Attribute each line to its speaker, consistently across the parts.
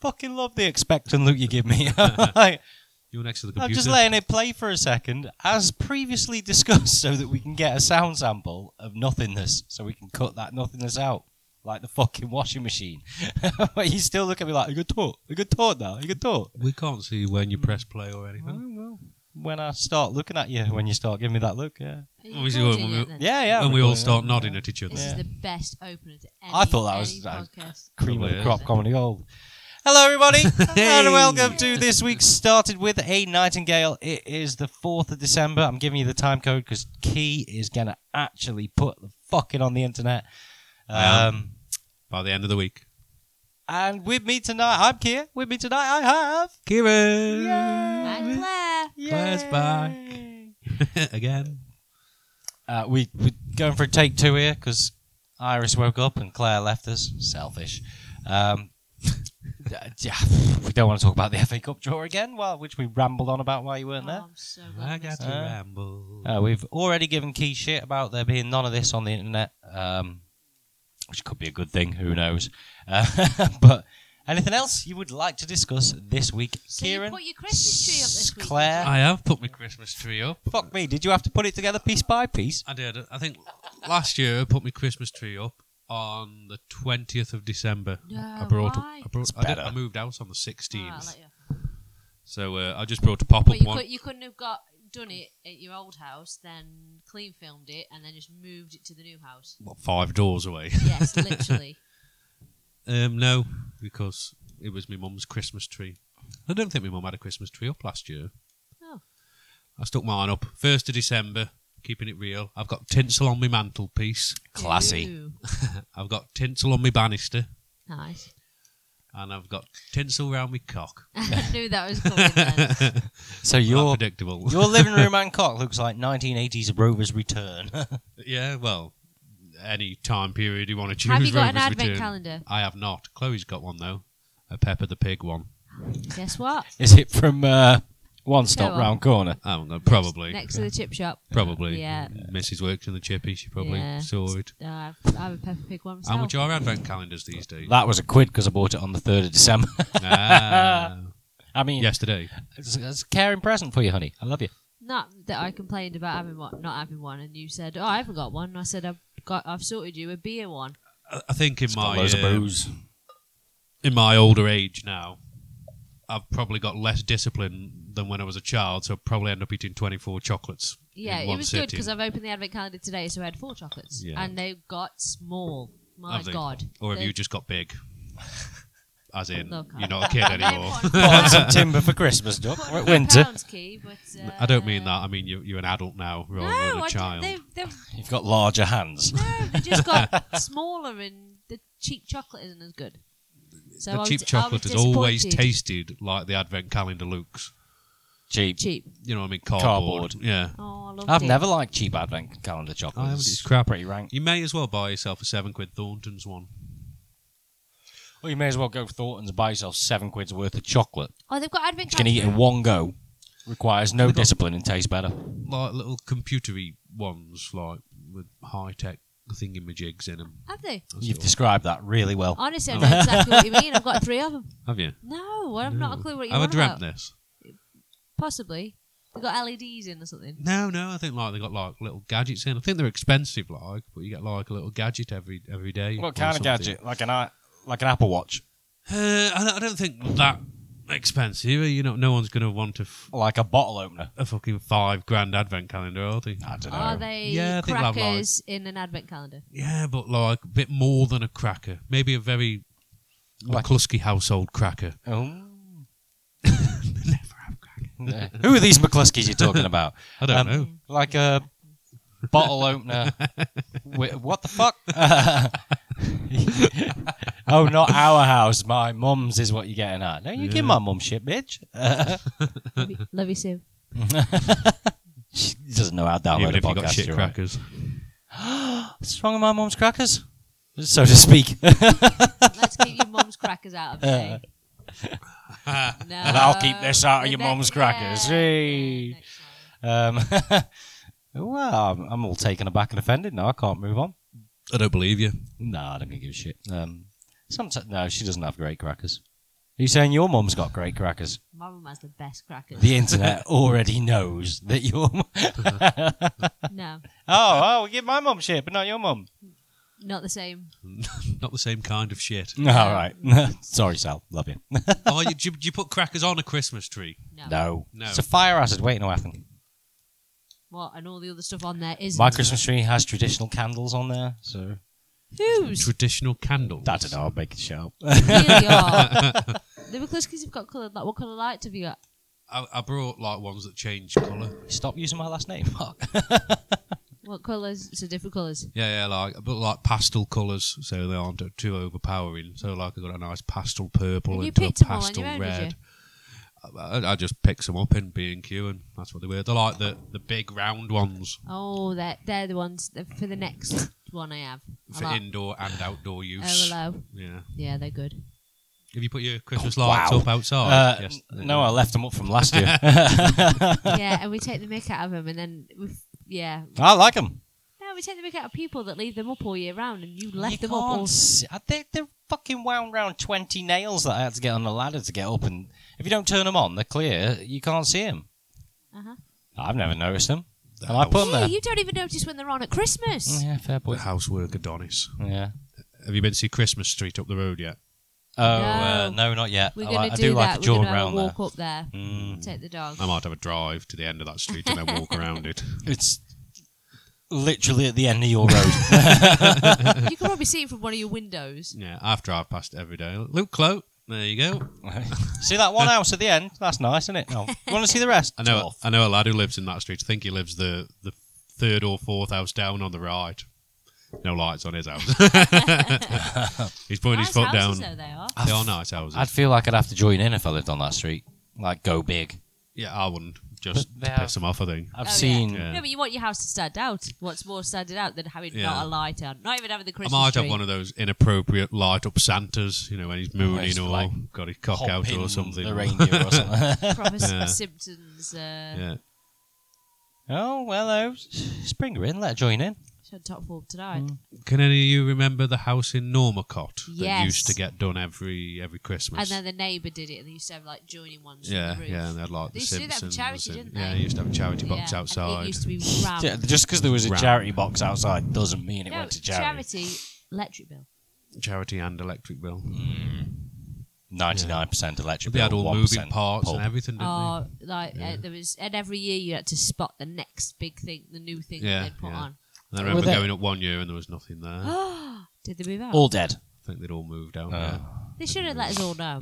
Speaker 1: fucking love the expectant look you give me. Like,
Speaker 2: You're next to the
Speaker 1: I'm
Speaker 2: computer.
Speaker 1: just letting it play for a second, as previously discussed, so that we can get a sound sample of nothingness, so we can cut that nothingness out, like the fucking washing machine. but you still look at me like, you could talk, you could talk now, you could talk.
Speaker 2: we can't see when you press play or anything.
Speaker 1: Well, When I start looking at you, when you start giving me that look, yeah,
Speaker 3: Are you
Speaker 2: Obviously, when
Speaker 3: recording
Speaker 2: we-
Speaker 3: it then?
Speaker 1: yeah, yeah.
Speaker 2: and we all
Speaker 1: recording
Speaker 2: start
Speaker 1: it.
Speaker 2: nodding at each other.
Speaker 3: This is
Speaker 1: Yeah.
Speaker 3: the best opener to any,
Speaker 1: I thought that was-
Speaker 3: any
Speaker 1: that-
Speaker 3: podcast.
Speaker 1: cream of the
Speaker 2: Probably
Speaker 1: crop
Speaker 3: is.
Speaker 1: comedy gold. Hello, everybody,
Speaker 2: Hey.
Speaker 1: and welcome to this week's Started with a Nightingale. It is the 4th of December. I'm giving you the time code because Key is going to actually put the fucking on the internet.
Speaker 2: I
Speaker 1: Um,
Speaker 2: By the end of the week.
Speaker 1: and with me tonight, I'm Kia. With me tonight, I have.
Speaker 3: Bye,
Speaker 2: Kieran!
Speaker 3: Claire.
Speaker 2: Claire's
Speaker 1: Yay.
Speaker 2: Again.
Speaker 1: Uh, we, we're going for a take two here because Iris woke up and Claire left us. Selfish. Um, d- yeah, we don't want to talk about the FA Cup draw again, well, which we rambled on about while you weren't there.
Speaker 3: Oh, I'm so
Speaker 2: I
Speaker 3: glad I
Speaker 2: got
Speaker 3: missed
Speaker 2: to
Speaker 3: it.
Speaker 1: Uh,
Speaker 2: ramble.
Speaker 3: Oh.
Speaker 1: Uh, we've already given Key shit about there being none of this on the internet, um, which could be a good thing. Who knows? Uh, but anything else you would like to discuss this week,
Speaker 3: So
Speaker 1: Kieran?
Speaker 3: you put your Christmas tree up this week.
Speaker 1: Claire.
Speaker 2: I have put my Christmas tree up.
Speaker 1: Fuck me! Did you have to put it together piece by piece?
Speaker 2: I did. I think last year I put my Christmas tree up on the 20th of December.
Speaker 3: No,
Speaker 2: I brought
Speaker 3: why?
Speaker 2: up. I, brought,
Speaker 1: It's
Speaker 2: I, did,
Speaker 1: better.
Speaker 2: I moved out on the
Speaker 3: Oh,
Speaker 2: 16th.
Speaker 3: I'll
Speaker 1: Ah,
Speaker 3: let you.
Speaker 2: so uh, I just brought a pop up
Speaker 3: But you,
Speaker 2: one.
Speaker 3: could, you couldn't have got done it at your old house, then clean filmed it, and then just moved it to the new house.
Speaker 2: What, five doors away.
Speaker 3: Yes, literally.
Speaker 2: Um, no, because it was my mum's Christmas tree. I don't think my mum had a Christmas tree up last year.
Speaker 3: Oh.
Speaker 2: I stuck mine up first of December, keeping it real. I've got tinsel on my mantelpiece.
Speaker 3: Ooh,
Speaker 2: I've got tinsel on my banister,
Speaker 3: nice.
Speaker 2: and I've got tinsel round my cock.
Speaker 3: I knew that was coming then.
Speaker 1: So your
Speaker 2: Unpredictable.
Speaker 1: your living room and cock looks like 1980s Rover's Return.
Speaker 2: yeah, well, any time period you want to choose.
Speaker 3: Have you got an
Speaker 2: Rover's
Speaker 3: advent
Speaker 2: return.
Speaker 3: calendar?
Speaker 2: I have not. Chloe's got one though. A Pepper the Pig one.
Speaker 3: Guess what?
Speaker 1: Is it from uh, One Stop
Speaker 3: on.
Speaker 1: Round Corner?
Speaker 2: I haven't got, probably.
Speaker 3: Next to the chip shop.
Speaker 2: Probably.
Speaker 3: Yeah.
Speaker 2: Mrs. works in the chippy. She probably
Speaker 3: Yeah.
Speaker 2: saw it.
Speaker 3: Uh, I have a pepper pig one
Speaker 2: How
Speaker 3: myself.
Speaker 2: much are advent calendars these days?
Speaker 1: That was a quid because I bought it on the 3rd of December.
Speaker 2: ah,
Speaker 1: I mean,
Speaker 2: yesterday.
Speaker 1: it's, it's a caring present for you, honey. I love you.
Speaker 3: Not that I complained about having one, not having one, and you said, "Oh, I haven't got one." And I said, "I've got, I've sorted you a beer one."
Speaker 2: I I think in
Speaker 1: It's got
Speaker 2: my
Speaker 1: loads of
Speaker 2: um,
Speaker 1: booze.
Speaker 2: in my older age now, I've probably got less discipline than when I was a child. So I'll probably end up eating twenty four chocolates.
Speaker 3: Yeah,
Speaker 2: in
Speaker 3: it
Speaker 2: one
Speaker 3: was good
Speaker 2: sitting.
Speaker 3: because I've opened the advent calendar today, so I had four chocolates,
Speaker 2: Yeah.
Speaker 3: and they got small. My
Speaker 2: Have they?
Speaker 3: God!
Speaker 2: Or have
Speaker 3: They-
Speaker 2: you just got big? As in,
Speaker 3: Look, I-
Speaker 2: you're not a kid
Speaker 3: They're
Speaker 2: anymore.
Speaker 1: Bought
Speaker 3: 400
Speaker 1: some timber for Christmas, Duck.
Speaker 3: £400
Speaker 1: Winter.
Speaker 3: pounds, Key, but, uh,
Speaker 2: I don't mean that. I mean you, you're an adult now rather
Speaker 3: No,
Speaker 2: than a
Speaker 3: I d-
Speaker 2: child.
Speaker 3: They, they,
Speaker 1: You've got larger hands.
Speaker 3: no, they just got smaller, and the cheap chocolate isn't as good. So I
Speaker 2: the
Speaker 3: was-
Speaker 2: cheap
Speaker 3: I was
Speaker 2: chocolate has always
Speaker 3: disappointed.
Speaker 2: tasted like the advent calendar looks.
Speaker 1: Cheap.
Speaker 3: cheap.
Speaker 2: You know what I mean? Cardboard.
Speaker 1: Cardboard.
Speaker 2: Yeah.
Speaker 3: Oh, I loved
Speaker 1: I've
Speaker 3: it.
Speaker 1: never liked cheap advent calendar chocolates.
Speaker 2: I haven't, it's crap.
Speaker 1: Pretty rank.
Speaker 2: You may as well buy yourself a seven quid Thornton's one.
Speaker 1: Well, you may as well go to Thornton's and buy yourself seven quid's worth of chocolate.
Speaker 3: Oh, they've got advent
Speaker 1: You can eat
Speaker 3: calendar.
Speaker 1: in one go. Requires no
Speaker 2: They've got-
Speaker 1: discipline and tastes better.
Speaker 2: Like little computery ones, like with high tech thingamajigs in them.
Speaker 3: Have they?
Speaker 1: You've described that really well.
Speaker 3: Honestly,
Speaker 2: Oh.
Speaker 3: I know exactly what you mean. I've got three of them.
Speaker 2: Have you?
Speaker 3: No, I've not a
Speaker 2: No.
Speaker 3: clue what you
Speaker 2: Have I
Speaker 3: want
Speaker 2: dreamt
Speaker 3: about.
Speaker 2: this?
Speaker 3: Possibly. They've got LEDs in or something.
Speaker 2: No, no. I think like they got like little gadgets in. I think they're expensive, like, but you get like a little gadget every every day. or
Speaker 1: What kind of
Speaker 2: something.
Speaker 1: gadget? Like an i- like an Apple Watch,
Speaker 2: Uh, I, don't- I don't think that expensive. You know, no one's going to want a, f-
Speaker 1: like a bottle opener.
Speaker 2: a fucking five grand advent calendar, are they?
Speaker 1: uh, I don't know.
Speaker 3: Are they
Speaker 2: Yeah, I think they'll have
Speaker 3: crackers in an advent calendar?
Speaker 2: Yeah, but like a bit more than a cracker. Maybe a very
Speaker 1: Like-
Speaker 2: McCluskey household cracker.
Speaker 1: Oh.
Speaker 2: Never have cracker.
Speaker 1: Yeah. Who are these McCluskeys you're talking about?
Speaker 2: I don't
Speaker 1: Um,
Speaker 2: know.
Speaker 1: Like a bottle opener. Wi- what the fuck? oh, not our house. My mum's is what you're getting at. No, you give my mum shit, bitch.
Speaker 3: Love you- Love you, Sue.
Speaker 1: she doesn't know how to download
Speaker 2: Even
Speaker 1: a
Speaker 2: if you got
Speaker 1: podcast.
Speaker 2: shit
Speaker 1: you're right.
Speaker 2: crackers.
Speaker 1: What's wrong with my mum's crackers? So to speak.
Speaker 3: Let's keep your mum's crackers out of the day. No.
Speaker 1: And I'll keep this out of
Speaker 3: The
Speaker 1: your
Speaker 3: next-
Speaker 1: mum's crackers.
Speaker 3: yeah,
Speaker 1: Hey.
Speaker 3: yeah, next time.
Speaker 1: Um, well, I'm, I'm all taken aback and offended now. I can't move on.
Speaker 2: I don't believe you.
Speaker 1: No, I don't give a shit. Um, sometimes no, she doesn't have great crackers. you saying your mum's got great crackers?
Speaker 3: My mum has the best crackers.
Speaker 1: The internet already knows that your. Mum-
Speaker 3: no,
Speaker 1: oh, oh, we give my mum shit, but not your mum.
Speaker 3: not the same.
Speaker 2: Not the same kind of shit.
Speaker 1: All right. Sorry, Sal. Love you.
Speaker 2: oh, you, do, you- do you put crackers on a Christmas tree?
Speaker 3: No.
Speaker 1: No.
Speaker 2: No.
Speaker 1: It's a fire hazard waiting to happen.
Speaker 3: What and all the other stuff on there is
Speaker 1: My Christmas tree has traditional candles on there, so.
Speaker 3: Who's
Speaker 2: Traditional candles.
Speaker 1: I don't know. I'll make it sharp.
Speaker 3: really are. They were close because you've got coloured light. What colour lights have you got?
Speaker 2: I, I brought like ones that change colour.
Speaker 1: Stop using my last name, Mark.
Speaker 3: What colours? So different colours.
Speaker 2: Yeah, yeah, like but like pastel colours, so they aren't too overpowering. So like I got a nice pastel purple
Speaker 3: And you
Speaker 2: into a
Speaker 3: picked 'em all on
Speaker 2: pastel
Speaker 3: your own, did
Speaker 2: red. I, I- I just picked some up in B and Q, and that's what they were. They're like the the big round ones
Speaker 3: Oh, they're they're the ones that- for the next one I have. I
Speaker 2: for
Speaker 3: like
Speaker 2: indoor and
Speaker 1: Oh,
Speaker 2: outdoor use.
Speaker 3: OLO.
Speaker 2: Yeah.
Speaker 3: Yeah, they're good.
Speaker 2: Have you put your Christmas
Speaker 1: Oh, Wow.
Speaker 2: lights up outside?
Speaker 1: Uh,
Speaker 2: yes.
Speaker 1: no, I left them up from last year.
Speaker 3: yeah, and we take the mick out of them, and then we yeah.
Speaker 1: I like them.
Speaker 3: No, we take the mick out of people that leave them up all year round, and you left them up all.
Speaker 1: uh, They, they're fucking wound round 20 nails that I had to get on the ladder to get up. And if you don't turn them on, they're clear. You can't see them.
Speaker 3: Uh-huh.
Speaker 1: I've never noticed them.
Speaker 2: The
Speaker 1: And I put
Speaker 2: house-
Speaker 1: them
Speaker 3: Yeah,
Speaker 1: there. Mm,
Speaker 3: you don't even notice when they're on at Christmas.
Speaker 1: Yeah, fair point.
Speaker 2: housework Adonis.
Speaker 1: Yeah.
Speaker 2: Have you been to see Christmas Street up the road yet?
Speaker 1: Oh, no, uh,
Speaker 3: No.
Speaker 1: no not yet.
Speaker 3: We're
Speaker 1: I,
Speaker 3: gonna
Speaker 1: like- I
Speaker 3: do,
Speaker 1: do like
Speaker 3: that.
Speaker 1: the
Speaker 3: We're
Speaker 1: jaunt
Speaker 3: gonna have a
Speaker 1: round there.
Speaker 3: walk up there.
Speaker 1: Mm.
Speaker 3: Take the dog.
Speaker 2: I might have a drive to the end of that street and then walk around it.
Speaker 1: It's literally at the end of your road.
Speaker 3: you can probably see it from one of your windows.
Speaker 2: Yeah, I drive past it every day. Luke Clote, there you go.
Speaker 1: see that one house at the end? That's nice, isn't it? No. You want to see the rest?
Speaker 2: I know
Speaker 1: Off.
Speaker 2: I know a lad who lives in that street. I think he lives the, the third or fourth house down on the right. No lights on his house. He's putting his
Speaker 3: Nice
Speaker 2: foot
Speaker 3: houses,
Speaker 2: down.
Speaker 3: though, they are.
Speaker 2: They are nice houses.
Speaker 1: I'd feel like I'd have to join in if I lived on that street. Like, go big.
Speaker 2: yeah, I wouldn't. Just
Speaker 1: But they are-
Speaker 2: to piss him off, I think.
Speaker 1: I've
Speaker 3: Oh, yeah.
Speaker 1: seen.
Speaker 2: Yeah.
Speaker 3: No, but you want your house to stand out. What's more standing out than having
Speaker 2: Yeah.
Speaker 3: not a light on? Not even having the
Speaker 2: I
Speaker 3: Christmas
Speaker 2: might
Speaker 3: tree.
Speaker 2: have one of those inappropriate light up Santas, you know, when he's mooning
Speaker 1: it's
Speaker 2: or
Speaker 1: like
Speaker 2: got his cock
Speaker 1: hop
Speaker 2: out
Speaker 1: in
Speaker 2: or something.
Speaker 1: The reindeer or something.
Speaker 3: Proper S-
Speaker 2: Yeah.
Speaker 3: Simpsons. Uh,
Speaker 2: yeah.
Speaker 1: oh, well, oh, s- spring her in. Let her join in.
Speaker 3: it's on top form tonight.
Speaker 2: Hmm. Can any of you remember the house in Normacott that
Speaker 3: Yes.
Speaker 2: used to get done every every Christmas?
Speaker 3: And then the neighbour did it, and they used to have like joining ones. on
Speaker 2: Yeah,
Speaker 3: the roof.
Speaker 2: yeah, and they had like
Speaker 3: They
Speaker 2: the
Speaker 3: used to do that
Speaker 2: Simpsons.
Speaker 3: for
Speaker 2: and
Speaker 3: charity,
Speaker 2: Sim-
Speaker 3: didn't
Speaker 2: Yeah,
Speaker 3: they?
Speaker 2: they used to have a charity
Speaker 3: Yeah,
Speaker 2: box
Speaker 3: and
Speaker 2: outside.
Speaker 3: It used to be round.
Speaker 1: Yeah, just because there was a
Speaker 2: Round.
Speaker 1: charity box outside doesn't mean it
Speaker 3: no,
Speaker 1: went to charity.
Speaker 3: electric bill.
Speaker 2: charity and electric bill.
Speaker 1: Mm. 99% electric
Speaker 2: They had
Speaker 1: bill,
Speaker 2: all
Speaker 1: 1%
Speaker 2: moving parts
Speaker 1: pulp.
Speaker 2: and everything, didn't
Speaker 3: Oh, like uh, there was, and every year you had to spot the next big thing, the new thing
Speaker 2: Yeah,
Speaker 3: that they'd put
Speaker 2: yeah.
Speaker 3: on.
Speaker 2: they? And I remember
Speaker 1: Were they-
Speaker 2: going up one year and there was nothing there. I
Speaker 3: Did they move out?
Speaker 1: All dead.
Speaker 2: think they'd all moved out.
Speaker 1: Oh.
Speaker 2: yeah.
Speaker 3: they should have let us all know.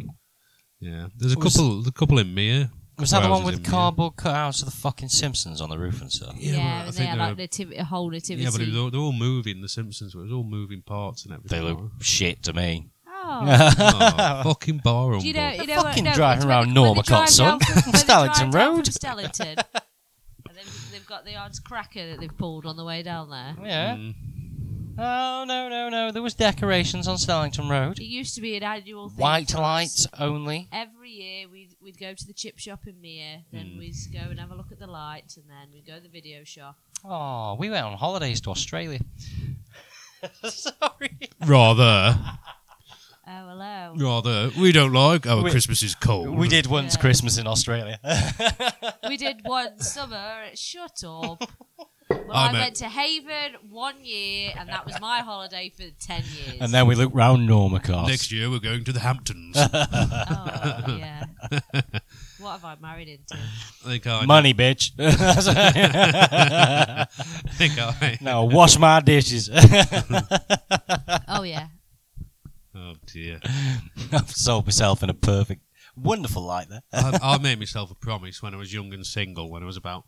Speaker 2: yeah, there's a
Speaker 1: Was-
Speaker 2: couple. The couple in Mere.
Speaker 1: Was that the
Speaker 2: Whereas
Speaker 1: one
Speaker 2: it's
Speaker 1: with
Speaker 2: in Mere.
Speaker 1: cardboard cutouts of the fucking Simpsons on the roof and stuff?
Speaker 2: Yeah,
Speaker 3: Yeah,
Speaker 2: well, I
Speaker 3: and they
Speaker 2: think
Speaker 3: had
Speaker 2: they're
Speaker 3: like
Speaker 2: a-
Speaker 3: nativ- a whole nativity.
Speaker 2: Yeah, but it was all, they're all moving. The Simpsons were it was all moving parts and everything.
Speaker 1: They look shit to me.
Speaker 3: oh.
Speaker 2: oh, fucking bar
Speaker 3: Do you
Speaker 2: humble.
Speaker 3: know, you know,
Speaker 1: fucking
Speaker 3: no,
Speaker 1: driving
Speaker 3: it's when
Speaker 1: around
Speaker 3: they- when they
Speaker 1: Normacott,
Speaker 3: drive
Speaker 1: son.
Speaker 3: down from- when they
Speaker 1: Stellington
Speaker 3: drive down
Speaker 1: Road.
Speaker 3: From Stellington. and then they've got the odds cracker that they've pulled on the way down there.
Speaker 1: Yeah.
Speaker 2: Mm.
Speaker 1: Oh, no, no, no. There was decorations on Stellington Road.
Speaker 3: It used to be an annual thing.
Speaker 1: White
Speaker 3: for us.
Speaker 1: lights only.
Speaker 3: Every year we'd, we'd go to the chip shop in Mere, then
Speaker 1: Mm.
Speaker 3: we'd go and have a look at the lights, and then we'd go to the video shop.
Speaker 1: Oh, we went on holidays to Australia. Sorry.
Speaker 2: Rather,
Speaker 3: Oh, hello.
Speaker 2: rather, we don't like our
Speaker 1: We-
Speaker 2: Christmas is cold.
Speaker 1: We did once
Speaker 3: Yeah.
Speaker 1: Christmas in Australia.
Speaker 3: we did one summer. Shut up. Well,
Speaker 2: I
Speaker 3: I,
Speaker 2: met-
Speaker 3: went to Haven one year, and that was my holiday for 10 years.
Speaker 1: and then we looked round Normacross.
Speaker 2: Next year we're going to the Hamptons.
Speaker 1: Uh,
Speaker 3: Oh, yeah. what have I married into?
Speaker 2: I think I,
Speaker 1: Money, bitch.
Speaker 2: I think I.
Speaker 1: no, wash my dishes.
Speaker 3: Oh, yeah.
Speaker 2: Oh dear.
Speaker 1: I've sold myself in a perfect, wonderful light there.
Speaker 2: I, I made myself a promise when I was young and single, when I was about.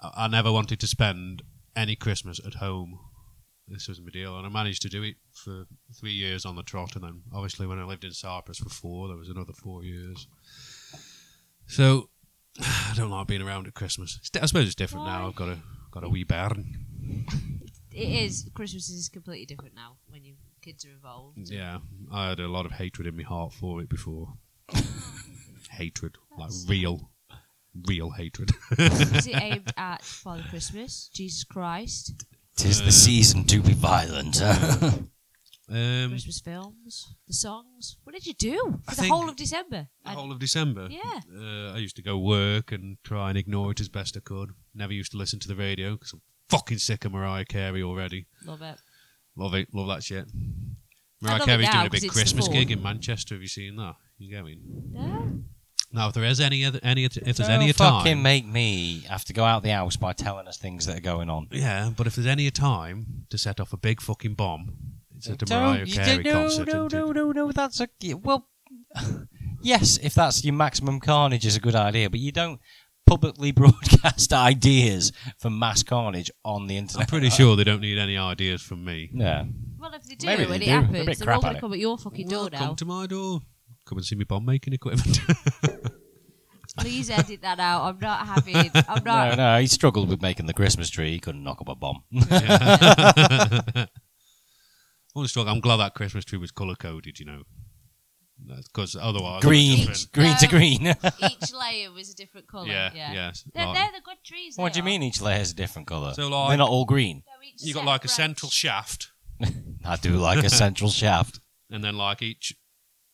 Speaker 2: I, I never wanted to spend any Christmas at home. This was my deal, and I managed to do it for three years on the trot, and then obviously when I lived in Cyprus for four, there was another four years. So I don't like being around at Christmas. It's di- I suppose it's different now.
Speaker 3: Why?
Speaker 2: I've got a got a wee bairn.
Speaker 3: It is. Christmas is completely different now when your kids are involved.
Speaker 2: Yeah, I had a lot of hatred in my heart for it before. hatred, like real, real hatred.
Speaker 3: Is it aimed at Father Christmas, Jesus Christ?
Speaker 1: Tis the season to be violent.
Speaker 2: Um,
Speaker 3: Christmas films, the songs. What did you do
Speaker 2: I
Speaker 3: for the
Speaker 2: think-
Speaker 3: whole of December?
Speaker 2: the
Speaker 3: And-
Speaker 2: whole of December.
Speaker 3: Yeah.
Speaker 2: Uh, I used to go work and try and ignore it as best I could. Never used to listen to the radio because I'm fucking sick of Mariah Carey already.
Speaker 3: love it.
Speaker 2: Love it. Love that shit.
Speaker 3: love
Speaker 2: Mariah
Speaker 3: it
Speaker 2: Carey's
Speaker 3: now
Speaker 2: doing a
Speaker 3: 'cause
Speaker 2: big
Speaker 3: it's the
Speaker 2: Christmas
Speaker 3: fall.
Speaker 2: gig in Manchester. Have you seen that? You get me?
Speaker 3: No.
Speaker 2: Now, if there is any other, any, if there's
Speaker 1: Don't
Speaker 2: any a
Speaker 1: Oh, fucking
Speaker 2: time,
Speaker 1: make me have to go out the house by telling us things that are going on.
Speaker 2: yeah. But if there's any a time to set off a big fucking bomb, it's at a
Speaker 1: Don't-
Speaker 2: Mariah
Speaker 1: you
Speaker 2: Carey
Speaker 1: don't- no,
Speaker 2: concert.
Speaker 1: No,
Speaker 2: isn't it?
Speaker 1: no, no, no. That's a well. yes, if that's your maximum carnage, is a good idea. But you don't publicly broadcast ideas for mass carnage on the internet.
Speaker 2: I'm pretty sure they don't need any ideas from me.
Speaker 1: Yeah.
Speaker 3: Well, if they do
Speaker 1: Maybe
Speaker 3: and it
Speaker 1: they do. They're a bit
Speaker 3: happens, they're all
Speaker 1: crap at it.
Speaker 3: going to come at your fucking
Speaker 2: Well,
Speaker 3: door now.
Speaker 2: Come to my door. Come and see me bomb making equipment.
Speaker 3: Please edit that out. I'm not having. I'm
Speaker 1: No,
Speaker 3: not.
Speaker 1: no. He struggled with making the Christmas tree. He couldn't knock up a bomb.
Speaker 2: Yeah. I'm just talking- I'm glad that Christmas tree was color coded, you know, because otherwise
Speaker 1: green, green to
Speaker 3: No.
Speaker 1: green.
Speaker 3: Each layer was a different colour.
Speaker 2: Yeah,
Speaker 3: Yeah.
Speaker 2: yes.
Speaker 3: They're,
Speaker 2: Like-
Speaker 3: they're the good trees.
Speaker 1: what
Speaker 3: they
Speaker 1: do you
Speaker 3: are.
Speaker 1: mean each layer is a different colour?
Speaker 2: So, like-
Speaker 1: They're not all green.
Speaker 3: They're each
Speaker 2: You got like a
Speaker 3: separate.
Speaker 2: central shaft,
Speaker 1: I do like a central shaft.
Speaker 2: and then like each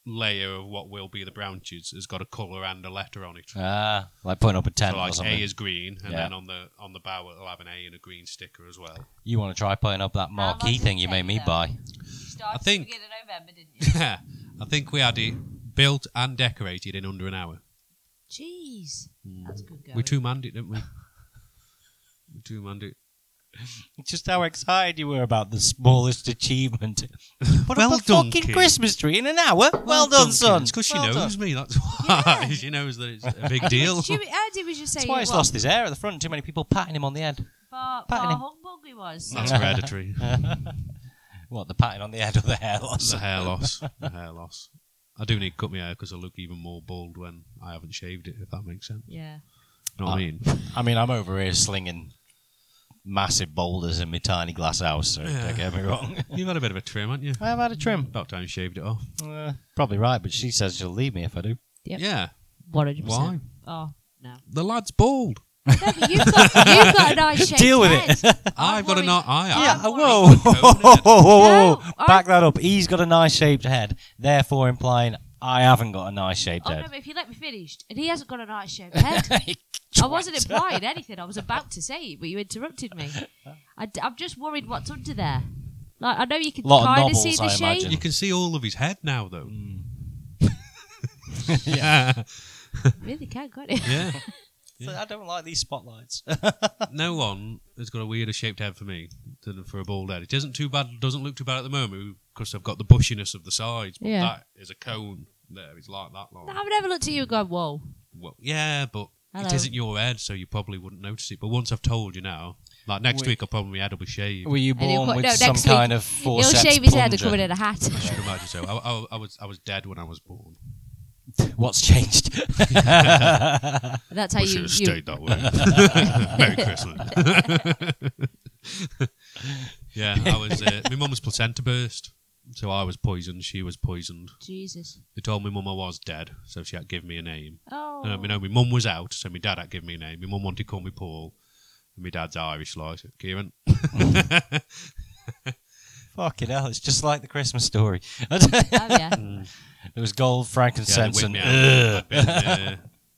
Speaker 2: layer of what will be the branches has got a color and a letter on it.
Speaker 1: Ah, like putting up a tent
Speaker 2: so
Speaker 1: or
Speaker 2: like
Speaker 1: something.
Speaker 2: A is green, and
Speaker 1: Yeah.
Speaker 2: then on the on the bow it'll have an A and a green sticker as well.
Speaker 1: You want to try putting up that marquee
Speaker 3: much
Speaker 1: thing
Speaker 3: does
Speaker 1: you
Speaker 3: it
Speaker 1: made
Speaker 3: take
Speaker 1: me
Speaker 3: though?
Speaker 1: buy?
Speaker 3: You started
Speaker 2: I think-
Speaker 3: at the beginning of November, didn't you?
Speaker 2: Yeah, I think we had it built and decorated in under an hour.
Speaker 3: Jeez, that's good going.
Speaker 2: We two manned it, didn't we? we two manned it.
Speaker 1: Just how excited you were about the smallest achievement. Put
Speaker 2: Well
Speaker 1: up a
Speaker 2: done,
Speaker 1: fucking
Speaker 2: kid.
Speaker 1: Christmas tree in an hour. Well, done, son.
Speaker 2: It's because she
Speaker 1: Well
Speaker 2: knows
Speaker 1: done.
Speaker 2: me. That's why
Speaker 3: Yeah.
Speaker 2: she knows that it's a big deal.
Speaker 3: She, Andy was just saying
Speaker 1: That's why he's
Speaker 3: what
Speaker 1: lost his hair at the front. Too many people patting him on the head.
Speaker 3: bar,
Speaker 1: Patting
Speaker 3: bar
Speaker 1: him.
Speaker 3: humbug he was.
Speaker 2: That's hereditary.
Speaker 1: What, the patting on the head or the hair loss?
Speaker 2: the hair loss. The hair loss. I do need to cut my hair because I look even more bald when I haven't shaved it. If that makes sense.
Speaker 3: Yeah.
Speaker 2: You know what I
Speaker 1: Ah.
Speaker 2: mean?
Speaker 1: I mean, I'm over here slinging massive boulders in my tiny glass house, so
Speaker 2: Yeah.
Speaker 1: don't get me wrong.
Speaker 2: You've had a bit of a trim, haven't you?
Speaker 1: I've had a trim.
Speaker 2: About time you shaved it off.
Speaker 1: Uh, probably right, but she says she'll leave me if I do.
Speaker 3: Yep.
Speaker 2: Yeah.
Speaker 3: One hundred
Speaker 2: Why?
Speaker 3: percent. Oh no.
Speaker 2: The lad's bald.
Speaker 3: No, but you've got, you've got a nice shaped
Speaker 1: Deal with
Speaker 3: head.
Speaker 1: it.
Speaker 3: I'm
Speaker 2: I've got a
Speaker 3: worried.
Speaker 2: not. I
Speaker 1: Yeah,
Speaker 2: am.
Speaker 1: uh,
Speaker 3: I'm
Speaker 1: whoa. whoa, whoa, whoa, whoa.
Speaker 3: No,
Speaker 1: Back that up. He's got a nice shaped head, therefore implying I haven't got a nice shaped
Speaker 3: Oh no,
Speaker 1: head.
Speaker 3: but if you let me finish, and he hasn't got a nice shaped head. I wasn't implying anything. I was about to say it, but you interrupted me. I, am just worried what's under there. Like I know you can
Speaker 1: Lot of
Speaker 3: kind of
Speaker 1: knobbles,
Speaker 3: see the
Speaker 1: I
Speaker 3: shape.
Speaker 1: imagine.
Speaker 2: You can see all of his head now, though.
Speaker 1: Mm.
Speaker 3: Really can, can't it?
Speaker 2: yeah.
Speaker 1: So I don't like these spotlights.
Speaker 2: no one has got a weirder shaped head for me than for a bald head. It isn't too bad. Doesn't look too bad at the moment because I've got the bushiness of the sides. But
Speaker 3: Yeah.
Speaker 2: that is a cone. There, it's like that long.
Speaker 3: I've never looked at you and gone, "Whoa."
Speaker 2: Well, yeah, but
Speaker 3: Hello.
Speaker 2: it isn't your head, so you probably wouldn't notice it. But once I've told you now, like next
Speaker 1: We-
Speaker 2: week, I'll probably my head will be shaved.
Speaker 1: Were you
Speaker 3: And he'll
Speaker 1: born
Speaker 3: cut-
Speaker 1: with
Speaker 3: no,
Speaker 1: some
Speaker 3: next
Speaker 1: kind
Speaker 3: week,
Speaker 1: of
Speaker 3: He'll
Speaker 1: forceps
Speaker 3: shave his head and
Speaker 1: plunger?
Speaker 3: come in in a hat.
Speaker 2: I should imagine so. I, I, I was I was dead when I was born.
Speaker 1: What's changed?
Speaker 3: That's how
Speaker 2: I should have
Speaker 3: you. you
Speaker 2: stayed that way. Merry Christmas. yeah, I was. Uh, my mum's placenta burst, so I was poisoned. She was poisoned.
Speaker 3: Jesus.
Speaker 2: They told my mum I was dead, so she had to give me a name.
Speaker 3: Oh.
Speaker 2: And, you know, my mum was out, so my dad had to give me a name. My mum wanted to call me Paul, and my dad's Irish, like, so, Kieran.
Speaker 1: Mm. Fucking hell, it's just like the Christmas story.
Speaker 3: Oh, yeah.
Speaker 1: There was gold,
Speaker 2: Yeah,
Speaker 1: frankincense,
Speaker 2: they
Speaker 1: and
Speaker 2: whipped me out. I'd been, uh,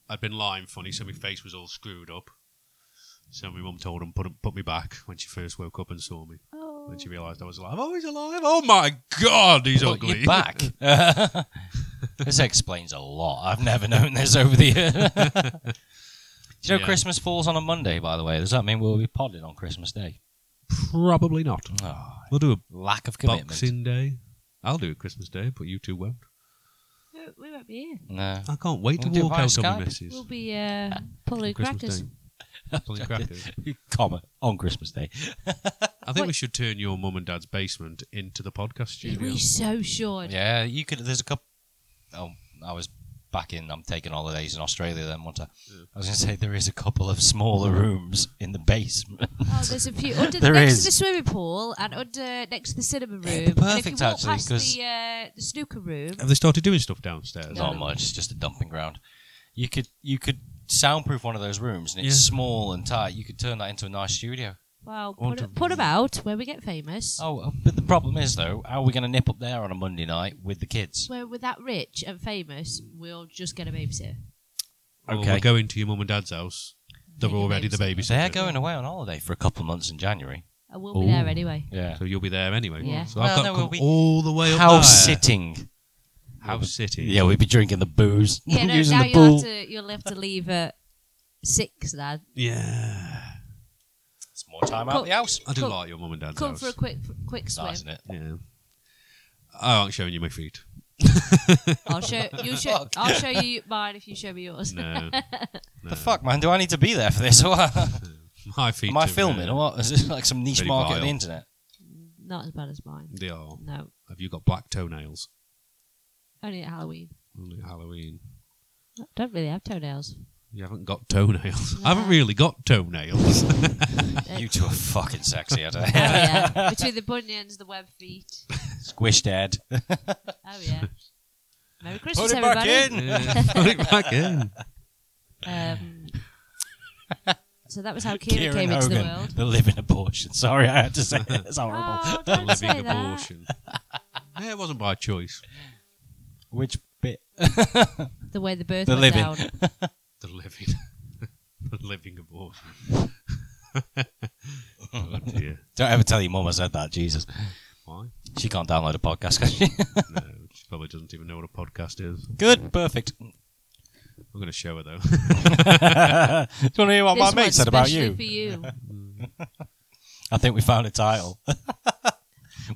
Speaker 2: I'd been lying funny, so my face was all screwed up. So my mum told him put put me back when she first woke up and saw me.
Speaker 3: Oh.
Speaker 2: When she realised I was alive, oh he's alive! Oh my god, he's
Speaker 1: put
Speaker 2: ugly.
Speaker 1: you back. this explains a lot. I've never known this over the year. Do you know
Speaker 2: Yeah.
Speaker 1: Christmas falls on a Monday, by the way? Does that mean we'll be podding on Christmas Day?
Speaker 2: Probably not.
Speaker 1: Oh,
Speaker 2: We'll do a
Speaker 1: lack of commitment.
Speaker 2: Boxing Day. I'll do a Christmas Day, but you two won't.
Speaker 3: We- We won't be here.
Speaker 1: No.
Speaker 2: I can't wait to
Speaker 1: We'll do it
Speaker 2: walk
Speaker 1: via
Speaker 2: out on my
Speaker 1: Skype.
Speaker 2: missus.
Speaker 3: We'll be uh, pulling
Speaker 2: Christmas
Speaker 3: crackers.
Speaker 2: Day. Pulling crackers.
Speaker 1: Comma on Christmas Day.
Speaker 2: I think we
Speaker 3: Wait.
Speaker 2: should turn your mum and dad's basement into the podcast
Speaker 3: You
Speaker 2: studio.
Speaker 3: were so short.
Speaker 1: Yeah, you could. There's a couple. Oh, I was back in. I'm taking holidays in Australia then, wasn't I? I was going to say there is a couple of smaller rooms in the basement.
Speaker 3: Oh, there's a few under
Speaker 1: There
Speaker 3: next
Speaker 1: is.
Speaker 3: to the swimming pool and under next to the cinema room.
Speaker 1: be
Speaker 3: and if you
Speaker 1: perfect,
Speaker 3: walk
Speaker 1: actually,
Speaker 3: past
Speaker 1: 'cause-
Speaker 3: the, uh, the snooker room,
Speaker 2: Have they started doing stuff downstairs?
Speaker 1: Not much. It's just a dumping ground. You could you could soundproof one of those rooms, and it's
Speaker 2: Yeah.
Speaker 1: small and tight. You could turn that into a nice studio.
Speaker 3: Well,
Speaker 2: Want
Speaker 3: put,
Speaker 2: to-
Speaker 3: it- put 'em out where we get famous.
Speaker 1: Oh, uh, but the problem is though, how are we going to nip up there on a Monday night with the kids?
Speaker 3: Where we're that rich and famous, we'll just get a babysitter.
Speaker 2: Or
Speaker 1: Okay.
Speaker 2: we're going to your mum and dad's house. They're
Speaker 3: Need a
Speaker 2: already the
Speaker 3: babysitter.
Speaker 2: babysitter.
Speaker 1: They're going away on holiday for a couple of months in January.
Speaker 3: And we'll be there
Speaker 1: Ooh.
Speaker 3: anyway.
Speaker 1: Yeah.
Speaker 2: So you'll be there anyway.
Speaker 3: Yeah.
Speaker 2: So
Speaker 1: Well,
Speaker 2: I've got
Speaker 1: no,
Speaker 2: to
Speaker 1: we'll
Speaker 2: come
Speaker 1: be
Speaker 2: all the way up
Speaker 1: House
Speaker 2: there.
Speaker 1: sitting.
Speaker 2: House City.
Speaker 1: Yeah, we'd be drinking the booze,
Speaker 3: Yeah, no,
Speaker 1: using
Speaker 3: now
Speaker 1: the
Speaker 3: you'll
Speaker 1: pool.
Speaker 3: have to you'll have to leave at six. Then
Speaker 2: Yeah.
Speaker 1: It's more time out
Speaker 3: Cool.
Speaker 1: the house.
Speaker 2: I do
Speaker 3: Come-
Speaker 2: like your mum and dad's
Speaker 3: come
Speaker 2: house.
Speaker 3: for a quick quick swim.
Speaker 1: Nice, isn't it?
Speaker 2: yeah. I aren't showing you my feet.
Speaker 3: I'll show you. Show,
Speaker 1: Fuck.
Speaker 3: I'll show you mine if you show me yours.
Speaker 2: No. no.
Speaker 1: The fuck, man? Do I need to be there for this? Or what?
Speaker 2: My feet.
Speaker 1: Am I
Speaker 2: are,
Speaker 1: filming
Speaker 2: uh,
Speaker 1: or what? Is this like some niche
Speaker 2: Very
Speaker 1: market on
Speaker 2: vile.
Speaker 1: the internet?
Speaker 3: Not as bad as mine.
Speaker 2: They are.
Speaker 3: No,
Speaker 2: Have you got black toenails?
Speaker 3: only at Halloween.
Speaker 2: Only Halloween.
Speaker 3: I don't really have toenails.
Speaker 2: You haven't got toenails. I haven't
Speaker 3: No.
Speaker 2: really got toenails.
Speaker 1: You two are fucking sexy, I
Speaker 3: Oh yeah, between the bunions, the web feet.
Speaker 1: Squish dad.
Speaker 3: Oh yeah. Merry Christmas,
Speaker 1: it back
Speaker 3: everybody.
Speaker 1: in.
Speaker 2: Yeah, Put it back in.
Speaker 3: Um, so that was how Kira came into the world.
Speaker 1: the living abortion. Sorry, I had to say it. It's horrible.
Speaker 3: Oh, don't
Speaker 2: Living
Speaker 3: say that.
Speaker 2: abortion. yeah, it wasn't by choice.
Speaker 1: Which bit?
Speaker 3: The way the birth
Speaker 1: The
Speaker 3: went
Speaker 1: living.
Speaker 3: down.
Speaker 2: The living. the living abortion. oh dear.
Speaker 1: Don't ever tell your mum I said that. Jesus,
Speaker 2: Why?
Speaker 1: she can't download a podcast. Can she?
Speaker 2: No, she probably doesn't even know what a podcast is.
Speaker 1: Good, perfect. Do you
Speaker 2: I'm going to show her though.
Speaker 1: want to hear what
Speaker 3: This
Speaker 1: Oh, my mate
Speaker 3: one's
Speaker 1: said about
Speaker 3: specially
Speaker 1: you?
Speaker 3: For you.
Speaker 1: I think we found a title.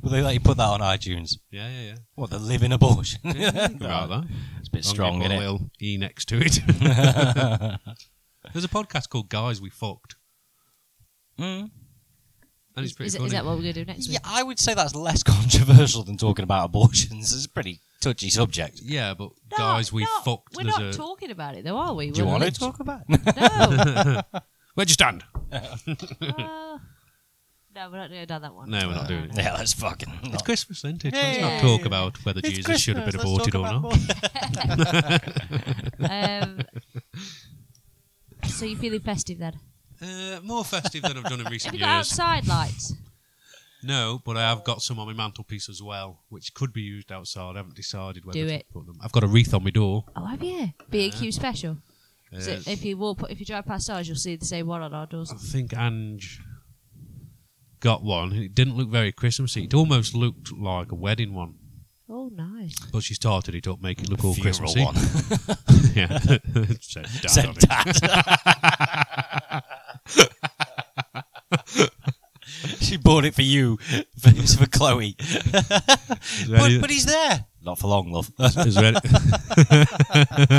Speaker 1: Will they let you put that on iTunes?
Speaker 2: Yeah, yeah, yeah.
Speaker 1: What the living abortion?
Speaker 2: Think about that.
Speaker 1: It's a bit strong,
Speaker 2: I'll give
Speaker 1: isn't
Speaker 2: a
Speaker 1: it?
Speaker 2: little E next to it. There's a podcast called Guys We Fucked,
Speaker 1: Mm.
Speaker 2: and it's
Speaker 3: Is,
Speaker 2: pretty
Speaker 3: is
Speaker 2: funny.
Speaker 3: that what we're going to do next
Speaker 1: Yeah,
Speaker 3: week?
Speaker 1: I would say that's less controversial than talking about abortions. It's a pretty touchy subject.
Speaker 2: Yeah, but
Speaker 3: No,
Speaker 2: Guys We
Speaker 3: no,
Speaker 2: Fucked.
Speaker 3: We're
Speaker 2: there's
Speaker 3: not
Speaker 2: a-
Speaker 3: talking about it, though, are we?
Speaker 1: Do you
Speaker 3: We're
Speaker 1: want to
Speaker 3: lit-
Speaker 1: talk about?
Speaker 3: No.
Speaker 2: Where'd you stand?
Speaker 3: Uh, no, we're not going down that one.
Speaker 2: No, we're not doing it.
Speaker 1: yeah, let's fucking.
Speaker 2: It's
Speaker 1: not-
Speaker 2: Christmas, isn't it? Let's
Speaker 1: Yeah.
Speaker 2: not talk about whether Jesus should have been aborted or not.
Speaker 3: Um, so you're feeling festive then?
Speaker 2: Uh, more festive than I've done in
Speaker 3: Have
Speaker 2: recent
Speaker 3: you got
Speaker 2: years.
Speaker 3: outside lights?
Speaker 2: No, but I have got some on my mantelpiece as well, which could be used outside. I haven't decided whether
Speaker 3: Do
Speaker 2: to
Speaker 3: it.
Speaker 2: put them. I've got a wreath on my door.
Speaker 3: Oh, have you? B&Q special.
Speaker 2: Uh,
Speaker 3: So if you walk, if you drive past ours, you'll see the same one on our doors.
Speaker 2: I think Ange got one. It didn't look very Christmassy. It almost looked like a wedding one,
Speaker 3: Oh, nice.
Speaker 2: but she started it up, make it look all
Speaker 1: Funeral
Speaker 2: Christmassy.
Speaker 1: one.
Speaker 2: yeah, said dad
Speaker 1: Said
Speaker 2: on it.
Speaker 1: she bought it for you, for, it was for Chloe.
Speaker 2: Is there
Speaker 1: But,
Speaker 2: any-
Speaker 1: but he's there. Not for long, love.
Speaker 2: is there any-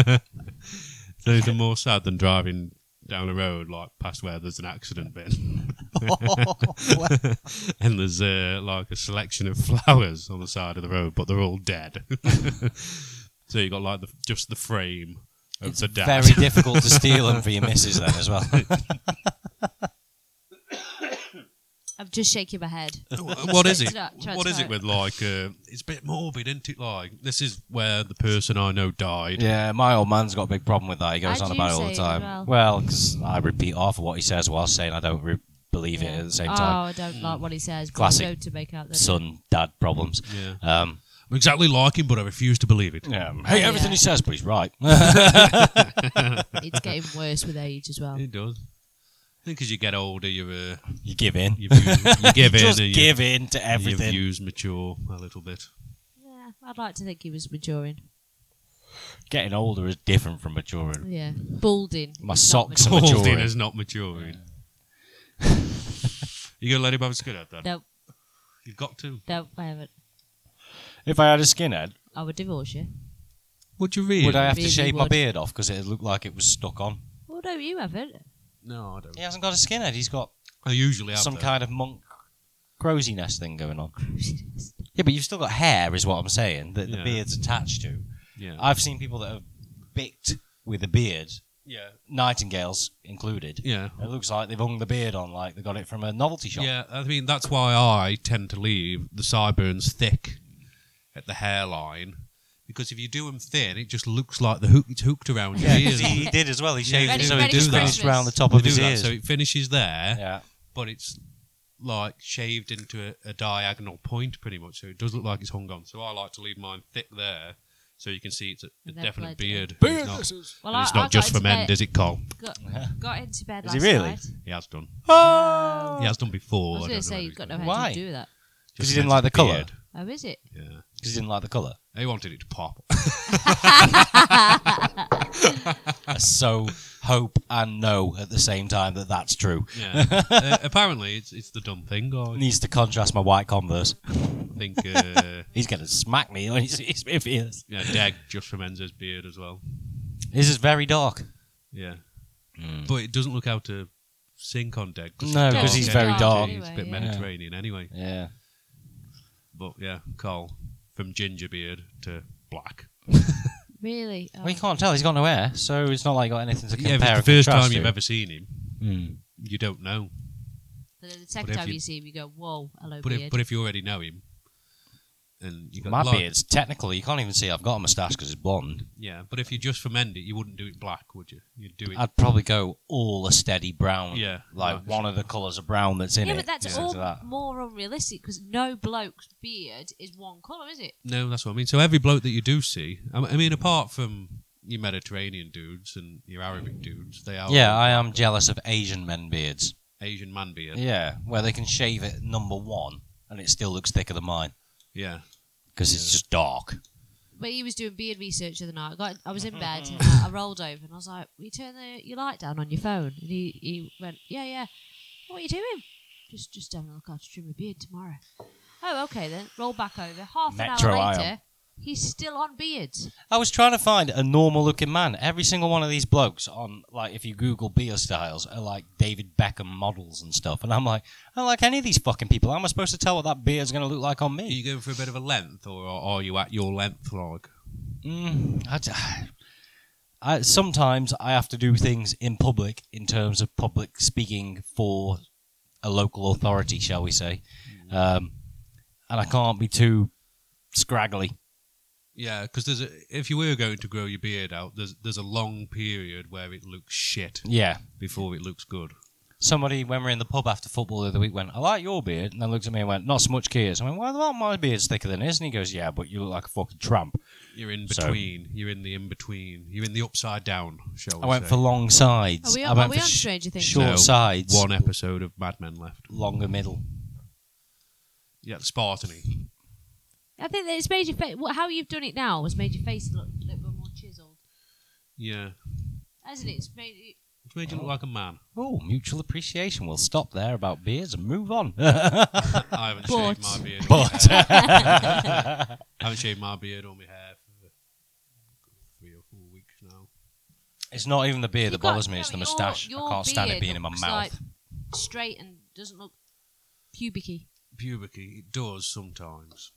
Speaker 2: Is there anything more sad than driving down a road like past where there's an accident bin and there's uh, like a selection of flowers on the side of the road, but they're all dead. so you got like the, just the frame of the dad.
Speaker 1: Very difficult to steal them for your missus then as well.
Speaker 3: I'm just shaking my head.
Speaker 2: what is it?
Speaker 3: Try- try-
Speaker 2: What is
Speaker 3: try
Speaker 2: it with like? Uh, it's a bit morbid, isn't it? Like this is where the person I know died.
Speaker 1: Yeah, my old man's got a big problem with that. He goes
Speaker 3: I
Speaker 1: on
Speaker 3: do
Speaker 1: about it all
Speaker 3: say
Speaker 1: the
Speaker 3: it as
Speaker 1: time.
Speaker 3: well.
Speaker 1: Well, because I repeat half of what he says while saying I don't re- believe it
Speaker 3: Yeah.
Speaker 1: at the same
Speaker 3: oh,
Speaker 1: time.
Speaker 3: I don't like what he says. but
Speaker 1: Classic
Speaker 3: I know to make out that
Speaker 1: Son, dad problems.
Speaker 2: Yeah.
Speaker 1: Um,
Speaker 2: I'm exactly like him, but I refuse to believe it.
Speaker 1: yeah. Hey, everything
Speaker 3: Yeah.
Speaker 1: he says, but he's right.
Speaker 3: it's getting worse with age as well.
Speaker 2: It does. I think as you get older, you uh,
Speaker 1: you give in.
Speaker 2: you, view, you give in,
Speaker 1: Just
Speaker 2: and
Speaker 1: give in to
Speaker 2: you, your
Speaker 1: everything.
Speaker 2: views mature a little bit.
Speaker 3: Yeah, I'd like to think he was maturing.
Speaker 1: Getting older is different from maturing.
Speaker 3: Yeah, balding.
Speaker 1: My
Speaker 3: is not
Speaker 1: socks are
Speaker 3: maturing.
Speaker 1: maturing.
Speaker 2: Paul's dinner's not maturing. you gonna let him have a skin at that?
Speaker 3: No,
Speaker 2: You've got to.
Speaker 3: no, I haven't.
Speaker 1: If I had a skinhead,
Speaker 3: I would divorce you.
Speaker 2: Would you really?
Speaker 1: would I have to
Speaker 3: Really
Speaker 1: shave my
Speaker 3: would.
Speaker 1: beard off because it looked like it was stuck on?
Speaker 3: Well, Oh, no, you haven't.
Speaker 2: No, I don't.
Speaker 1: He hasn't got a skinhead. He's got
Speaker 2: I usually have
Speaker 1: some
Speaker 2: that.
Speaker 1: kind of monk croziness thing going on. Yeah, but you've still got hair, is what I'm saying, that the
Speaker 2: Yeah.
Speaker 1: beard's attached to.
Speaker 2: Yeah.
Speaker 1: I've seen people that have bicked with a beard,
Speaker 2: yeah.
Speaker 1: nightingales included.
Speaker 2: Yeah.
Speaker 1: It looks like they've hung the beard on like they got it from a novelty shop.
Speaker 2: Yeah, I mean that's why I tend to leave the sideburns thick at the hairline because if you do them thin, it just looks like the hook it's hooked around your
Speaker 1: Yeah, 'cause
Speaker 2: ears.
Speaker 1: he, he did as well. He shaved
Speaker 2: Yeah,
Speaker 1: it
Speaker 2: they
Speaker 1: so
Speaker 2: do
Speaker 1: it just
Speaker 2: that.
Speaker 1: finished round the top
Speaker 2: We
Speaker 1: of
Speaker 2: do
Speaker 1: his
Speaker 2: that,
Speaker 1: ears.
Speaker 2: so it finishes there,
Speaker 1: yeah.
Speaker 2: but it's like shaved into a, a diagonal point, pretty much. So it does look like it's hung on. So I like to leave mine thick there, so you can see it's a, a
Speaker 3: With that
Speaker 2: definite
Speaker 3: blood, yeah.
Speaker 2: beard. and
Speaker 1: Beard,
Speaker 2: It's not,
Speaker 1: this is-
Speaker 3: Well,
Speaker 2: and it's
Speaker 3: I, I
Speaker 2: not
Speaker 3: got
Speaker 2: just for
Speaker 3: into
Speaker 2: men,
Speaker 3: bed-
Speaker 2: does it, Cole?
Speaker 3: Got, got into bed
Speaker 1: Is
Speaker 3: last
Speaker 1: he really?
Speaker 3: night.
Speaker 2: He has done.
Speaker 1: Oh.
Speaker 2: He has done before.
Speaker 3: I
Speaker 2: I don't
Speaker 3: was going to
Speaker 2: know
Speaker 3: say
Speaker 2: whether
Speaker 3: you've
Speaker 2: he's
Speaker 3: got
Speaker 2: done
Speaker 3: no
Speaker 2: it.
Speaker 1: done
Speaker 3: head
Speaker 1: it. Why?
Speaker 3: to do that.
Speaker 1: Because
Speaker 2: Just
Speaker 1: he didn't like
Speaker 2: meant
Speaker 1: the
Speaker 2: it's a
Speaker 1: colour.
Speaker 2: beard.
Speaker 3: Oh, is it?
Speaker 2: Yeah.
Speaker 1: Because he didn't like the colour.
Speaker 2: He wanted it to pop.
Speaker 1: so hope and know at the same time that that's true.
Speaker 2: Yeah. uh, apparently, it's it's the dumb thing. I
Speaker 1: Needs to contrast my white Converse.
Speaker 2: think. Uh,
Speaker 1: He's going to smack me when he sees me if he is.
Speaker 2: yeah, Dag just for Menza's beard as well.
Speaker 1: His is very dark.
Speaker 2: Yeah, but it doesn't look out to sync on Dag.
Speaker 1: No,
Speaker 2: dark,
Speaker 1: because he's
Speaker 2: yeah.
Speaker 1: very dark.
Speaker 2: It's a bit
Speaker 3: Yeah.
Speaker 2: Mediterranean anyway.
Speaker 1: Yeah.
Speaker 3: Oh.
Speaker 2: But yeah, Cole from ginger beard to black.
Speaker 3: Really? Oh.
Speaker 1: Well, you can't tell. He's got no hair, so it's not like got anything to
Speaker 2: Yeah,
Speaker 1: compare
Speaker 2: if it's the
Speaker 1: and
Speaker 2: first
Speaker 1: contrast
Speaker 2: time
Speaker 1: to.
Speaker 2: you've ever seen him,
Speaker 1: Mm.
Speaker 2: you don't know.
Speaker 3: But then the
Speaker 2: But
Speaker 3: second
Speaker 2: if
Speaker 3: time
Speaker 2: you-
Speaker 3: you, see him, you go, whoa, hello,
Speaker 2: But
Speaker 3: beard.
Speaker 2: if, but if you already know him, and you got
Speaker 1: My
Speaker 2: like-
Speaker 1: beard's technical. You can't even see I've got a moustache because it's blonde.
Speaker 2: yeah. But if you just ferment it, you wouldn't do it black, would you? You'd do it.
Speaker 1: I'd probably go all a steady brown.
Speaker 2: Yeah,
Speaker 1: Like
Speaker 2: right.
Speaker 1: one of the colours of brown that's in
Speaker 3: yeah,
Speaker 1: it.
Speaker 3: but that's
Speaker 1: something
Speaker 3: all
Speaker 1: to that.
Speaker 3: more unrealistic because no bloke's beard is one colour, is it?
Speaker 2: No, that's what I mean. So every bloke that you do see, I I mean, apart from your Mediterranean dudes and your Arabic dudes, they are
Speaker 1: Yeah, I
Speaker 3: Oh.
Speaker 1: am jealous of Asian men beards.
Speaker 2: Asian man beard. Yeah,
Speaker 1: Yeah, where they can shave it number one and it still looks thicker than mine because it's just dark.
Speaker 3: But he was doing beard research the other night. I, got, I was in bed and uh, I, I rolled over and I was like, Will you turn the, your light down on your phone? And he, he went, Yeah, yeah. What are you doing? Just just having a look how to trim my beard tomorrow. Oh, okay then. Roll back over. Half
Speaker 1: Metro
Speaker 3: an hour later,
Speaker 1: Ion.
Speaker 3: he's still on beards.
Speaker 1: I was trying to find a normal looking man. Every single one of these blokes on like if you Google beard styles are like David Beckham models and stuff, and I'm like, I don't like any of these fucking people. How am I supposed to tell what that beard's going to look like on
Speaker 2: Are
Speaker 1: me?
Speaker 2: you going for a bit of a length, or are you at your length log?
Speaker 1: Mm, I d I sometimes I have to do things in public in terms of public speaking for a local authority, shall we say,
Speaker 2: Mm.
Speaker 1: um, and I can't be too scraggly.
Speaker 2: Yeah, because there's a, if you were going to grow your beard out, there's there's a long period where it looks shit
Speaker 1: Yeah.
Speaker 2: before it looks good.
Speaker 1: somebody when we were in the pub after football the other week went, I like your beard, and then looked at me and went, Not so much Kears. I went, Why the fuck my beard's thicker than his? And he goes, Yeah, but you look like a fucking tramp.
Speaker 2: You're in
Speaker 1: So-
Speaker 2: between. You're in the in between. You're in the upside down. Shall we
Speaker 1: I went
Speaker 2: say.
Speaker 1: for long sides.
Speaker 3: Are we,
Speaker 1: I
Speaker 3: are
Speaker 1: went
Speaker 3: we
Speaker 1: for
Speaker 3: on
Speaker 1: sh-
Speaker 3: Stranger Things?
Speaker 1: short
Speaker 2: No.
Speaker 1: sides,
Speaker 2: one episode of Mad Men left.
Speaker 1: longer middle.
Speaker 2: Yeah, Spartany.
Speaker 3: I think that it's made your face. How you've done it now has made your face look a little bit more chiseled,
Speaker 2: Yeah,
Speaker 3: hasn't it? It's made it
Speaker 2: which made you look like a man.
Speaker 1: Oh, mutual appreciation. We'll stop there about beards and move on.
Speaker 2: I haven't
Speaker 3: But-
Speaker 2: shaved my beard. Or my
Speaker 1: but
Speaker 2: hair. I haven't shaved my beard or my hair for three or four weeks now.
Speaker 1: it's not even the beard that
Speaker 3: You've got-
Speaker 1: bothers me, it's the
Speaker 3: no, your-
Speaker 1: moustache. I
Speaker 3: your
Speaker 1: can't stand it
Speaker 3: beard
Speaker 1: being in my
Speaker 3: looks
Speaker 1: mouth.
Speaker 3: like- straight and doesn't look pubicy.
Speaker 2: Puberty, it does sometimes.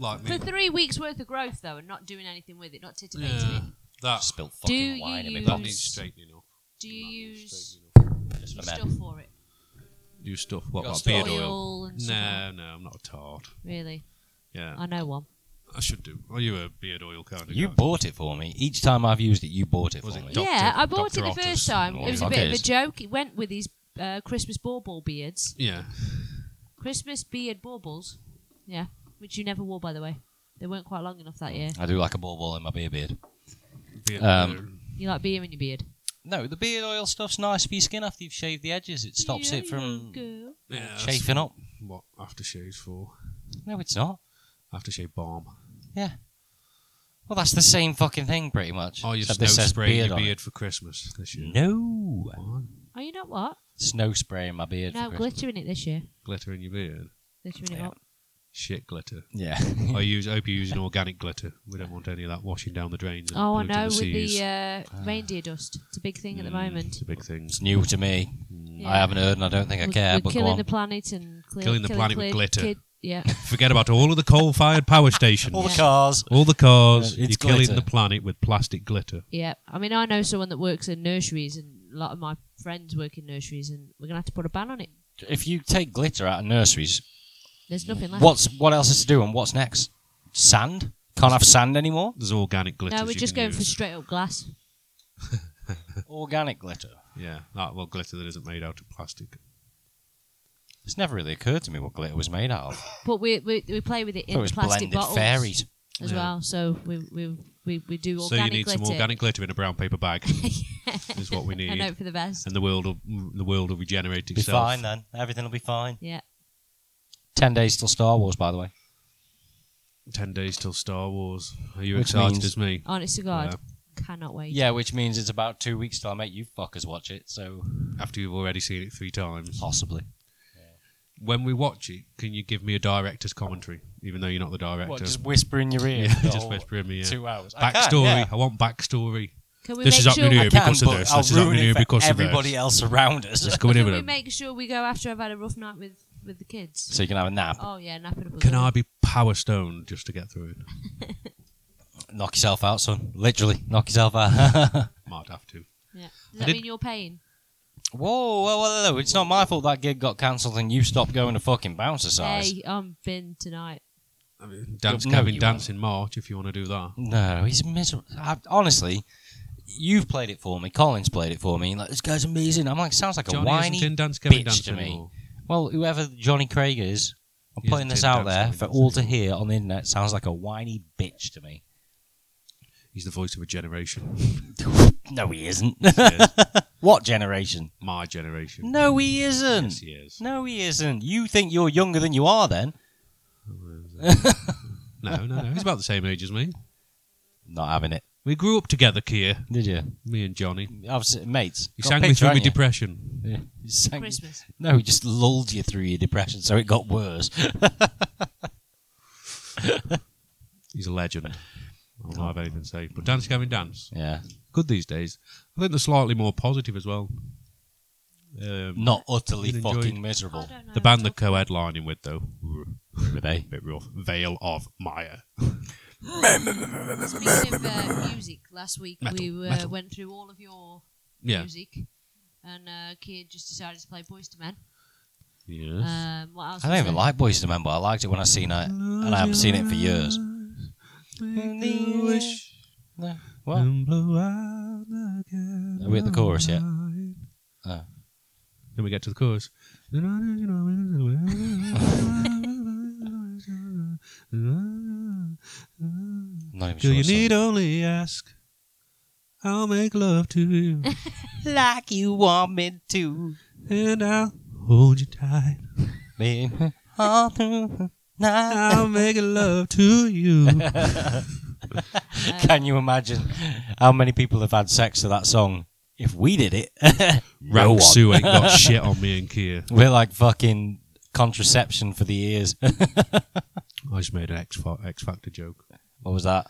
Speaker 2: Like
Speaker 3: For
Speaker 2: me,
Speaker 3: three weeks worth of growth though, and not doing anything with it, not titivating
Speaker 2: yeah,
Speaker 3: it.
Speaker 2: that
Speaker 1: Spilled
Speaker 3: Do
Speaker 1: fucking
Speaker 3: you
Speaker 1: wine in my
Speaker 3: use-
Speaker 2: that
Speaker 1: pocket.
Speaker 2: needs straightening up.
Speaker 3: Do you use
Speaker 1: Just for
Speaker 3: stuff
Speaker 1: men.
Speaker 3: for it?
Speaker 2: New stuff. What
Speaker 1: Got
Speaker 2: like
Speaker 1: stuff.
Speaker 2: beard
Speaker 3: oil,
Speaker 2: oil?
Speaker 3: and stuff. like
Speaker 2: No, no, I'm not a tart.
Speaker 3: that? Really,
Speaker 2: Yeah,
Speaker 3: I know one.
Speaker 2: I should do. Are you a beard oil kind of
Speaker 1: You
Speaker 2: guy?
Speaker 1: bought it for me. Each time I've used it, you bought it
Speaker 2: Was
Speaker 1: for
Speaker 2: it
Speaker 1: me.
Speaker 2: Doctor-
Speaker 3: yeah, I bought
Speaker 2: Doctor
Speaker 3: it the
Speaker 2: Otters.
Speaker 3: first time.
Speaker 1: Oh,
Speaker 3: It was a
Speaker 1: okay.
Speaker 3: bit of a joke. It went with these uh, Christmas bauble beards,
Speaker 2: Yeah,
Speaker 3: Christmas beard baubles. Yeah, which you never wore by the way. They weren't quite long enough that year.
Speaker 1: I do like a ball ball in my beer beard.
Speaker 2: beard
Speaker 1: Um,
Speaker 2: oil.
Speaker 3: You like beer in your beard.
Speaker 1: No, the beard oil stuff's nice for your skin after you've shaved the edges. It stops
Speaker 3: Yeah,
Speaker 1: it
Speaker 3: you
Speaker 1: from
Speaker 3: go.
Speaker 2: Yeah, that's
Speaker 1: chafing up.
Speaker 2: What aftershave's for?
Speaker 1: No, it's not.
Speaker 2: Aftershave balm.
Speaker 1: Yeah. Well, that's the same fucking thing, pretty much.
Speaker 2: Oh, you're
Speaker 1: Except
Speaker 2: snow
Speaker 1: this says
Speaker 2: spraying your
Speaker 1: on it.
Speaker 2: beard for Christmas this year.
Speaker 1: No.
Speaker 2: Why?
Speaker 3: Are Oh, you not what?
Speaker 1: Snow spraying my beard.
Speaker 3: No,
Speaker 1: for Christmas.
Speaker 3: glitter in it this year.
Speaker 2: Glitter in your beard.
Speaker 3: Glitter in it
Speaker 1: Yeah.
Speaker 3: up.
Speaker 2: Shit glitter.
Speaker 1: Yeah.
Speaker 2: I use. I hope you're using organic glitter. We don't want any of that washing down the drains. And
Speaker 3: Oh, I
Speaker 2: polluting
Speaker 3: know, with
Speaker 2: seas.
Speaker 3: the uh, reindeer dust. It's a big thing at the
Speaker 2: Mm,
Speaker 3: moment.
Speaker 2: It's a big thing.
Speaker 1: it's new to me.
Speaker 3: Yeah.
Speaker 1: I haven't heard and I don't think I
Speaker 3: We're-
Speaker 1: care,
Speaker 3: we're
Speaker 1: but go
Speaker 3: killing
Speaker 1: on.
Speaker 3: the planet and clear,
Speaker 2: Killing the planet with
Speaker 3: clear-
Speaker 2: glitter.
Speaker 3: kid- yeah.
Speaker 2: Forget about all of the coal-fired power stations.
Speaker 1: All
Speaker 2: all,
Speaker 1: the
Speaker 3: Yeah.
Speaker 1: cars.
Speaker 2: the cars.
Speaker 1: Yeah, it's
Speaker 2: you're
Speaker 1: glitter.
Speaker 2: killing the planet with plastic glitter.
Speaker 3: Yeah. I mean, I know someone that works in nurseries, and a lot of my friends work in nurseries, and we're going to have to put a ban on it.
Speaker 1: If you take glitter out of nurseries,
Speaker 3: There's nothing left.
Speaker 1: what's what else is to do and what's next? Sand? Can't have sand anymore?
Speaker 2: There's organic glitter.
Speaker 3: No, we're just going for straight up glass.
Speaker 1: Organic glitter.
Speaker 2: yeah, that well glitter that isn't made out of plastic.
Speaker 1: It's never really occurred to me what glitter was made out of.
Speaker 3: But we we, we play with it
Speaker 1: I thought it
Speaker 3: in
Speaker 1: was
Speaker 3: plastic
Speaker 1: blended
Speaker 3: bottles
Speaker 1: fairies.
Speaker 3: as
Speaker 2: Yeah.
Speaker 3: well. So we we we, we do
Speaker 2: So you
Speaker 3: organic
Speaker 2: need
Speaker 3: glitter.
Speaker 2: some organic glitter in a brown paper bag. is what we need,
Speaker 3: and hope for the best.
Speaker 2: and the world will the world will regenerate
Speaker 1: Be
Speaker 2: itself.
Speaker 1: fine then. Everything will be fine.
Speaker 3: Yeah.
Speaker 1: Ten days till Star Wars, by the way.
Speaker 2: Ten days till Star Wars. Are you
Speaker 1: Which
Speaker 2: excited
Speaker 1: means-
Speaker 2: as me?
Speaker 3: Honest to God, cannot wait.
Speaker 1: Yeah, which means it's about two weeks till I make you fuckers watch it. So
Speaker 2: After you've already seen it three times.
Speaker 1: possibly.
Speaker 2: When we watch it, can you give me a director's commentary, even though you're not the director?
Speaker 1: What? Just whisper in your ear.
Speaker 2: yeah,
Speaker 1: the
Speaker 2: just
Speaker 1: whole
Speaker 2: whisper in me. yeah.
Speaker 1: Two hours. I can,
Speaker 2: Backstory. I,
Speaker 1: yeah.
Speaker 2: want backstory.
Speaker 3: Can we
Speaker 2: This
Speaker 3: make
Speaker 2: is happening
Speaker 3: sure?
Speaker 2: here.
Speaker 1: I can,
Speaker 2: because of
Speaker 1: but
Speaker 2: this,
Speaker 1: I'll
Speaker 2: this is happening
Speaker 1: ruin it
Speaker 2: here
Speaker 1: for
Speaker 2: because of this.
Speaker 1: everybody else around us.
Speaker 2: Let's go in
Speaker 3: Can
Speaker 2: here.
Speaker 3: we
Speaker 2: then.
Speaker 3: make sure we go after I've had a rough night with with the kids?
Speaker 1: so you can have a nap,
Speaker 3: Oh yeah, napping up. a
Speaker 2: Can
Speaker 3: little.
Speaker 2: I be power stoned just to get through it?
Speaker 1: knock yourself out, son. Literally, knock yourself out.
Speaker 2: Might have to.
Speaker 3: Yeah. Does
Speaker 2: I
Speaker 3: that
Speaker 2: did-
Speaker 3: mean you're paying?
Speaker 1: Whoa, whoa, whoa, whoa! It's not my fault that gig got cancelled and you stopped going to fucking bouncer size.
Speaker 3: Hey, I'm bin tonight.
Speaker 2: I mean, dance
Speaker 1: no,
Speaker 2: Kevin
Speaker 1: you
Speaker 2: dance in March if you want to do that.
Speaker 1: No, he's miserable. I, honestly, you've played it for me. Colin's played it for me. Like this guy's amazing. I'm like, sounds like a
Speaker 2: Johnny
Speaker 1: whiny.
Speaker 2: isn't in dance Kevin
Speaker 1: bitch
Speaker 2: dance
Speaker 1: to me.
Speaker 2: anymore.
Speaker 1: Well, whoever Johnny Craig is, I'm
Speaker 2: He
Speaker 1: putting
Speaker 2: isn't
Speaker 1: this
Speaker 2: in
Speaker 1: out
Speaker 2: Dance
Speaker 1: there
Speaker 2: Kevin
Speaker 1: for
Speaker 2: Dance
Speaker 1: all to
Speaker 2: anymore.
Speaker 1: hear on the internet. Sounds like a whiny bitch to me.
Speaker 2: He's the voice of a generation.
Speaker 1: No, he isn't.
Speaker 2: Yes,
Speaker 1: what generation?
Speaker 2: My generation.
Speaker 1: No, he isn't.
Speaker 2: Yes, he is.
Speaker 1: No, he isn't. You think you're younger than you are then?
Speaker 2: Oh, No, no, no. He's about the same age as me.
Speaker 1: Not having it.
Speaker 2: We grew up together, Kia.
Speaker 1: Did you?
Speaker 2: Me and Johnny.
Speaker 1: I've se- mates.
Speaker 2: You
Speaker 1: got a
Speaker 2: sang me
Speaker 1: picture,
Speaker 2: through my
Speaker 1: haven't you?
Speaker 2: depression.
Speaker 1: Yeah, you sang-
Speaker 3: Christmas.
Speaker 1: No, he just lulled you through your depression, so it got worse.
Speaker 2: He's a legend. I don't have anything to say. But Dance Gavin Dance,
Speaker 1: yeah.
Speaker 2: good these days. I think they're slightly more positive as well. Um,
Speaker 1: Not utterly
Speaker 2: You'd enjoy
Speaker 1: fucking
Speaker 2: it.
Speaker 3: I
Speaker 1: miserable.
Speaker 3: don't know.
Speaker 2: the band they're co-headlining with, though,
Speaker 1: Were they?
Speaker 2: bit rough. Veil of Mire.
Speaker 3: Speaking of uh, music, last week
Speaker 2: Metal,
Speaker 3: we uh,
Speaker 2: metal.
Speaker 3: went through all of your
Speaker 2: Yeah.
Speaker 3: music, and uh, Kian just decided to play Boys to Men.
Speaker 2: Yes.
Speaker 1: Uh,
Speaker 3: Um, what else?
Speaker 1: I
Speaker 3: was
Speaker 1: don't even
Speaker 3: there?
Speaker 1: like Boys to Men, but I liked it when I seen it, and I haven't seen it for years. No. Well,
Speaker 2: Are
Speaker 1: Are we at the chorus yet? Oh.
Speaker 2: Then we get to the chorus. Do
Speaker 1: I'm not even sure.
Speaker 2: you
Speaker 1: it's on.
Speaker 2: need only ask? I'll make love to you,
Speaker 1: like you want me to?
Speaker 2: and I'll hold you tight.
Speaker 1: Baby, all through the night.
Speaker 2: I'll make love to you.
Speaker 3: Uh,
Speaker 1: Can you imagine how many people have had sex to that song? If we did it, no one.
Speaker 2: Raksu ain't got shit on me and Kia.
Speaker 1: We're like fucking contraception for the ears.
Speaker 2: I just made an X, fa- X Factor joke.
Speaker 1: what was that?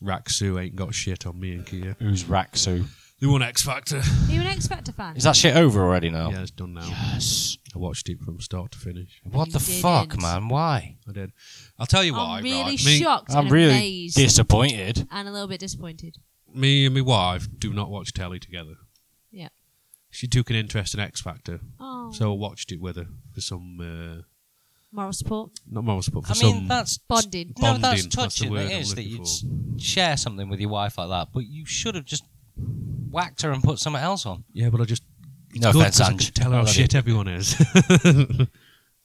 Speaker 2: Raksu ain't got shit on me and Kia.
Speaker 1: Who's Raxu?
Speaker 2: They won X Factor.
Speaker 3: Are you an X Factor fan?
Speaker 1: Is that shit over already now?
Speaker 2: Yeah, it's done now.
Speaker 1: Yes.
Speaker 2: I watched it from start to finish.
Speaker 1: What
Speaker 3: You
Speaker 1: the fuck,
Speaker 3: didn't.
Speaker 1: man? Why?
Speaker 2: I did. I'll tell you
Speaker 3: I'm
Speaker 2: why.
Speaker 3: really
Speaker 2: right? Me,
Speaker 3: shocked
Speaker 1: I'm
Speaker 3: and
Speaker 1: really
Speaker 3: amazed
Speaker 1: disappointed.
Speaker 3: and a little bit disappointed.
Speaker 2: me and my wife do not watch telly together.
Speaker 3: Yeah.
Speaker 2: She took an interest in X Factor,
Speaker 3: Oh,
Speaker 2: so I watched it with her for some, uh,
Speaker 3: moral support,
Speaker 2: not most, but for
Speaker 1: I mean,
Speaker 2: some.
Speaker 1: that's
Speaker 3: bonding.
Speaker 1: no,
Speaker 2: bonding,
Speaker 1: that's
Speaker 2: that's the
Speaker 1: touching.
Speaker 2: word
Speaker 1: it
Speaker 2: I'm
Speaker 1: is that
Speaker 2: looking
Speaker 1: you
Speaker 2: for.
Speaker 1: would share something with your wife like that, but you should have just whacked her and put something else on.
Speaker 2: yeah, but I just.
Speaker 1: No
Speaker 2: good
Speaker 1: offense,
Speaker 2: 'cause I
Speaker 1: Ange.
Speaker 2: could Tell her
Speaker 1: I
Speaker 2: how
Speaker 1: love
Speaker 2: shit everyone is.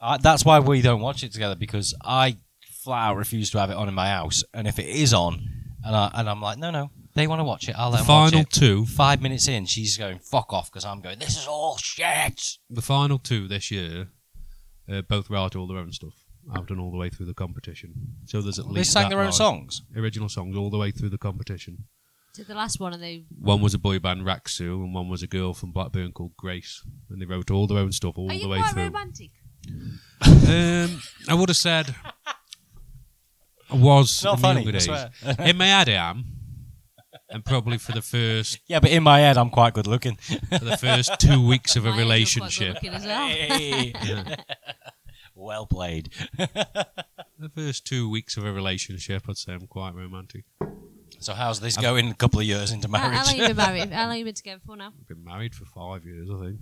Speaker 1: I, that's why we don't watch it together because I flat out refuse to have it on in my house. And if it is on, and I and I'm like, no, no, they want to watch it. I'll let them
Speaker 2: final
Speaker 1: watch it.
Speaker 2: two.
Speaker 1: Five minutes in, she's going fuck off because I'm going. This is all shit.
Speaker 2: The final two this year, uh, both write all their own stuff. I've done all the way through the competition. So there's at
Speaker 1: They
Speaker 2: least.
Speaker 1: sang
Speaker 2: that
Speaker 1: their own
Speaker 2: line.
Speaker 1: songs.
Speaker 2: Original songs all the way through the competition.
Speaker 3: To the last one, and they
Speaker 2: One was a boy band, Raksu, and one was a girl from Blackburn called Grace. And they wrote all their own stuff all
Speaker 3: are
Speaker 2: the
Speaker 3: you
Speaker 2: way
Speaker 3: quite
Speaker 2: through.
Speaker 3: romantic?
Speaker 2: Um, I would have said I was
Speaker 1: It's not
Speaker 2: in my
Speaker 1: funny,
Speaker 2: younger
Speaker 1: I
Speaker 2: days.
Speaker 1: swear.
Speaker 2: In my head, I am, and probably for the first
Speaker 1: Yeah, but in my head, I'm quite good looking.
Speaker 2: for the first two weeks of
Speaker 3: I
Speaker 2: a
Speaker 3: am quite good
Speaker 2: relationship.
Speaker 3: looking As well.
Speaker 1: Hey.
Speaker 3: Oh.
Speaker 2: Yeah.
Speaker 1: well played.
Speaker 2: The first two weeks of a relationship, I'd say I'm quite romantic.
Speaker 1: So how's this going? A couple of years into
Speaker 3: How, how long you
Speaker 1: marriage.
Speaker 3: been married? How long you been together for now?
Speaker 2: I've been married for five years, I think.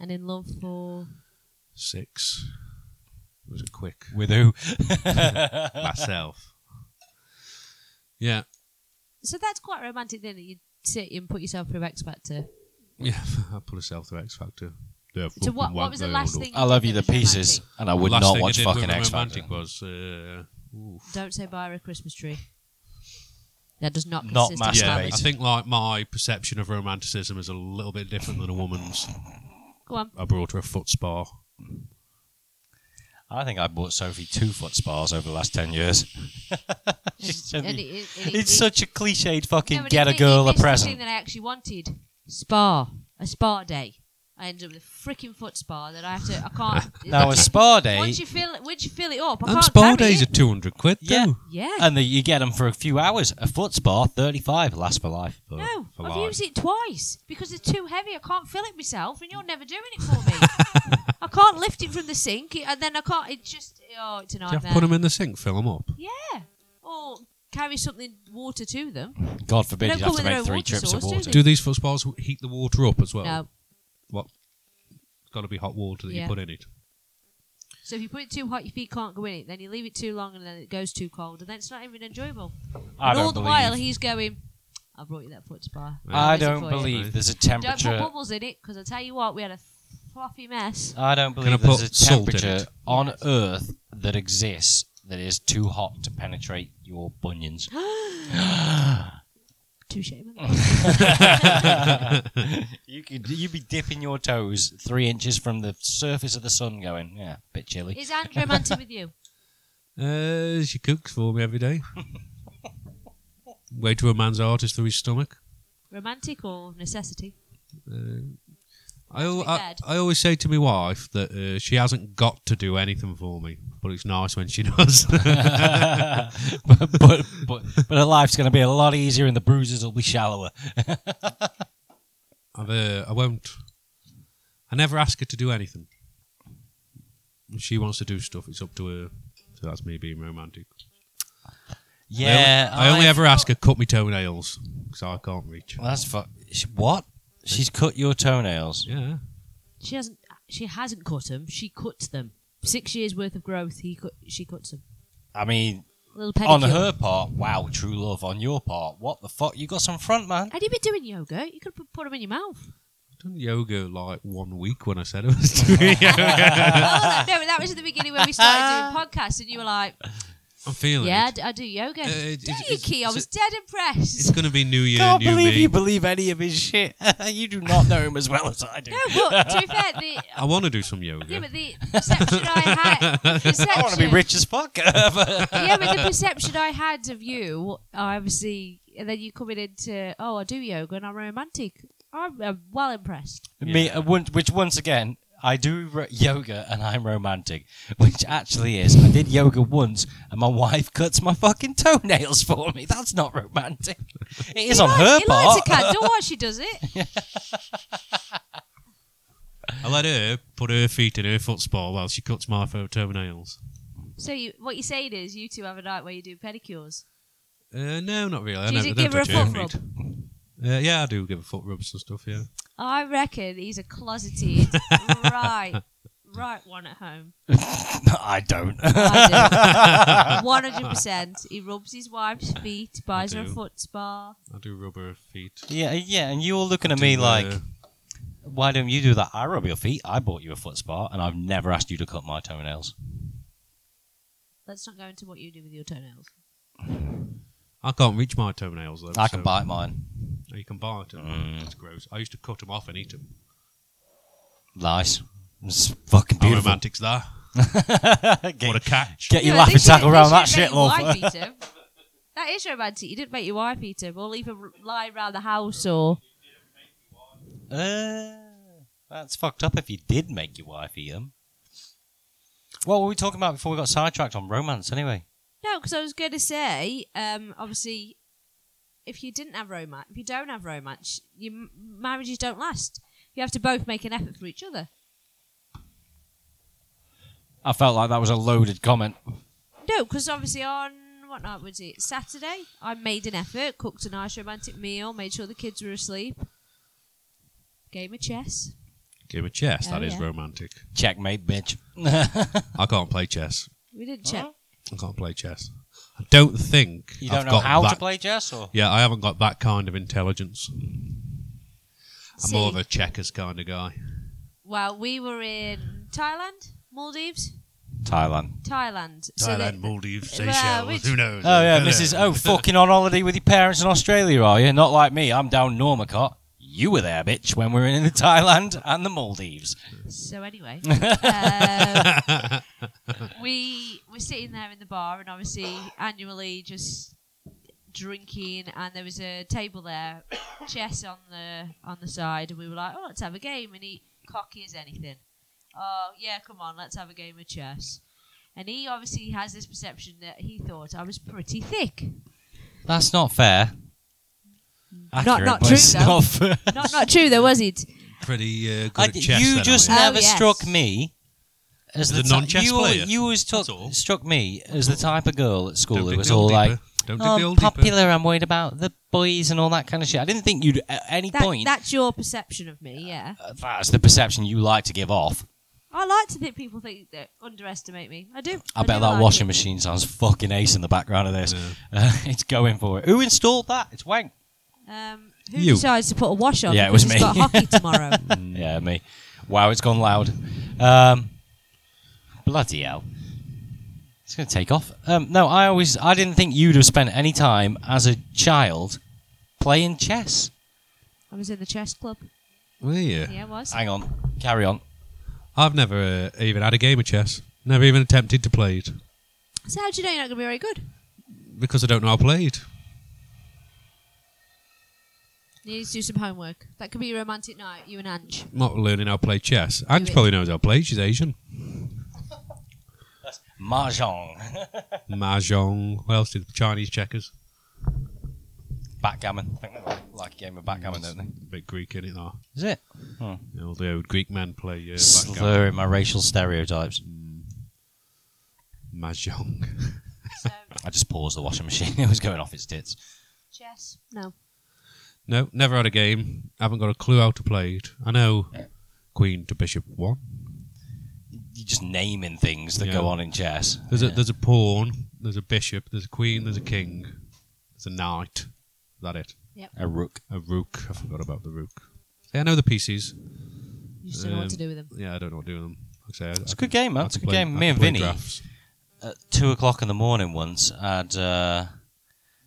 Speaker 3: And in love for
Speaker 2: Six. It was a quick
Speaker 1: With who?
Speaker 2: myself. Yeah,
Speaker 3: So that's quite romantic, then that you sit and put yourself through X Factor.
Speaker 2: yeah. I put myself through X Factor. Yeah,
Speaker 3: So
Speaker 2: fucking
Speaker 3: what,
Speaker 2: wank
Speaker 3: what was the
Speaker 2: there,
Speaker 3: last
Speaker 2: Arnold.
Speaker 3: thing? you
Speaker 1: I love
Speaker 3: did
Speaker 1: you to
Speaker 3: that was
Speaker 1: pieces,
Speaker 3: romantic?
Speaker 1: and I would
Speaker 2: Last
Speaker 1: not
Speaker 2: thing
Speaker 1: watch
Speaker 2: I did with
Speaker 1: fucking
Speaker 2: a
Speaker 1: X Factor.
Speaker 2: romantic was uh, oof.
Speaker 3: Don't say buy her a Christmas tree. That does not
Speaker 1: Not
Speaker 3: consist
Speaker 1: masturbate.
Speaker 2: yeah.
Speaker 3: of
Speaker 2: I
Speaker 3: Stanley.
Speaker 1: Masturbate.
Speaker 2: think like my perception of romanticism is a little bit different than a woman's.
Speaker 3: Go on.
Speaker 2: I brought her a foot spa.
Speaker 1: I think I bought Sophie two foot spars over the last ten years. She's sent
Speaker 3: And
Speaker 1: me-
Speaker 3: it- it- it-
Speaker 1: it's
Speaker 3: it-
Speaker 1: such a cliched fucking
Speaker 3: No, but
Speaker 1: get
Speaker 3: it-
Speaker 1: a
Speaker 3: it-
Speaker 1: girl
Speaker 3: it
Speaker 1: a
Speaker 3: missed the
Speaker 1: present.
Speaker 3: thing that I actually wanted spa, a spa day. I ended up with a freaking foot spa that I have to. I can't.
Speaker 1: Now a spa day,
Speaker 3: Once you fill, once you fill it up, I
Speaker 2: And
Speaker 3: can't
Speaker 2: spa
Speaker 3: spa
Speaker 2: days are
Speaker 3: it.
Speaker 2: two hundred quid.
Speaker 1: Yeah.
Speaker 2: though.
Speaker 3: Yeah.
Speaker 1: and the, you get them for a few hours. A foot spar, thirty-five, lasts for life.
Speaker 2: For-
Speaker 3: no,
Speaker 2: for
Speaker 3: I've
Speaker 2: life.
Speaker 3: used it twice because it's too heavy. I can't fill it myself, and you're never doing it for me. I can't lift it from the sink, it- and then I can't. It's just oh, it's a
Speaker 2: Do you have to
Speaker 3: nightmare.
Speaker 2: put them in the sink, fill them up.
Speaker 3: yeah, or carry something water to them.
Speaker 1: God
Speaker 3: They
Speaker 1: forbid
Speaker 3: don't
Speaker 1: you'd have
Speaker 3: come
Speaker 1: to
Speaker 3: with their
Speaker 1: make
Speaker 3: own
Speaker 1: three
Speaker 3: water
Speaker 1: trips
Speaker 3: source,
Speaker 1: of
Speaker 3: do
Speaker 1: water.
Speaker 3: they?
Speaker 2: Do these foot spas heat the water up as well?
Speaker 3: No,
Speaker 2: It's got to be hot water that
Speaker 3: Yeah.
Speaker 2: you put in it.
Speaker 3: so if you put it too hot, your feet can't go in it. Then you leave it too long, and then it goes too cold, and then it's not even enjoyable.
Speaker 1: I
Speaker 3: and
Speaker 1: don't
Speaker 3: all the
Speaker 1: believe.
Speaker 3: while, he's going, "I brought you that foot spa.
Speaker 1: I
Speaker 3: Is it
Speaker 1: don't
Speaker 3: for you?
Speaker 1: believe
Speaker 2: Right.
Speaker 1: there's a
Speaker 3: Don't put
Speaker 1: temperature. Oh.
Speaker 3: bubbles in it, because I tell you what, we had a fluffy mess.
Speaker 1: I don't
Speaker 2: I
Speaker 1: believe
Speaker 2: put
Speaker 1: there's a
Speaker 2: salt in
Speaker 1: temperature
Speaker 2: it?
Speaker 1: on Earth that exists that is too hot to penetrate your bunions.
Speaker 3: Too shame.
Speaker 1: you could you'd be dipping your toes three inches from the surface of the sun, going yeah, bit chilly.
Speaker 3: Is Aunt romantic with you?
Speaker 2: Uh, she cooks for me every day. Way to a man's heart is through his stomach.
Speaker 3: Romantic or necessity?
Speaker 2: Uh, I,
Speaker 3: That's
Speaker 2: al-
Speaker 3: a bit
Speaker 2: I,
Speaker 3: bad.
Speaker 2: I always say to my wife that uh, she hasn't got to do anything for me, but it's nice when she does.
Speaker 1: but, but but but her life's going to be a lot easier, and the bruises will be shallower.
Speaker 2: I've, uh, I won't. I never ask her to do anything. If she wants to do stuff, it's up to her. So that's me being romantic. I only-
Speaker 1: Yeah,
Speaker 2: I only, ever ask her cut me toenails because I can't reach.
Speaker 1: Well, that's fu- she- what she's cut your toenails.
Speaker 2: Yeah.
Speaker 3: She hasn't. She hasn't cut them. She cuts them. Six years worth of growth. He cut. She cuts them.
Speaker 1: I mean,
Speaker 3: Little pedicure.
Speaker 1: on her part, wow, true love. On your part, what the fuck? You got some front, man.
Speaker 3: Had you been doing yoga? You could put put them in your mouth.
Speaker 2: done yoga like one week when I said I was doing yoga.
Speaker 3: oh, that, no, that was at the beginning when we started doing podcasts, and you were like,
Speaker 2: I'm feeling
Speaker 3: "Yeah, I
Speaker 2: it.
Speaker 3: d- I do yoga."
Speaker 2: Uh, it-
Speaker 3: do
Speaker 2: it's-
Speaker 3: you,
Speaker 2: it's-
Speaker 3: Key? I
Speaker 2: it's-
Speaker 3: was dead
Speaker 2: It's
Speaker 3: impressed.
Speaker 2: going to be New Year,
Speaker 1: Can't
Speaker 2: New
Speaker 1: believe
Speaker 2: Me.
Speaker 1: you believe any of his shit. you do not know him as well as I do.
Speaker 3: no, but to be fair, the
Speaker 2: I want to do some
Speaker 3: yeah,
Speaker 2: yoga.
Speaker 3: but the perception I had, the perception,
Speaker 1: I want to be rich as fuck. But
Speaker 3: yeah, but the perception I had of you, I obviously, and then you coming into, oh, I do yoga and I'm romantic. I'm, i well impressed.
Speaker 1: Me, uh, one- which once again, I do ro- yoga and I'm romantic, which actually is. I did yoga once and my wife cuts my fucking toenails for me. That's not romantic. It is on
Speaker 3: Like-
Speaker 1: her
Speaker 3: he
Speaker 1: part.
Speaker 3: likes a candle while she does it.
Speaker 2: I let her put her feet in her foot spa while she cuts my fo- toenails.
Speaker 3: So you, what you're saying is, you two have a night where you do pedicures.
Speaker 2: Uh, no, not really. I
Speaker 3: Do
Speaker 2: never-
Speaker 3: you give her a
Speaker 2: don't touch
Speaker 3: foot
Speaker 2: feet. Uh, yeah, I do give her foot rubs and stuff, yeah.
Speaker 3: I reckon he's a closeted, right, right one at home.
Speaker 1: I don't.
Speaker 3: I do. One hundred percent. He rubs his wife's feet, buys her a
Speaker 2: do.
Speaker 3: foot spa.
Speaker 2: I do rub her feet.
Speaker 1: Yeah, yeah, and you're looking at
Speaker 2: Do,
Speaker 1: me
Speaker 2: uh,
Speaker 1: like, why don't you do that? I rub your feet. I bought you a foot spa, and I've never asked you to cut my toenails.
Speaker 3: Let's not go into what you do with your toenails.
Speaker 2: I can't reach my toenails, though.
Speaker 1: I can
Speaker 2: so-
Speaker 1: bite mine.
Speaker 2: Oh, You can bite them.
Speaker 1: Mm.
Speaker 2: That's gross. I used to cut them off and eat them.
Speaker 1: Nice. It's fucking
Speaker 2: How
Speaker 1: beautiful.
Speaker 2: romantic's that? What a
Speaker 1: get,
Speaker 2: catch.
Speaker 1: get your
Speaker 3: Yeah,
Speaker 1: laughing
Speaker 3: they should-
Speaker 1: tackle
Speaker 3: they
Speaker 1: around
Speaker 3: should
Speaker 1: that
Speaker 3: make
Speaker 1: shit,
Speaker 3: your
Speaker 1: love.
Speaker 3: wife eat 'em. That is romantic. You didn't make your wife eat him, or leave him lying around the house, or
Speaker 1: Uh, that's fucked up if you did make your wife eat them. What were we talking about before we got sidetracked on romance, anyway?
Speaker 3: no. Because I was going to say, um, obviously, if you didn't have romance, if you don't have romance, your m- marriages don't last. You have to both make an effort for each other.
Speaker 1: I felt like that was a loaded comment.
Speaker 3: No, because obviously on what night was it? Saturday. I made an effort, cooked a nice romantic meal, made sure the kids were asleep. Game of chess.
Speaker 2: Game of chess.
Speaker 3: Oh,
Speaker 2: That is
Speaker 3: yeah.
Speaker 2: romantic.
Speaker 1: Checkmate, bitch.
Speaker 2: I can't play chess.
Speaker 3: We didn't check.
Speaker 2: I can't play chess. I don't think
Speaker 1: You don't
Speaker 2: I've
Speaker 1: know
Speaker 2: got
Speaker 1: how
Speaker 2: that,
Speaker 1: to play chess, or
Speaker 2: Yeah, I haven't got that kind of intelligence. I'm
Speaker 3: See,
Speaker 2: more of a checkers kind of guy.
Speaker 3: Well, we were in Thailand, Maldives,
Speaker 1: Thailand.
Speaker 3: Thailand. So
Speaker 2: Thailand,
Speaker 3: they-
Speaker 2: Maldives,
Speaker 3: Well,
Speaker 2: Seychelles,
Speaker 3: which-
Speaker 2: who knows?
Speaker 1: Oh yeah,
Speaker 2: Who
Speaker 1: Mrs.
Speaker 2: knows?
Speaker 1: Oh, fucking on holiday with your parents in Australia, are you? Not like me. I'm down Normacot. You were there, bitch, when we were in Thailand and the Maldives.
Speaker 3: So anyway, um, we were sitting there in the bar, and obviously annually just drinking. And there was a table there, chess on the on the side, and we were like, "Oh, let's have a game." And he cocky as anything. Oh yeah, come on, let's have a game of chess. And he obviously has this perception that he thought I was pretty thick.
Speaker 1: That's not fair. Accurate,
Speaker 3: not
Speaker 1: but
Speaker 3: true,
Speaker 1: it's
Speaker 3: though.
Speaker 1: not fair.
Speaker 3: Not not true though, was it?
Speaker 2: Pretty uh, good
Speaker 1: I
Speaker 2: at
Speaker 1: d-
Speaker 2: chess.
Speaker 1: you
Speaker 2: then,
Speaker 1: just
Speaker 2: aren't
Speaker 3: Oh,
Speaker 1: never
Speaker 3: yes.
Speaker 1: struck me as
Speaker 2: As
Speaker 1: the
Speaker 2: a
Speaker 1: ti-
Speaker 2: non-chess
Speaker 1: you, al-
Speaker 2: player.
Speaker 1: you always took,
Speaker 2: That's all.
Speaker 1: struck me as the type of girl at
Speaker 2: you?
Speaker 1: school
Speaker 2: Don't
Speaker 1: who
Speaker 2: dig
Speaker 1: was
Speaker 2: the old
Speaker 1: all like,
Speaker 2: deeper. Don't dig
Speaker 1: "Oh,
Speaker 2: the
Speaker 3: um,
Speaker 1: I'm
Speaker 2: old deeper."
Speaker 1: popular. I'm worried about the boys and all that kind of shit." I didn't think you'd at any
Speaker 3: That,
Speaker 1: point.
Speaker 3: That's your perception of me, yeah.
Speaker 1: uh, that's the perception you like to give off.
Speaker 3: I like to think people think that underestimate me. I do.
Speaker 1: I, bet
Speaker 3: do
Speaker 1: that
Speaker 3: like
Speaker 1: washing
Speaker 3: it.
Speaker 1: machine sounds fucking ace in the background of this.
Speaker 2: Yeah.
Speaker 1: Uh, it's going for it. Who installed that? It's Wank.
Speaker 3: Um, who
Speaker 1: You.
Speaker 3: decides to put a wash on?
Speaker 1: Yeah, it
Speaker 3: because
Speaker 1: was
Speaker 3: it's
Speaker 1: me.
Speaker 3: Got hockey tomorrow.
Speaker 1: Yeah, me. Wow, it's gone loud. Um, bloody hell. It's going to take off. Um, no, I always, I didn't think you'd have spent any time as a child playing chess.
Speaker 3: I was in the chess club.
Speaker 2: Were you?
Speaker 3: Yeah, I was.
Speaker 1: Hang on, carry on.
Speaker 2: I've never uh, even had a game of chess. Never even attempted to play it
Speaker 3: so how do you know you're not going to be very good?
Speaker 2: because I don't know how to play it.
Speaker 3: You need to do some homework. That could be a romantic night. You and Ange.
Speaker 2: I'm not learning how to play chess. Ange
Speaker 3: it.
Speaker 2: probably knows how to play. She's Asian.
Speaker 1: Mahjong,
Speaker 2: Mahjong. What else did Chinese checkers?
Speaker 1: backgammon. I think they like, like a game of backgammon, don't they?
Speaker 2: A bit Greek in it, though.
Speaker 1: Is it?
Speaker 2: All the old Greek men play uh, backgammon.
Speaker 1: Slurring my racial stereotypes.
Speaker 2: Mahjong.
Speaker 3: So
Speaker 1: I just paused the washing machine. It was going off its tits.
Speaker 3: chess? No.
Speaker 2: No, never had a game. Haven't got a clue how to play it. I know Queen to Bishop one.
Speaker 1: You're just naming things that
Speaker 2: Yeah.
Speaker 1: go on in chess.
Speaker 2: There's
Speaker 1: Yeah.
Speaker 2: a there's a pawn. There's a bishop. There's a queen. There's a king. There's a knight. Is that it?
Speaker 1: a rook.
Speaker 2: A rook. I forgot about the rook. Yeah, I know the pieces.
Speaker 3: You just don't know what
Speaker 1: Um,
Speaker 3: to do with them.
Speaker 2: Yeah, I don't know what to do with them. Like I say, I,
Speaker 1: It's a good game, man. It's a good game. Me and Vinny,
Speaker 2: Drafts.
Speaker 1: at two o'clock in the morning once had uh,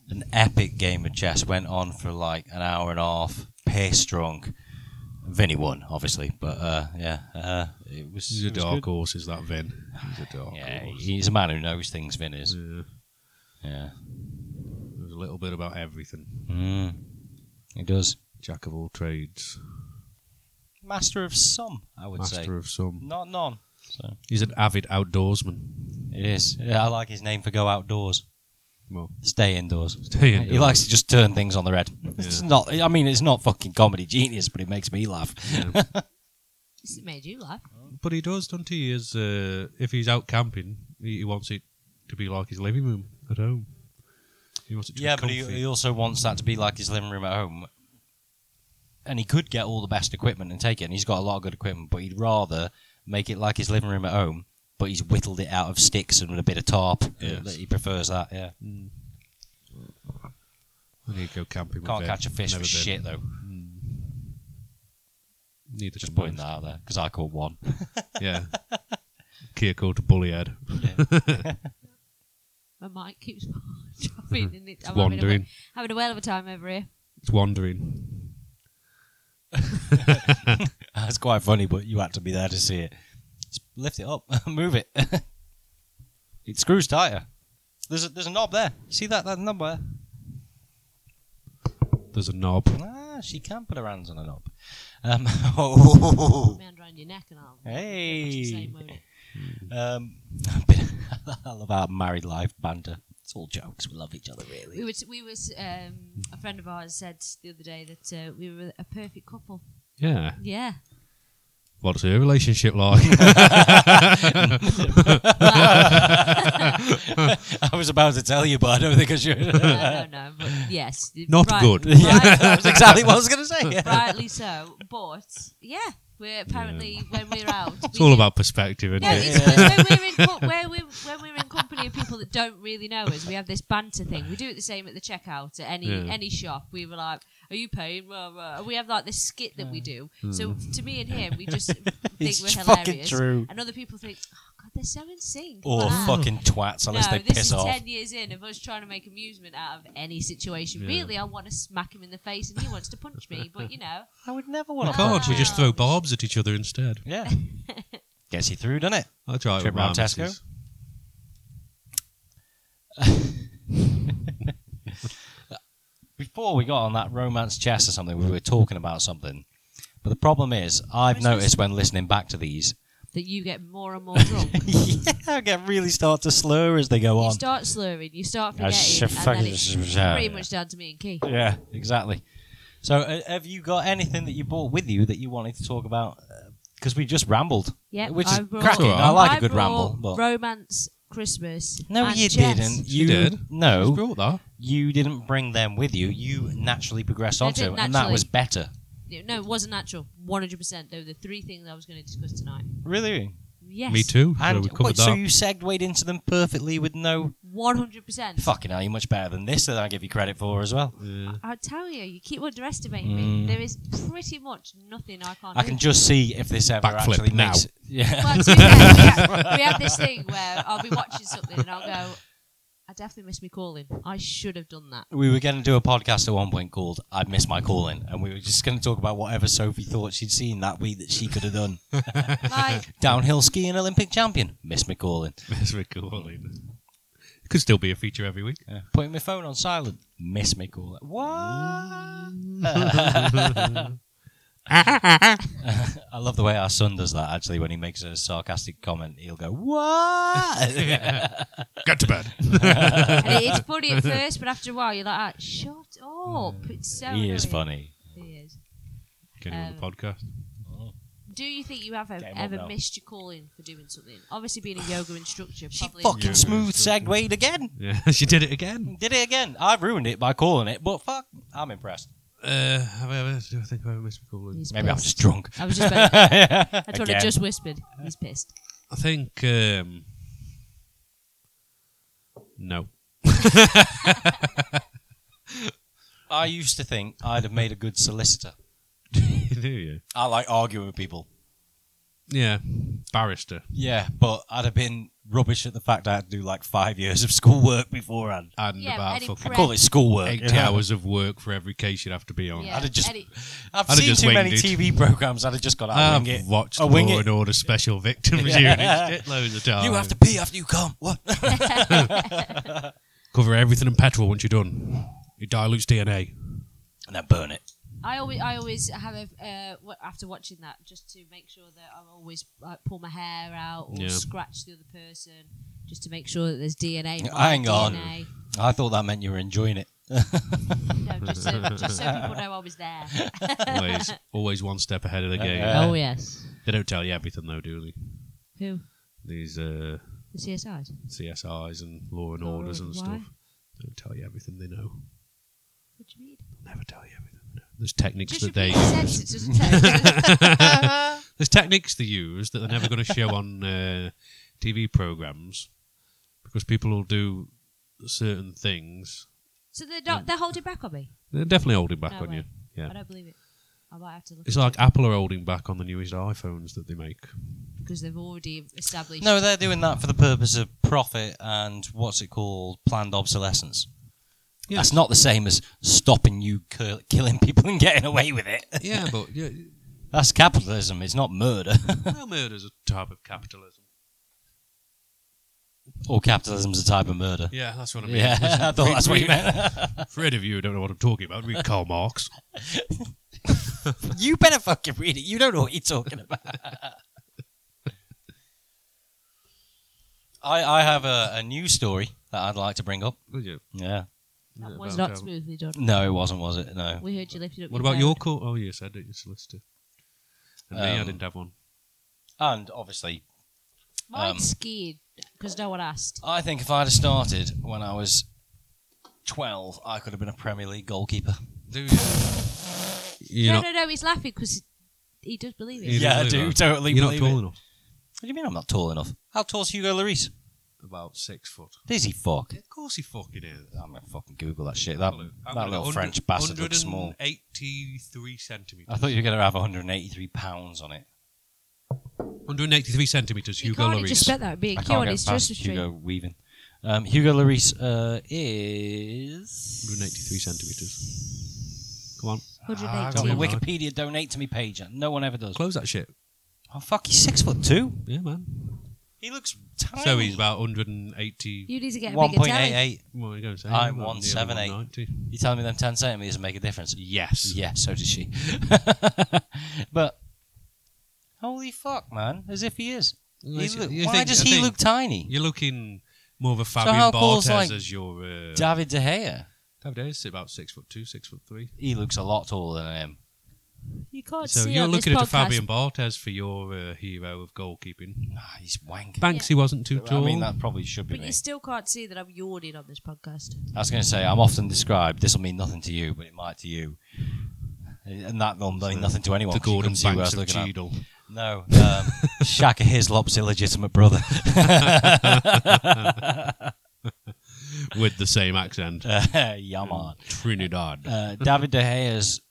Speaker 1: an epic game of chess. Went on for like an hour and a half, piss drunk. Vinny won, obviously, but uh, yeah, uh, it was.
Speaker 2: He's a
Speaker 1: it was
Speaker 2: dark
Speaker 1: good.
Speaker 2: horse, is that Vin? He's a dark
Speaker 1: Yeah,
Speaker 2: horse.
Speaker 1: he's a man who knows things. Vin is.
Speaker 2: Yeah,
Speaker 1: Yeah,
Speaker 2: there's a little bit about everything.
Speaker 1: mm. he does.
Speaker 2: Jack of all trades,
Speaker 1: Master of some, I would
Speaker 2: master
Speaker 1: say,
Speaker 2: of some.
Speaker 1: not none. So
Speaker 2: He's an avid outdoorsman.
Speaker 1: it is. Yeah, I like his name for go outdoors.
Speaker 2: Well,
Speaker 1: Stay indoors.
Speaker 2: Stay
Speaker 1: He
Speaker 2: indoors.
Speaker 1: likes to just turn things on the red. It's not. I mean, it's not fucking comedy genius, but it makes me laugh.
Speaker 2: yeah.
Speaker 3: This made you laugh.
Speaker 2: but he does, don't he? Is uh, if he's out camping, he, he wants it to be like his living room at home. He wants it to
Speaker 1: Yeah,
Speaker 2: be
Speaker 1: but he,
Speaker 2: comfy.
Speaker 1: he also wants that to be like his living room at home. And he could get all the best equipment and take it, and he's got a lot of good equipment, but he'd rather make it like his living room at home, but he's whittled it out of sticks and with a bit of tarp. uh,
Speaker 2: Yes.
Speaker 1: that he prefers that, yeah.
Speaker 2: Mm. I need to go camping. with
Speaker 1: Can't
Speaker 2: Vin.
Speaker 1: catch a fish
Speaker 2: Never
Speaker 1: for
Speaker 2: been. Hmm.
Speaker 1: shit, though.
Speaker 2: Neither
Speaker 1: Just
Speaker 2: can
Speaker 1: putting
Speaker 2: most.
Speaker 1: that out there, because I caught one.
Speaker 2: Yeah. Kia called a bullyhead.
Speaker 3: My mic keeps dropping. And it, I'm
Speaker 2: Wandering.
Speaker 3: Having a, wh- having a whale of a time over here.
Speaker 2: It's wandering.
Speaker 1: That's quite funny, but you had to be there to see it. Just lift it up, move it. it screws tighter. There's a, there's a knob there. See that, that knob there?
Speaker 2: There's a knob.
Speaker 1: Ah, she can put her hands on a knob. Um,
Speaker 3: My hand around your neck and I'll.
Speaker 1: Hey.
Speaker 3: It's the same, won't it?
Speaker 1: Um, a bit- I love our married life banter. It's all jokes. We love each other,
Speaker 3: We
Speaker 1: really.
Speaker 3: were, we was um, a friend of ours said the other day that uh, we were a perfect couple.
Speaker 2: Yeah.
Speaker 3: Yeah.
Speaker 2: What's her relationship like?
Speaker 1: I was about to tell you, but I don't think I should.
Speaker 3: no, no, no. But yes,
Speaker 2: Not
Speaker 3: right-
Speaker 2: good.
Speaker 1: yeah,
Speaker 3: Right,
Speaker 1: that was exactly what I was going to say.
Speaker 3: rightly so. But yeah, We're apparently when we're out,
Speaker 2: It's
Speaker 3: we
Speaker 2: all
Speaker 3: do-
Speaker 2: about perspective, isn't
Speaker 3: No,
Speaker 2: it?
Speaker 3: it's 'cause when we're in co- where we when we're in company of people that don't really know us, we have this banter thing. We do it the same at the checkout at any
Speaker 2: Yeah.
Speaker 3: any shop. We were like, "Are you paying?" Rah, rah. We have like this skit that we do. So to me and him, we just think
Speaker 1: Hmm. It's
Speaker 3: we're
Speaker 1: fucking
Speaker 3: hilarious,
Speaker 1: true.
Speaker 3: and other people think, "Oh God, they're so in sync."
Speaker 1: Or
Speaker 3: Wow.
Speaker 1: fucking twats unless
Speaker 3: no,
Speaker 1: they
Speaker 3: this
Speaker 1: piss
Speaker 3: is
Speaker 1: off.
Speaker 3: ten years in of us trying to make amusement out of any situation.
Speaker 2: Yeah.
Speaker 3: Really, I want to smack him in the face, and he wants to punch me. But you know,
Speaker 1: I would never want to
Speaker 2: Oh, God,
Speaker 1: punch
Speaker 2: we
Speaker 1: you.
Speaker 2: just throw barbs at each other instead.
Speaker 1: Yeah. Gets you through, doesn't it?
Speaker 2: I'll try it
Speaker 1: Trip
Speaker 2: with my
Speaker 1: round Tesco?
Speaker 2: missus.
Speaker 1: Before we got on that romance chess or something, we were talking about something. But the problem is, I've
Speaker 3: Which is-
Speaker 1: noticed when listening back to these,
Speaker 3: that you get more and more drunk.
Speaker 1: yeah, I get really start to slur as they go
Speaker 3: You
Speaker 1: on.
Speaker 3: start slurring, you start
Speaker 1: I
Speaker 3: forgetting,
Speaker 1: sh-
Speaker 3: and then
Speaker 1: fucking-
Speaker 3: it's
Speaker 1: yeah.
Speaker 3: pretty much down to me and Keith.
Speaker 1: Yeah, exactly. So, uh, have you got anything that you brought with you that you wanted to talk about? Because we just rambled.
Speaker 3: Yep,
Speaker 1: Which is
Speaker 3: I brought,
Speaker 1: cracking.
Speaker 2: That's
Speaker 1: I like a
Speaker 3: I
Speaker 1: good ramble.
Speaker 3: brought
Speaker 1: But
Speaker 3: Romance, Christmas.
Speaker 1: no,
Speaker 3: and
Speaker 1: you
Speaker 3: Jess.
Speaker 1: didn't.
Speaker 2: She
Speaker 1: You
Speaker 2: did. Who's
Speaker 1: No,
Speaker 2: brought that?
Speaker 1: you didn't bring them with you. You naturally progressed
Speaker 3: I
Speaker 1: onto
Speaker 3: did
Speaker 1: them, and that was
Speaker 3: naturally.
Speaker 1: better.
Speaker 3: No, it wasn't natural. One hundred percent. They were the three things I was going to discuss tonight.
Speaker 1: Really?
Speaker 3: Yes,
Speaker 2: Me too. so
Speaker 1: And
Speaker 2: we covered
Speaker 1: wait,
Speaker 2: that.
Speaker 1: so you segued into them perfectly with no
Speaker 3: One hundred percent.
Speaker 1: fucking hell. You're much better than this that I give you credit for as well.
Speaker 2: Yeah.
Speaker 3: I tell you, you keep underestimating
Speaker 1: Mm.
Speaker 3: me. There is pretty much nothing I can't.
Speaker 1: I can
Speaker 3: do.
Speaker 1: just see if this ever
Speaker 2: Backflip
Speaker 1: actually
Speaker 2: now.
Speaker 1: makes. Yeah.
Speaker 3: Well, to be fair, we, have, we have this thing where I'll be watching something and I'll go, "I definitely missed me calling. I should have done that."
Speaker 1: we were going to do a podcast at one point called "I Miss My Calling," and we were just going to talk about whatever Sophie thought she'd seen that week that she could have done.
Speaker 3: Like,
Speaker 1: Downhill skiing Olympic champion, miss my calling.
Speaker 2: That's really cool. It could still be a feature every week.
Speaker 1: Putting my phone on silent, miss my calling. What? I love the way our son does that. Actually, when he makes a sarcastic comment, he'll go "What?"
Speaker 2: Get to bed.
Speaker 3: and it's funny at first, but after a while, you're like, "Ah, "Shut up!" It's so.
Speaker 1: Mm. he is
Speaker 3: annoying.
Speaker 1: funny.
Speaker 3: He is.
Speaker 2: Get him on the
Speaker 3: Um,
Speaker 2: podcast.
Speaker 3: Do you think you have
Speaker 1: Game
Speaker 3: ever,
Speaker 1: up
Speaker 3: ever
Speaker 1: now.
Speaker 3: missed your calling for doing something? Obviously, being a yoga instructor,
Speaker 1: She
Speaker 3: probably.
Speaker 1: fucking
Speaker 2: Yeah.
Speaker 1: smooth segued again.
Speaker 2: Yeah, she did it again.
Speaker 1: Did it again. I've ruined it by calling it, but fuck, I'm impressed.
Speaker 2: Uh, have I ever? Do I think I ever missed a call?
Speaker 3: He's
Speaker 1: Maybe I'm
Speaker 3: pissed.
Speaker 1: just drunk.
Speaker 3: I was just. About, that's what I
Speaker 1: Again.
Speaker 3: just whispered. He's pissed.
Speaker 2: I think. Um, no.
Speaker 1: I used to think I'd have made a good solicitor.
Speaker 2: Do you?
Speaker 1: I like arguing with people.
Speaker 2: Yeah, barrister.
Speaker 1: Yeah, but I'd have been rubbish at the fact I had to do like five years of schoolwork beforehand.
Speaker 2: And
Speaker 3: Yeah,
Speaker 2: about
Speaker 3: any
Speaker 2: fucking
Speaker 1: I
Speaker 3: Right.
Speaker 1: call it schoolwork.
Speaker 2: eighty
Speaker 1: you know?
Speaker 2: hours of work for every case you'd have to be on.
Speaker 3: Yeah.
Speaker 1: Oh, I'd have just-
Speaker 3: Eddie-
Speaker 1: I've
Speaker 2: I'd have
Speaker 1: seen
Speaker 2: just
Speaker 1: too many
Speaker 2: winged it.
Speaker 1: TV programs. I'd have just got out
Speaker 2: I've
Speaker 1: and wing it.
Speaker 2: watched
Speaker 1: I wing
Speaker 2: Law
Speaker 1: it.
Speaker 2: and Order Special Victims
Speaker 1: Yeah.
Speaker 2: Unit loads of times.
Speaker 1: You have to pee after you come. What?
Speaker 2: cover everything in petrol once you're done. It dilutes DNA.
Speaker 1: and then burn it.
Speaker 3: I always, I always have a, uh, wa- after watching that just to make sure that I'm always like pull my hair out or
Speaker 2: Yeah.
Speaker 3: scratch the other person just to make sure that there's DNA.
Speaker 1: Yeah,
Speaker 3: my
Speaker 1: hang on.
Speaker 3: DNA.
Speaker 1: I thought that meant you were enjoying it.
Speaker 3: No, just so, just so people know I was there.
Speaker 2: Always, always one step ahead of the game.
Speaker 1: Yeah.
Speaker 3: oh yes.
Speaker 2: They don't tell you everything though, do they?
Speaker 3: Who?
Speaker 2: These uh,
Speaker 3: The CSIs.
Speaker 2: CSIs and law and
Speaker 3: Law
Speaker 2: orders and
Speaker 3: and
Speaker 2: stuff
Speaker 3: why?
Speaker 2: don't tell you everything they know.
Speaker 3: What do you mean?
Speaker 2: They'll never tell you everything. They know. There's techniques
Speaker 3: Just
Speaker 2: that
Speaker 3: repeat
Speaker 2: they
Speaker 3: the sentence. it doesn't tell you.
Speaker 2: there's techniques they use that they're never going to show on uh, TV programs because people will do certain things.
Speaker 3: so they're not, they're holding back on me.
Speaker 2: They're definitely holding back
Speaker 3: No
Speaker 2: on
Speaker 3: way.
Speaker 2: you. Yeah.
Speaker 3: I don't believe it. I might have to look.
Speaker 2: It's like Apple are holding back on the newest iPhones that they make.
Speaker 3: because they've already established.
Speaker 1: No, they're doing that for the purpose of profit and what's it called? Planned obsolescence. That's not the same as stopping you cur- killing people and getting away with it.
Speaker 2: yeah, but yeah,
Speaker 1: That's capitalism. It's not murder.
Speaker 2: no murder's a type of capitalism.
Speaker 1: or capitalism's a type of murder.
Speaker 2: Yeah, that's what I mean.
Speaker 1: Yeah, I thought that's what you meant.
Speaker 2: For any of you who don't know what I'm talking about, read Karl Marx.
Speaker 1: You better fucking read it. You don't know what you're talking about. I, I have a, a news story that I'd like to bring up.
Speaker 2: Would you?
Speaker 1: Yeah.
Speaker 3: that
Speaker 2: Yeah,
Speaker 3: was
Speaker 2: about, um,
Speaker 3: not smoothly done.
Speaker 1: No, it wasn't, was it? No.
Speaker 3: We heard you lifted up.
Speaker 2: What about
Speaker 3: phone.
Speaker 2: your call? Oh, yes, I did. Your solicitor. And me, I
Speaker 1: Um,
Speaker 2: didn't have one.
Speaker 1: And obviously,
Speaker 3: Mine
Speaker 1: um,
Speaker 3: skied because no one asked.
Speaker 1: I think if I'd have started when I was 12, I could have been a Premier League goalkeeper.
Speaker 2: Do you? You're
Speaker 3: no,
Speaker 2: not.
Speaker 3: no, no. He's laughing because he does believe it.
Speaker 2: You
Speaker 1: yeah, I
Speaker 2: don't
Speaker 1: do
Speaker 2: believe
Speaker 1: totally
Speaker 2: You're not
Speaker 1: believe
Speaker 2: tall
Speaker 1: it.
Speaker 2: enough.
Speaker 1: What do you mean I'm not tall enough? How tall's Hugo Lloris?
Speaker 2: About six foot.
Speaker 1: Dizzy fuck.
Speaker 2: Of course he fucking is.
Speaker 1: I'm gonna fucking Google that shit. That, that little French bastard looks small.
Speaker 2: 183 centimetres.
Speaker 1: I thought you were gonna have 183 pounds on it.
Speaker 2: 183 centimetres,
Speaker 3: You
Speaker 2: Hugo
Speaker 3: can't
Speaker 2: Lloris.
Speaker 3: just spent that big
Speaker 1: I
Speaker 3: Q
Speaker 1: can't
Speaker 3: on
Speaker 1: get
Speaker 3: his
Speaker 1: past
Speaker 3: Christmas
Speaker 1: Hugo
Speaker 3: tree.
Speaker 1: Weaving. Um, Hugo Lloris uh, is
Speaker 2: 183 centimetres. Come on,
Speaker 1: Ah, I've
Speaker 3: 180.
Speaker 1: got
Speaker 2: Tell
Speaker 1: the
Speaker 2: me, Mark.
Speaker 1: Wikipedia donate to me page. and No one ever does.
Speaker 2: close that shit.
Speaker 1: Oh fuck, he's six foot two.
Speaker 2: Yeah, man.
Speaker 1: He looks tiny.
Speaker 2: So
Speaker 3: Oh.
Speaker 2: he's about 180.
Speaker 3: You need to get a
Speaker 1: one
Speaker 3: bigger
Speaker 1: point
Speaker 3: telly.
Speaker 1: eight eight.
Speaker 2: What are you going to say?
Speaker 1: I'm
Speaker 2: About
Speaker 1: 178.
Speaker 2: 190.
Speaker 1: You telling me them ten centimeters make a difference?
Speaker 2: Yes.
Speaker 1: Yeah, so does she. but holy fuck, man! As if he is. He
Speaker 2: You
Speaker 1: look,
Speaker 2: think-
Speaker 1: why does
Speaker 2: I
Speaker 1: he
Speaker 2: think
Speaker 1: look tiny?
Speaker 2: You're looking more of a
Speaker 1: how
Speaker 2: Fabian
Speaker 1: cool's,
Speaker 2: Barthez
Speaker 1: like,
Speaker 2: as your. Uh,
Speaker 1: David De Gea.
Speaker 2: David Hayes is about six foot two, six foot three.
Speaker 1: He looks a lot taller than him.
Speaker 3: You can't
Speaker 2: so
Speaker 3: Oh, see
Speaker 2: you're
Speaker 3: on
Speaker 2: looking
Speaker 3: this
Speaker 2: at a
Speaker 3: podcast.
Speaker 2: Fabian Barthez for your uh, hero of goalkeeping.
Speaker 1: Nah, he's wank.
Speaker 2: Banksy wasn't too
Speaker 1: I
Speaker 2: tall.
Speaker 1: mean, that probably should be
Speaker 3: But
Speaker 1: me.
Speaker 3: you still can't see that I'm yawning on this podcast.
Speaker 1: I was going to say, I'm often described, this will mean nothing to you, but it might to you. And that will mean nothing to anyone.
Speaker 2: the
Speaker 1: 'cause you
Speaker 2: Gordon
Speaker 1: couldn't see who I
Speaker 2: Banks
Speaker 1: was
Speaker 2: of
Speaker 1: looking at.
Speaker 2: Cheadle.
Speaker 1: No, um, Shaka Hislop's illegitimate brother.
Speaker 2: with the same accent.
Speaker 1: yeah, man.
Speaker 2: Trinidad.
Speaker 1: Uh, David De Gea's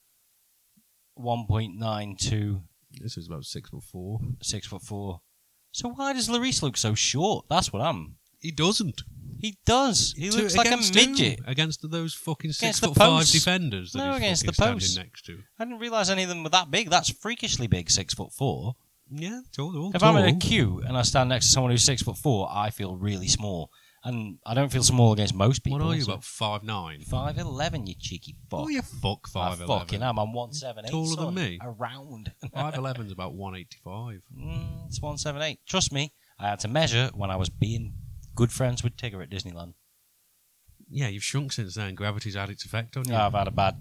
Speaker 1: 1.92,
Speaker 2: This is about six foot four.
Speaker 1: 6 foot 4. So why does Lloris look so short? That's what I'm.
Speaker 2: He doesn't.
Speaker 1: He does. He
Speaker 2: To-
Speaker 1: looks like a
Speaker 2: against who?
Speaker 1: midget.
Speaker 2: against those fucking six
Speaker 1: Against the
Speaker 2: foot five
Speaker 1: posts.
Speaker 2: defenders that
Speaker 1: No,
Speaker 2: he's
Speaker 1: against
Speaker 2: fucking
Speaker 1: the posts.
Speaker 2: standing next to.
Speaker 1: I didn't realise any of them were that big. That's freakishly big, six foot four.
Speaker 2: Yeah, they're all, they're all
Speaker 1: If
Speaker 2: tall.
Speaker 1: I'm in a queue and I stand next to someone who's six foot four, I feel really small, and I don't feel small against most people.
Speaker 2: what are you
Speaker 1: so-
Speaker 2: about five nine?
Speaker 1: Five eleven, you cheeky fuck. Ah,
Speaker 2: Oh, you fuck
Speaker 1: I
Speaker 2: five
Speaker 1: fucking
Speaker 2: eleven.
Speaker 1: am. I'm one seven eight.
Speaker 2: Taller than
Speaker 1: son,
Speaker 2: me.
Speaker 1: Around.
Speaker 2: Five eleven's about one eighty five.
Speaker 1: Mm, it's one seven eight. Trust me, I had to measure when I was being good friends with Tigger at Disneyland.
Speaker 2: Yeah, you've shrunk since then. Gravity's had its effect on you.
Speaker 1: I've had a bad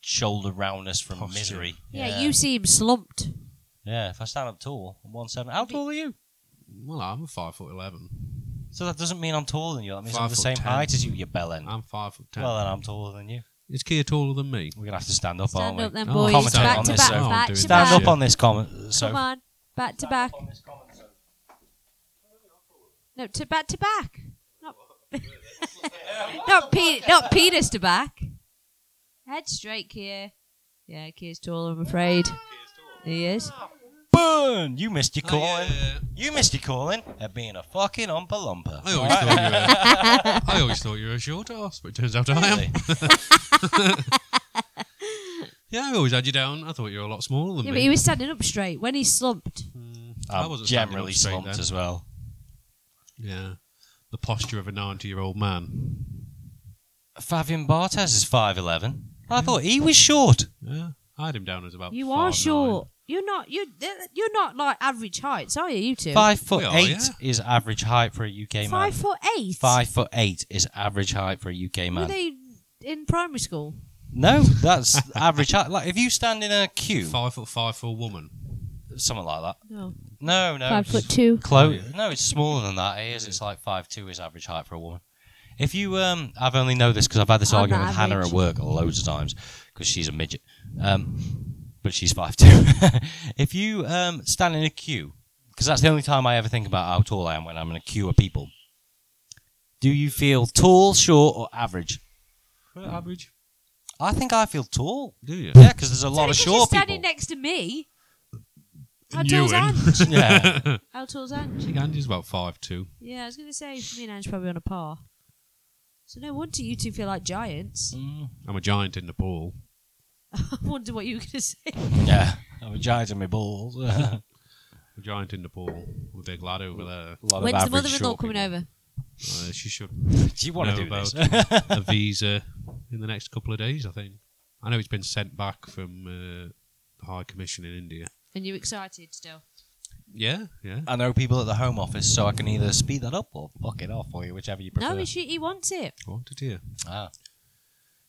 Speaker 1: shoulder roundness from
Speaker 2: Posture.
Speaker 1: misery.
Speaker 3: Yeah, you seem slumped.
Speaker 1: Yeah, if I stand up tall, I'm one seven. How tall are you?
Speaker 2: well, I'm a five foot eleven.
Speaker 1: So that doesn't mean I'm taller than you. That means i I'm
Speaker 2: Five
Speaker 1: the
Speaker 2: foot
Speaker 1: same
Speaker 2: ten.
Speaker 1: height as you, you bellend.
Speaker 2: I'm five foot ten.
Speaker 1: Well, then I'm taller than you.
Speaker 2: Is Kia taller than me?
Speaker 1: We're gonna have to stand up, aren't
Speaker 3: Stand
Speaker 1: we?
Speaker 3: up then,
Speaker 2: Oh,
Speaker 3: boys.
Speaker 1: commentate
Speaker 3: back
Speaker 1: on
Speaker 3: to
Speaker 1: this,
Speaker 3: back,
Speaker 1: so-
Speaker 3: back
Speaker 2: Oh,
Speaker 3: to
Speaker 2: doing
Speaker 3: back.
Speaker 1: Stand up on this comment. So
Speaker 3: Come on, back to back. No, to back to back. Not, not, pe- not penis to back. Head straight, Kier. Yeah, Kier's taller, I'm afraid. He is.
Speaker 1: burn! You missed your calling.
Speaker 2: I, uh,
Speaker 1: You missed your calling at being a fucking umpa lumpa.
Speaker 2: I always thought you were. I always thought you were a short ass, but it turns out I am. Yeah, I always had you down. I thought you were a lot smaller than
Speaker 3: Yeah,
Speaker 2: me.
Speaker 3: but he was standing up straight when he slumped.
Speaker 2: Mm, I
Speaker 1: I'm
Speaker 2: wasn't standing
Speaker 1: generally
Speaker 2: up straight
Speaker 1: Um, slumped
Speaker 2: then.
Speaker 1: as well.
Speaker 2: Yeah, the posture of a ninety-year-old man.
Speaker 1: Fabian Barthez is five eleven.
Speaker 2: Mm-hmm.
Speaker 1: I thought he was short.
Speaker 2: Yeah, I had him down as about.
Speaker 3: You are
Speaker 2: 5'9".
Speaker 3: short. You're not. You you're not like average heights, are you? You two.
Speaker 1: Five foot
Speaker 2: We are,
Speaker 1: eight
Speaker 2: yeah.
Speaker 1: is average height for a UK man.
Speaker 3: Five foot eight.
Speaker 1: Five foot eight is average height for a UK
Speaker 3: Were
Speaker 1: man.
Speaker 3: they in primary school?
Speaker 1: No, that's average height. Like if you stand in a queue,
Speaker 2: Five foot five for a woman.
Speaker 1: something like that.
Speaker 3: No.
Speaker 1: No, no.
Speaker 3: Five foot two.
Speaker 1: Close. No, it's smaller than that. It is. It's like five two is average height for a woman. If you, um, I've only know this because I've had this
Speaker 3: On
Speaker 1: argument with Hannah at
Speaker 3: average.
Speaker 1: work loads of times because she's a midget, um, but she's five two. if you um, stand in a queue, because that's the only time I ever think about how tall I am when I'm in a queue of people. Do you feel tall, short, or average?
Speaker 2: Average.
Speaker 1: I think I feel tall.
Speaker 2: Do you?
Speaker 1: Yeah, because there's a lot of
Speaker 3: Because
Speaker 1: short
Speaker 3: you're standing
Speaker 1: people.
Speaker 3: next to me. How
Speaker 2: You
Speaker 3: tall's
Speaker 2: in.
Speaker 3: Ange?
Speaker 1: yeah.
Speaker 3: How tall's Ange?
Speaker 2: I think Andy's about five two.
Speaker 3: Yeah, I was gonna say me and Ange probably on a par. So no wonder you two feel like giants.
Speaker 1: Mm,
Speaker 2: I'm a giant in the ball.
Speaker 3: I wonder what you were gonna say.
Speaker 1: yeah. I'm a giant in my balls. a
Speaker 2: A giant in the ball. A big lad over there.
Speaker 1: lot
Speaker 3: When's the
Speaker 1: average
Speaker 3: mother-in-law
Speaker 1: short
Speaker 3: coming
Speaker 1: people.
Speaker 3: over?
Speaker 2: Uh, she should
Speaker 1: Do you want
Speaker 2: know
Speaker 1: to do this?
Speaker 2: about a visa in the next couple of days. I think. I know it's been sent back from uh, the High Commission in India.
Speaker 3: And you excited still?
Speaker 2: Yeah, yeah.
Speaker 1: I know people at the Home Office, so I can either speed that up or fuck it off for you, whichever you prefer.
Speaker 2: uh,
Speaker 3: No, he, she, he wants it
Speaker 2: I wanted to hear.
Speaker 1: ah.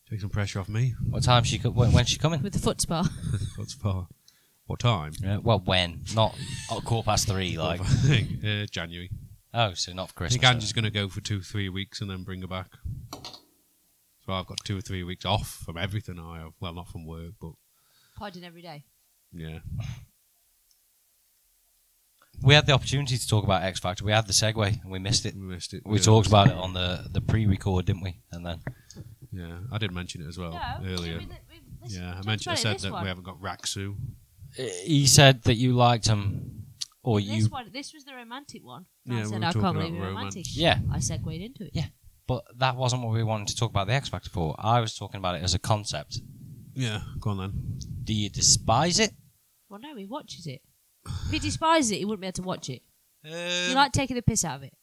Speaker 2: Take some pressure off me.
Speaker 1: What time she co- when, when she coming?
Speaker 3: with the foot spa.
Speaker 2: That's far. What time?
Speaker 1: Uh, well, when? Not oh, quarter past three, like.
Speaker 2: I think, uh, January.
Speaker 1: Oh, so not for
Speaker 2: I
Speaker 1: Christmas.
Speaker 2: think Angie's going to go for two, three weeks and then bring her back. So I've got two or three weeks off from everything I have. Well, not from work, but
Speaker 3: Podding every day.
Speaker 2: Yeah.
Speaker 1: We had the opportunity to talk about X Factor. We had the segue and we missed it.
Speaker 2: We missed it.
Speaker 1: We
Speaker 2: Yeah.
Speaker 1: talked about it on the, the pre record, didn't we? And then
Speaker 2: Yeah, I did mention it as well
Speaker 3: no,
Speaker 2: Oh, earlier.
Speaker 3: we- we- we- listen,
Speaker 2: yeah, I
Speaker 3: talked
Speaker 2: mentioned. I
Speaker 3: about it
Speaker 2: said
Speaker 3: this
Speaker 2: that
Speaker 3: one.
Speaker 2: we haven't got Raksu.
Speaker 1: Uh, he said that you liked him, or
Speaker 3: This
Speaker 1: you.
Speaker 3: one, this was the romantic one.
Speaker 2: Yeah,
Speaker 3: I
Speaker 2: we
Speaker 3: said
Speaker 2: were
Speaker 3: I
Speaker 2: talking
Speaker 3: can't believe
Speaker 2: about
Speaker 3: you're
Speaker 2: romance.
Speaker 3: romantic.
Speaker 1: Yeah,
Speaker 3: I segued into it.
Speaker 1: Yeah. but that wasn't what we wanted to talk about the X Factor for. I was talking about it as a concept.
Speaker 2: Yeah, go on then.
Speaker 1: Do you despise it?
Speaker 3: Well, no, he watches it. If he despises it, he wouldn't be able to watch it. you
Speaker 2: Um,
Speaker 3: like taking the piss out of it,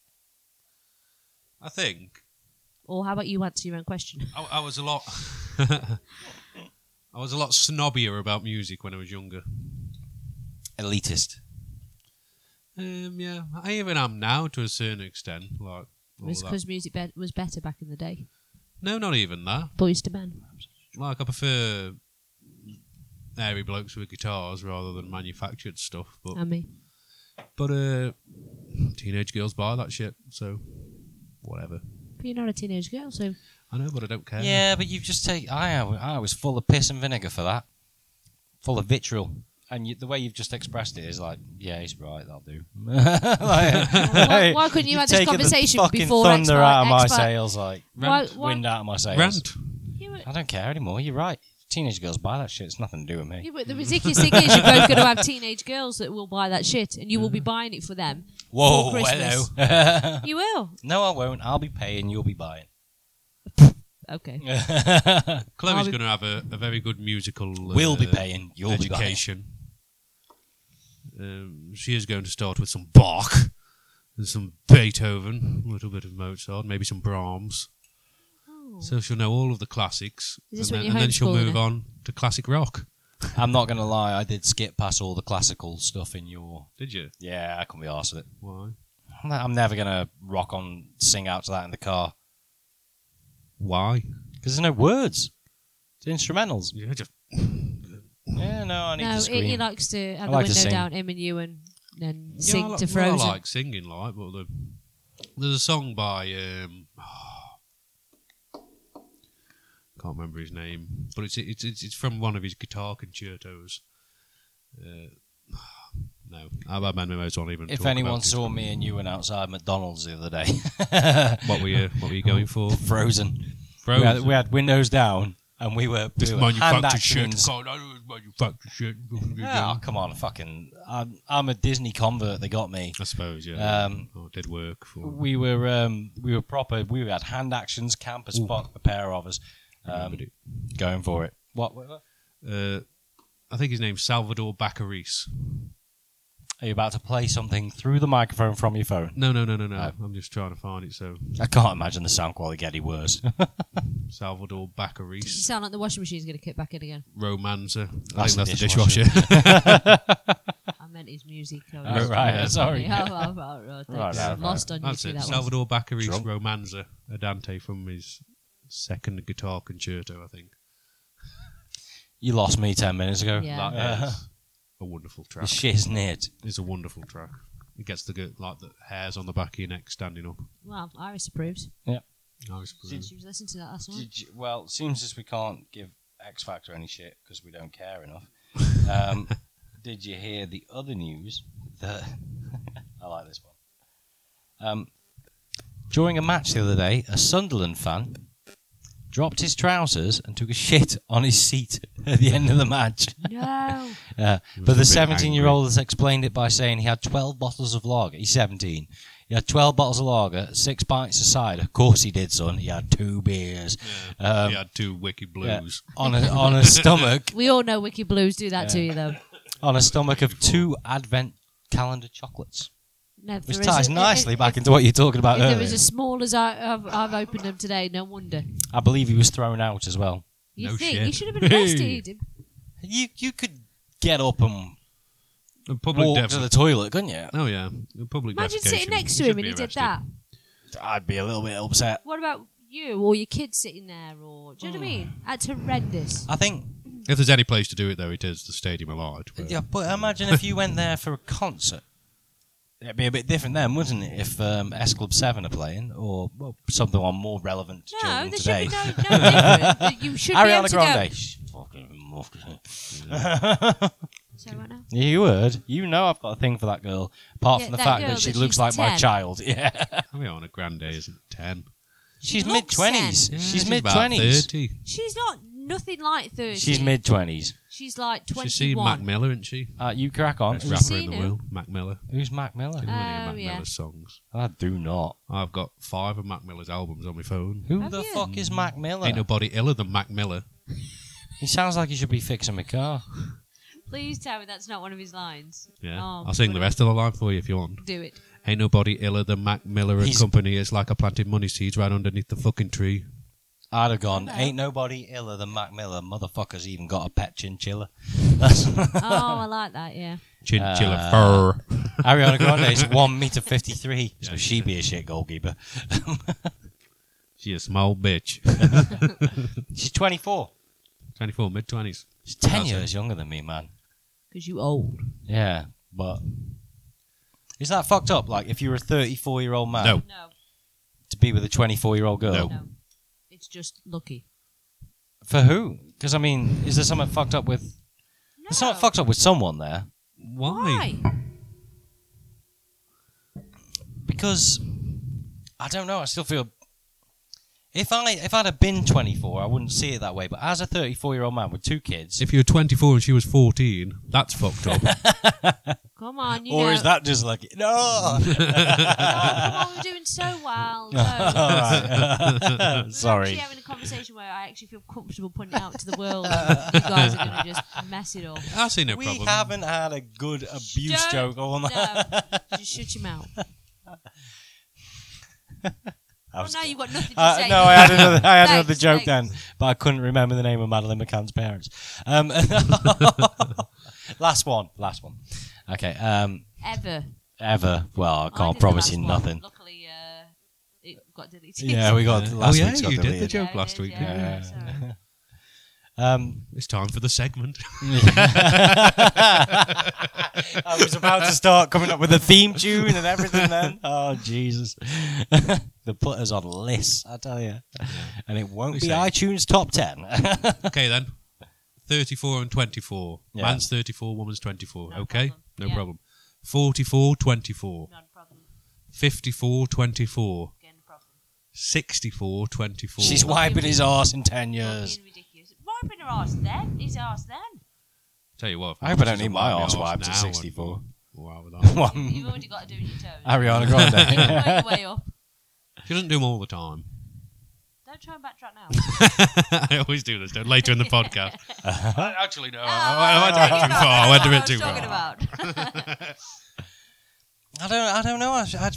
Speaker 2: I think
Speaker 3: or how about you answer your own question?
Speaker 2: I, I was a lot. I was a lot snobbier about music when I was younger.
Speaker 1: Elitist.
Speaker 2: Um, yeah, I even am now to a certain extent. Like, all
Speaker 3: It's
Speaker 2: that.
Speaker 3: because music be- was better back in the day.
Speaker 2: no, not even that.
Speaker 3: Boys to men.
Speaker 2: Like, I prefer airy blokes with guitars rather than manufactured stuff. But
Speaker 3: I mean,
Speaker 2: but uh, teenage girls buy that shit, so whatever.
Speaker 3: but you're not a teenage girl, so
Speaker 2: I know, but I don't care.
Speaker 1: Yeah, but you've just taken. I, I was full of piss and vinegar for that, full of vitriol. And you, the way you've just expressed it is like, yeah, he's right. That'll do. Like,
Speaker 3: why- why couldn't you
Speaker 1: you've
Speaker 3: have this
Speaker 1: taken the
Speaker 3: conversation
Speaker 1: fucking
Speaker 3: before
Speaker 1: Thunder
Speaker 3: X-Fi-
Speaker 1: out of my
Speaker 3: X-Fi-
Speaker 1: sails, like
Speaker 3: why,
Speaker 2: Rant.
Speaker 3: why,
Speaker 1: wind out of my sails.
Speaker 2: Rant.
Speaker 3: you were-
Speaker 1: I don't care anymore. You're right. Teenage girls buy that shit. It's nothing to do with me.
Speaker 3: Yeah, but the ridiculous thing is, you're both going to have teenage girls that will buy that shit, and you will be buying it for them.
Speaker 1: Whoa,
Speaker 3: Before Christmas.
Speaker 1: hello.
Speaker 3: You will.
Speaker 1: no, I won't. I'll be paying. You'll be buying.
Speaker 3: Okay.
Speaker 2: Chloe's
Speaker 3: I'll be-
Speaker 2: going to have a, a very good musical. Uh,
Speaker 1: we'll be paying. You'll be buying.
Speaker 2: education. Um, she is going to start with some Bach and some Beethoven, a little bit of Mozart, maybe some Brahms.
Speaker 3: Oh.
Speaker 2: So she'll know all of the classics,
Speaker 3: Is this
Speaker 2: and,
Speaker 3: when
Speaker 2: then,
Speaker 3: you're
Speaker 2: and then she'll
Speaker 3: homeschooling
Speaker 2: move
Speaker 3: her?
Speaker 2: on to classic rock.
Speaker 1: I'm not gonna lie. I did skip past all the classical stuff in your.
Speaker 2: Did you?
Speaker 1: Yeah, I couldn't be arsed with it.
Speaker 2: Why?
Speaker 1: I'm not- I'm never gonna rock on, sing out to that in the car
Speaker 2: Why?
Speaker 1: because there's no words. It's instrumentals.
Speaker 2: Yeah, just
Speaker 1: Yeah, no, I need
Speaker 3: no,
Speaker 1: to
Speaker 3: he,
Speaker 1: scream.
Speaker 3: he likes to have
Speaker 1: I
Speaker 3: the
Speaker 1: like to
Speaker 3: window
Speaker 1: sing.
Speaker 3: down, him and you, and then
Speaker 2: yeah,
Speaker 3: sing
Speaker 2: I li-
Speaker 3: to
Speaker 2: well,
Speaker 3: Frozen.
Speaker 2: I like singing, like, but the, there's a song by um, can't remember his name, but it's it's it's, it's from one of his guitar concertos. Uh, no, I bad my memos on even.
Speaker 1: if
Speaker 2: talk
Speaker 1: anyone
Speaker 2: about it.
Speaker 1: saw me and you and outside McDonald's the other day,
Speaker 2: what were you what were you going for?
Speaker 1: frozen.
Speaker 2: Bro,
Speaker 1: We, had, we had windows down and we were,
Speaker 2: this
Speaker 1: we were hand
Speaker 2: manufactured shit.
Speaker 1: actions.
Speaker 2: God, I know it's manufactured shit.
Speaker 1: Oh, come on, fucking! I'm, I'm a Disney convert. They got me.
Speaker 2: I suppose, yeah.
Speaker 1: Um,
Speaker 2: oh, it did work for.
Speaker 1: We were um, we were proper. We had hand actions. Campus
Speaker 2: Ooh.
Speaker 1: spot a pair of us um,
Speaker 2: Remembered
Speaker 1: going for it. What, what, what?
Speaker 2: it. Uh, I think his name's Salvador Bacarice.
Speaker 1: Are you about to play something through the microphone from your phone?
Speaker 2: No, no, no, no, no.
Speaker 1: Oh.
Speaker 2: I'm just trying to find it. So
Speaker 1: I can't imagine the sound quality getting worse.
Speaker 2: Salvador
Speaker 3: You
Speaker 2: Bacarice,
Speaker 3: sound like the washing machine's going to kick back in again.
Speaker 2: Romancer. I
Speaker 1: That's
Speaker 2: think that's
Speaker 1: the
Speaker 2: the
Speaker 1: dishwasher.
Speaker 2: dishwasher.
Speaker 3: I meant his music. I
Speaker 1: oh,
Speaker 3: was-
Speaker 1: right,
Speaker 2: yeah.
Speaker 1: sorry.
Speaker 3: Yeah, well, well, well,
Speaker 1: Right,
Speaker 3: oh, thanks.
Speaker 1: right,
Speaker 3: Lost on you
Speaker 2: that's
Speaker 3: through
Speaker 2: it.
Speaker 3: that one.
Speaker 2: Salvador Bacarice,
Speaker 1: Drunk.
Speaker 2: Romanza Adante from his second guitar concerto, I think.
Speaker 1: You lost me ten minutes ago.
Speaker 3: Yeah.
Speaker 2: That is
Speaker 1: Uh,
Speaker 2: a wonderful track.
Speaker 1: The shit's knit.
Speaker 2: It's a wonderful track. It gets the good, like the hairs on the back of your neck standing up.
Speaker 3: Well, Iris approves.
Speaker 2: I was
Speaker 1: Did
Speaker 3: She was listening to that last night.
Speaker 1: Well, seems as we can't give X Factor any shit because we don't care enough. Um, did you hear the other news? That I like this one. Um, during a match the other day, a Sunderland fan dropped his trousers and took a shit on his seat at the end of the match.
Speaker 3: No.
Speaker 1: Uh,
Speaker 2: He was
Speaker 1: but
Speaker 2: a
Speaker 1: the
Speaker 2: bit
Speaker 1: 17 year old has explained it by saying he had 12 bottles of lager. He's 17. He had 12 bottles of lager, six pints of cider. Of course he did, son. He had two beers.
Speaker 2: yeah.
Speaker 1: Um,
Speaker 2: he had two wicked blues.
Speaker 1: on a on a stomach
Speaker 3: We all know Wiki Blues do that
Speaker 1: Yeah.
Speaker 3: to you, though.
Speaker 1: on a stomach of two Advent calendar chocolates,
Speaker 3: No, if
Speaker 1: which
Speaker 3: there is
Speaker 1: ties
Speaker 3: a-
Speaker 1: nicely
Speaker 3: if-
Speaker 1: back
Speaker 3: if,
Speaker 1: into what you're talking
Speaker 3: If
Speaker 2: Uh,
Speaker 1: about
Speaker 3: there
Speaker 1: earlier.
Speaker 3: was as small as I, I've, I've opened them today, no wonder.
Speaker 1: I believe he was thrown out as well.
Speaker 3: You
Speaker 2: No
Speaker 3: think
Speaker 2: shit.
Speaker 3: you should have been arrested?
Speaker 1: You you could get up and
Speaker 2: A public
Speaker 1: walk
Speaker 2: def-
Speaker 1: to the toilet, couldn't you?
Speaker 2: Oh yeah, A public.
Speaker 3: Imagine
Speaker 2: defecation.
Speaker 3: sitting next to
Speaker 2: should
Speaker 3: him
Speaker 2: be
Speaker 3: and he did
Speaker 2: arrested.
Speaker 3: that.
Speaker 1: I'd be a little bit upset.
Speaker 3: What about you or your kids sitting there? Or do you know what I mean? That's horrendous.
Speaker 1: I think.
Speaker 2: If there's any place to do it, though, it is the Stadium of Light. where-
Speaker 1: Yeah, but imagine if you went there for a concert. It'd be a bit different then, wouldn't it? If um, S Club Seven are playing, or well, something on more relevant to
Speaker 3: No,
Speaker 1: children
Speaker 3: there
Speaker 1: today.
Speaker 3: should be no, no different. You should be able
Speaker 1: Ariana
Speaker 3: to
Speaker 1: Grande. Shh, fucking muff.
Speaker 3: So right now.
Speaker 1: You would. You know I've got a thing for that girl. Apart
Speaker 3: Yeah,
Speaker 1: from the
Speaker 3: that
Speaker 1: fact
Speaker 3: girl
Speaker 1: that she
Speaker 3: that
Speaker 1: looks
Speaker 3: she's
Speaker 1: like my
Speaker 3: 10.
Speaker 1: child. Yeah.
Speaker 2: We are on a grand day, isn't it? Ten.
Speaker 1: She's
Speaker 3: looks
Speaker 1: mid twenties.
Speaker 3: 10.
Speaker 1: she's
Speaker 2: about
Speaker 1: mid twenties.
Speaker 2: Thirty.
Speaker 3: She's not nothing like thirty.
Speaker 1: She's mid twenties.
Speaker 3: She's like
Speaker 2: She's seen Mac
Speaker 3: twenty-one.
Speaker 2: Miller, isn't she?
Speaker 1: Uh, you crack on.
Speaker 2: Best
Speaker 1: Who's-
Speaker 2: rapper in
Speaker 3: seen
Speaker 2: the
Speaker 3: her?
Speaker 2: world, Mac Miller.
Speaker 1: Who's Mac
Speaker 2: Been
Speaker 1: Miller?
Speaker 2: one of
Speaker 3: Oh,
Speaker 2: Mac
Speaker 3: yeah.
Speaker 2: Miller's songs.
Speaker 1: I do not.
Speaker 2: I've got five of Mac Miller's albums on my phone.
Speaker 1: Who
Speaker 3: Have
Speaker 1: the
Speaker 3: you?
Speaker 1: fuck is Mac Miller?
Speaker 2: Ain't nobody iller than Mac Miller.
Speaker 1: He sounds like he should be fixing a car.
Speaker 3: Please tell me that's not one of his lines.
Speaker 2: Yeah,
Speaker 3: Oh,
Speaker 2: I'll sing the
Speaker 3: but-
Speaker 2: rest of the line for you if you want.
Speaker 3: Do it.
Speaker 2: Ain't nobody iller than Mac Miller and
Speaker 1: He's-
Speaker 2: Company. It's like I planted money seeds right underneath the fucking tree.
Speaker 1: I'd have gone.
Speaker 3: Hello.
Speaker 1: Ain't nobody iller than Mac Miller. Motherfucker's even got a pet chinchilla. That's
Speaker 3: Oh, I like that. Yeah.
Speaker 2: Chinchilla
Speaker 1: Uh,
Speaker 2: fur.
Speaker 1: Ariana Grande is one meter fifty three, so
Speaker 2: Yeah.
Speaker 1: she'd be a shit goalkeeper.
Speaker 2: She a small bitch.
Speaker 1: She's twenty four.
Speaker 2: 24, mid 20s.
Speaker 1: She's ten
Speaker 2: That's it.
Speaker 1: years younger than me, man.
Speaker 3: Because you old.
Speaker 1: Yeah, but is that fucked up? Like, if you're a 34 year old man,
Speaker 2: No.
Speaker 3: No.
Speaker 1: to be with a 24 year old girl,
Speaker 2: No.
Speaker 3: No. It's just lucky.
Speaker 1: for who? Because I mean, is there something fucked up with?
Speaker 3: No.
Speaker 1: It's not fucked up with someone there
Speaker 2: Why?
Speaker 1: because I don't know. I still feel if I if I'd have been 24, I wouldn't see it that way. But as a 34 year old man with two kids,
Speaker 2: If you were 24 and she was 14, that's fucked up.
Speaker 3: Come on, you
Speaker 1: or
Speaker 3: know.
Speaker 1: is that just like no?
Speaker 3: Oh, come on, we're doing so well. No.
Speaker 1: Alright.
Speaker 3: We're
Speaker 1: Sorry.
Speaker 3: actually having a conversation where I actually feel comfortable pointing out to the world. and you guys are going to just mess it up.
Speaker 2: I see no
Speaker 1: we
Speaker 2: problem.
Speaker 1: haven't had a good abuse
Speaker 3: Don't-
Speaker 1: joke all night.
Speaker 3: No, just shut your mouth.
Speaker 1: I
Speaker 3: Oh,
Speaker 1: was
Speaker 3: now you've got nothing to
Speaker 1: Uh,
Speaker 3: say.
Speaker 1: no, I had another, I had another
Speaker 3: Thanks,
Speaker 1: joke
Speaker 3: thanks.
Speaker 1: then, but I couldn't remember the name of Madeline McCann's parents. Um, last one, last one. Okay. Um,
Speaker 3: Ever.
Speaker 1: ever. Well, I
Speaker 3: I
Speaker 1: can't
Speaker 3: did the
Speaker 1: promise
Speaker 3: last
Speaker 1: you
Speaker 3: one.
Speaker 1: nothing.
Speaker 3: Luckily, uh, it got deleted.
Speaker 1: Yeah, we got
Speaker 2: Yeah.
Speaker 1: last
Speaker 2: Oh, yeah,
Speaker 1: week's got
Speaker 2: you did the
Speaker 1: deleted.
Speaker 2: joke
Speaker 3: Yeah, it
Speaker 2: last
Speaker 3: is,
Speaker 2: week,
Speaker 3: Yeah,
Speaker 1: didn't you?
Speaker 3: it's all right.
Speaker 1: Um,
Speaker 2: It's time for the segment.
Speaker 1: I was about to start coming up with a theme tune and everything. Then, oh Jesus, the putter's on lists, I tell you, and it won't
Speaker 2: We
Speaker 1: be
Speaker 2: say.
Speaker 1: iTunes top ten.
Speaker 2: okay, then. 34 and 24.
Speaker 1: Yeah.
Speaker 2: Man's 34, woman's 24.
Speaker 3: No
Speaker 2: okay?
Speaker 3: problem.
Speaker 2: No
Speaker 3: Yeah.
Speaker 2: problem. 44, 24.
Speaker 3: Not a problem.
Speaker 2: 54, 24.
Speaker 3: Again, a problem.
Speaker 2: 64, 24.
Speaker 1: She's wiping his arse in ten years.
Speaker 3: Fucking ridiculous. Wiping her arse then. His arse then.
Speaker 2: Tell you what. if
Speaker 1: I hope I don't
Speaker 2: she's
Speaker 1: need
Speaker 2: on
Speaker 1: my arse
Speaker 2: arse
Speaker 1: wiped
Speaker 2: now
Speaker 1: at 64.
Speaker 2: and- Wow, with that.
Speaker 1: One
Speaker 3: You've already got to do your toes.
Speaker 1: Ariana
Speaker 3: Work
Speaker 1: Grande.
Speaker 3: your way up.
Speaker 2: she doesn't do them all the time.
Speaker 3: Don't try and backtrack now.
Speaker 2: I always do this, don't Later in the podcast. Actually, no. Oh, I,
Speaker 3: Ah,
Speaker 2: I went a bit too
Speaker 1: Oh.
Speaker 3: that's
Speaker 2: far. I went a bit
Speaker 3: what
Speaker 2: too
Speaker 3: was talking
Speaker 2: far.
Speaker 3: about.
Speaker 1: I don't. I don't know. I. I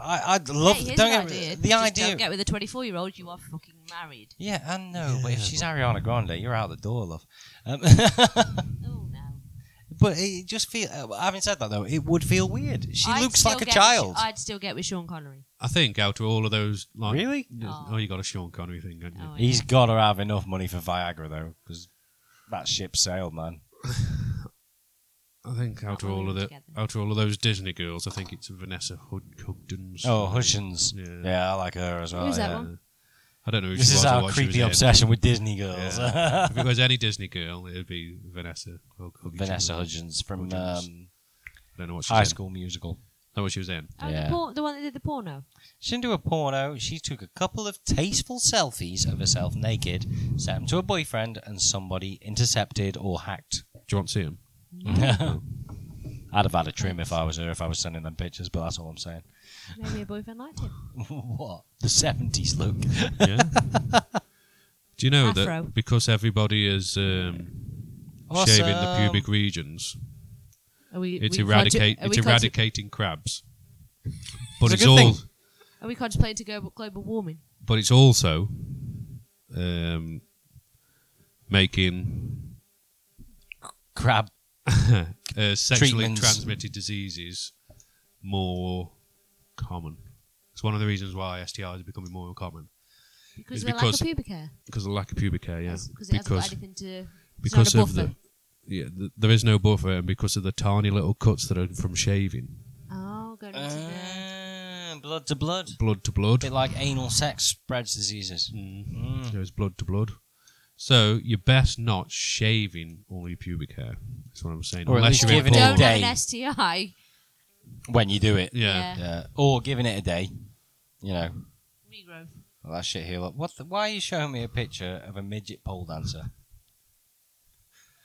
Speaker 1: I, I'd love.
Speaker 3: Hey, here's
Speaker 1: don't
Speaker 3: an
Speaker 1: get
Speaker 3: idea.
Speaker 1: the
Speaker 3: Just
Speaker 1: idea.
Speaker 3: Don't get with a 24 year old, you are fucking married.
Speaker 1: yeah, I know. But mm. if she's Ariana Grande, you're out the door, love. Um,
Speaker 3: Oh, no.
Speaker 1: but it just feel. uh, Having said that, though, it would feel weird. She
Speaker 3: I'd
Speaker 1: looks
Speaker 3: still
Speaker 1: like a
Speaker 3: get with-
Speaker 1: child.
Speaker 3: I'd still get with Sean Connery.
Speaker 2: I think out of all of those, like,
Speaker 1: really?
Speaker 2: Oh.
Speaker 3: Oh.
Speaker 2: you got a Sean Connery thing, don't you?
Speaker 3: Oh,
Speaker 1: He's got to have enough money for Viagra though, because that ship sailed, man.
Speaker 3: Oh,
Speaker 2: I think out of
Speaker 3: when we
Speaker 2: all of
Speaker 3: were
Speaker 2: the,
Speaker 3: together.
Speaker 2: out of all of those Disney girls, I think it's Vanessa Hud- Hudgens.
Speaker 1: Oh, Hutchins. Yeah.
Speaker 2: Yeah.
Speaker 1: I like her as well.
Speaker 3: Who's that
Speaker 1: Oh, yeah.
Speaker 3: one?
Speaker 2: I don't know. Who
Speaker 1: This
Speaker 2: she
Speaker 1: is
Speaker 2: was or
Speaker 1: our
Speaker 2: what she was
Speaker 1: creepy
Speaker 2: in.
Speaker 1: obsession with Disney girls.
Speaker 2: Yeah. if it was any Disney girl, it would be Vanessa. Hug- Hudgens.
Speaker 1: Vanessa Hudgens from
Speaker 2: Hudgens.
Speaker 1: Um,
Speaker 2: I don't know what she's
Speaker 1: High
Speaker 2: in.
Speaker 1: School Musical.
Speaker 2: Not what she was in.
Speaker 3: Oh,
Speaker 1: Yeah.
Speaker 3: the, por- the one that did the porno.
Speaker 1: She didn't do a porno. She took a couple of tasteful selfies of herself naked, sent them to her boyfriend, and somebody intercepted or hacked.
Speaker 2: Do you want to see him?
Speaker 1: I'd have had a trim if I was her, if I was sending them pictures, but that's all I'm saying.
Speaker 3: Maybe her boyfriend liked him.
Speaker 1: what? The 70s look.
Speaker 2: Yeah. Do you know
Speaker 3: Afro.
Speaker 2: that because everybody is um, shaving the
Speaker 1: Awesome.
Speaker 2: pubic regions,
Speaker 3: Are we,
Speaker 2: it's
Speaker 3: we conti-
Speaker 2: eradicate
Speaker 3: are we
Speaker 2: it's
Speaker 3: conti-
Speaker 2: eradicating crabs. But
Speaker 1: a
Speaker 2: it's,
Speaker 1: good
Speaker 2: all
Speaker 1: thing.
Speaker 3: Are we contemplating to go global warming?
Speaker 2: but it's also um, making
Speaker 1: Crab.
Speaker 2: uh, sexually
Speaker 1: Treatments.
Speaker 2: transmitted diseases more common. It's one of the reasons why STIs are becoming more common
Speaker 3: Because
Speaker 2: It's
Speaker 3: we're
Speaker 2: because-
Speaker 3: like a pubic hair.
Speaker 2: because of lack of pubic hair. Yeah,
Speaker 3: Because it hasn't got anything to. it's not
Speaker 2: because
Speaker 3: a
Speaker 2: of the
Speaker 3: buffer.
Speaker 2: yeah, th- there is no buffer, and because of the tiny little cuts that are from shaving,
Speaker 3: Oh, going into the.
Speaker 1: Uh, blood to blood.
Speaker 2: blood to blood.
Speaker 1: bit like anal sex spreads diseases.
Speaker 2: Mm.
Speaker 1: Mm.
Speaker 2: There's blood to blood. So you're best not shaving all your pubic hair. That's what I'm saying.
Speaker 1: Or at
Speaker 2: Unless
Speaker 1: least
Speaker 2: you're in
Speaker 1: giving it
Speaker 2: Poland.
Speaker 3: Don't have
Speaker 1: day.
Speaker 3: an STI.
Speaker 1: when you do it.
Speaker 2: Yeah.
Speaker 3: Yeah.
Speaker 1: Yeah. Or giving it a day. You know,
Speaker 3: Regrowth.
Speaker 1: well, that shit here. Look, what? The, why are you showing me a picture of a midget pole dancer?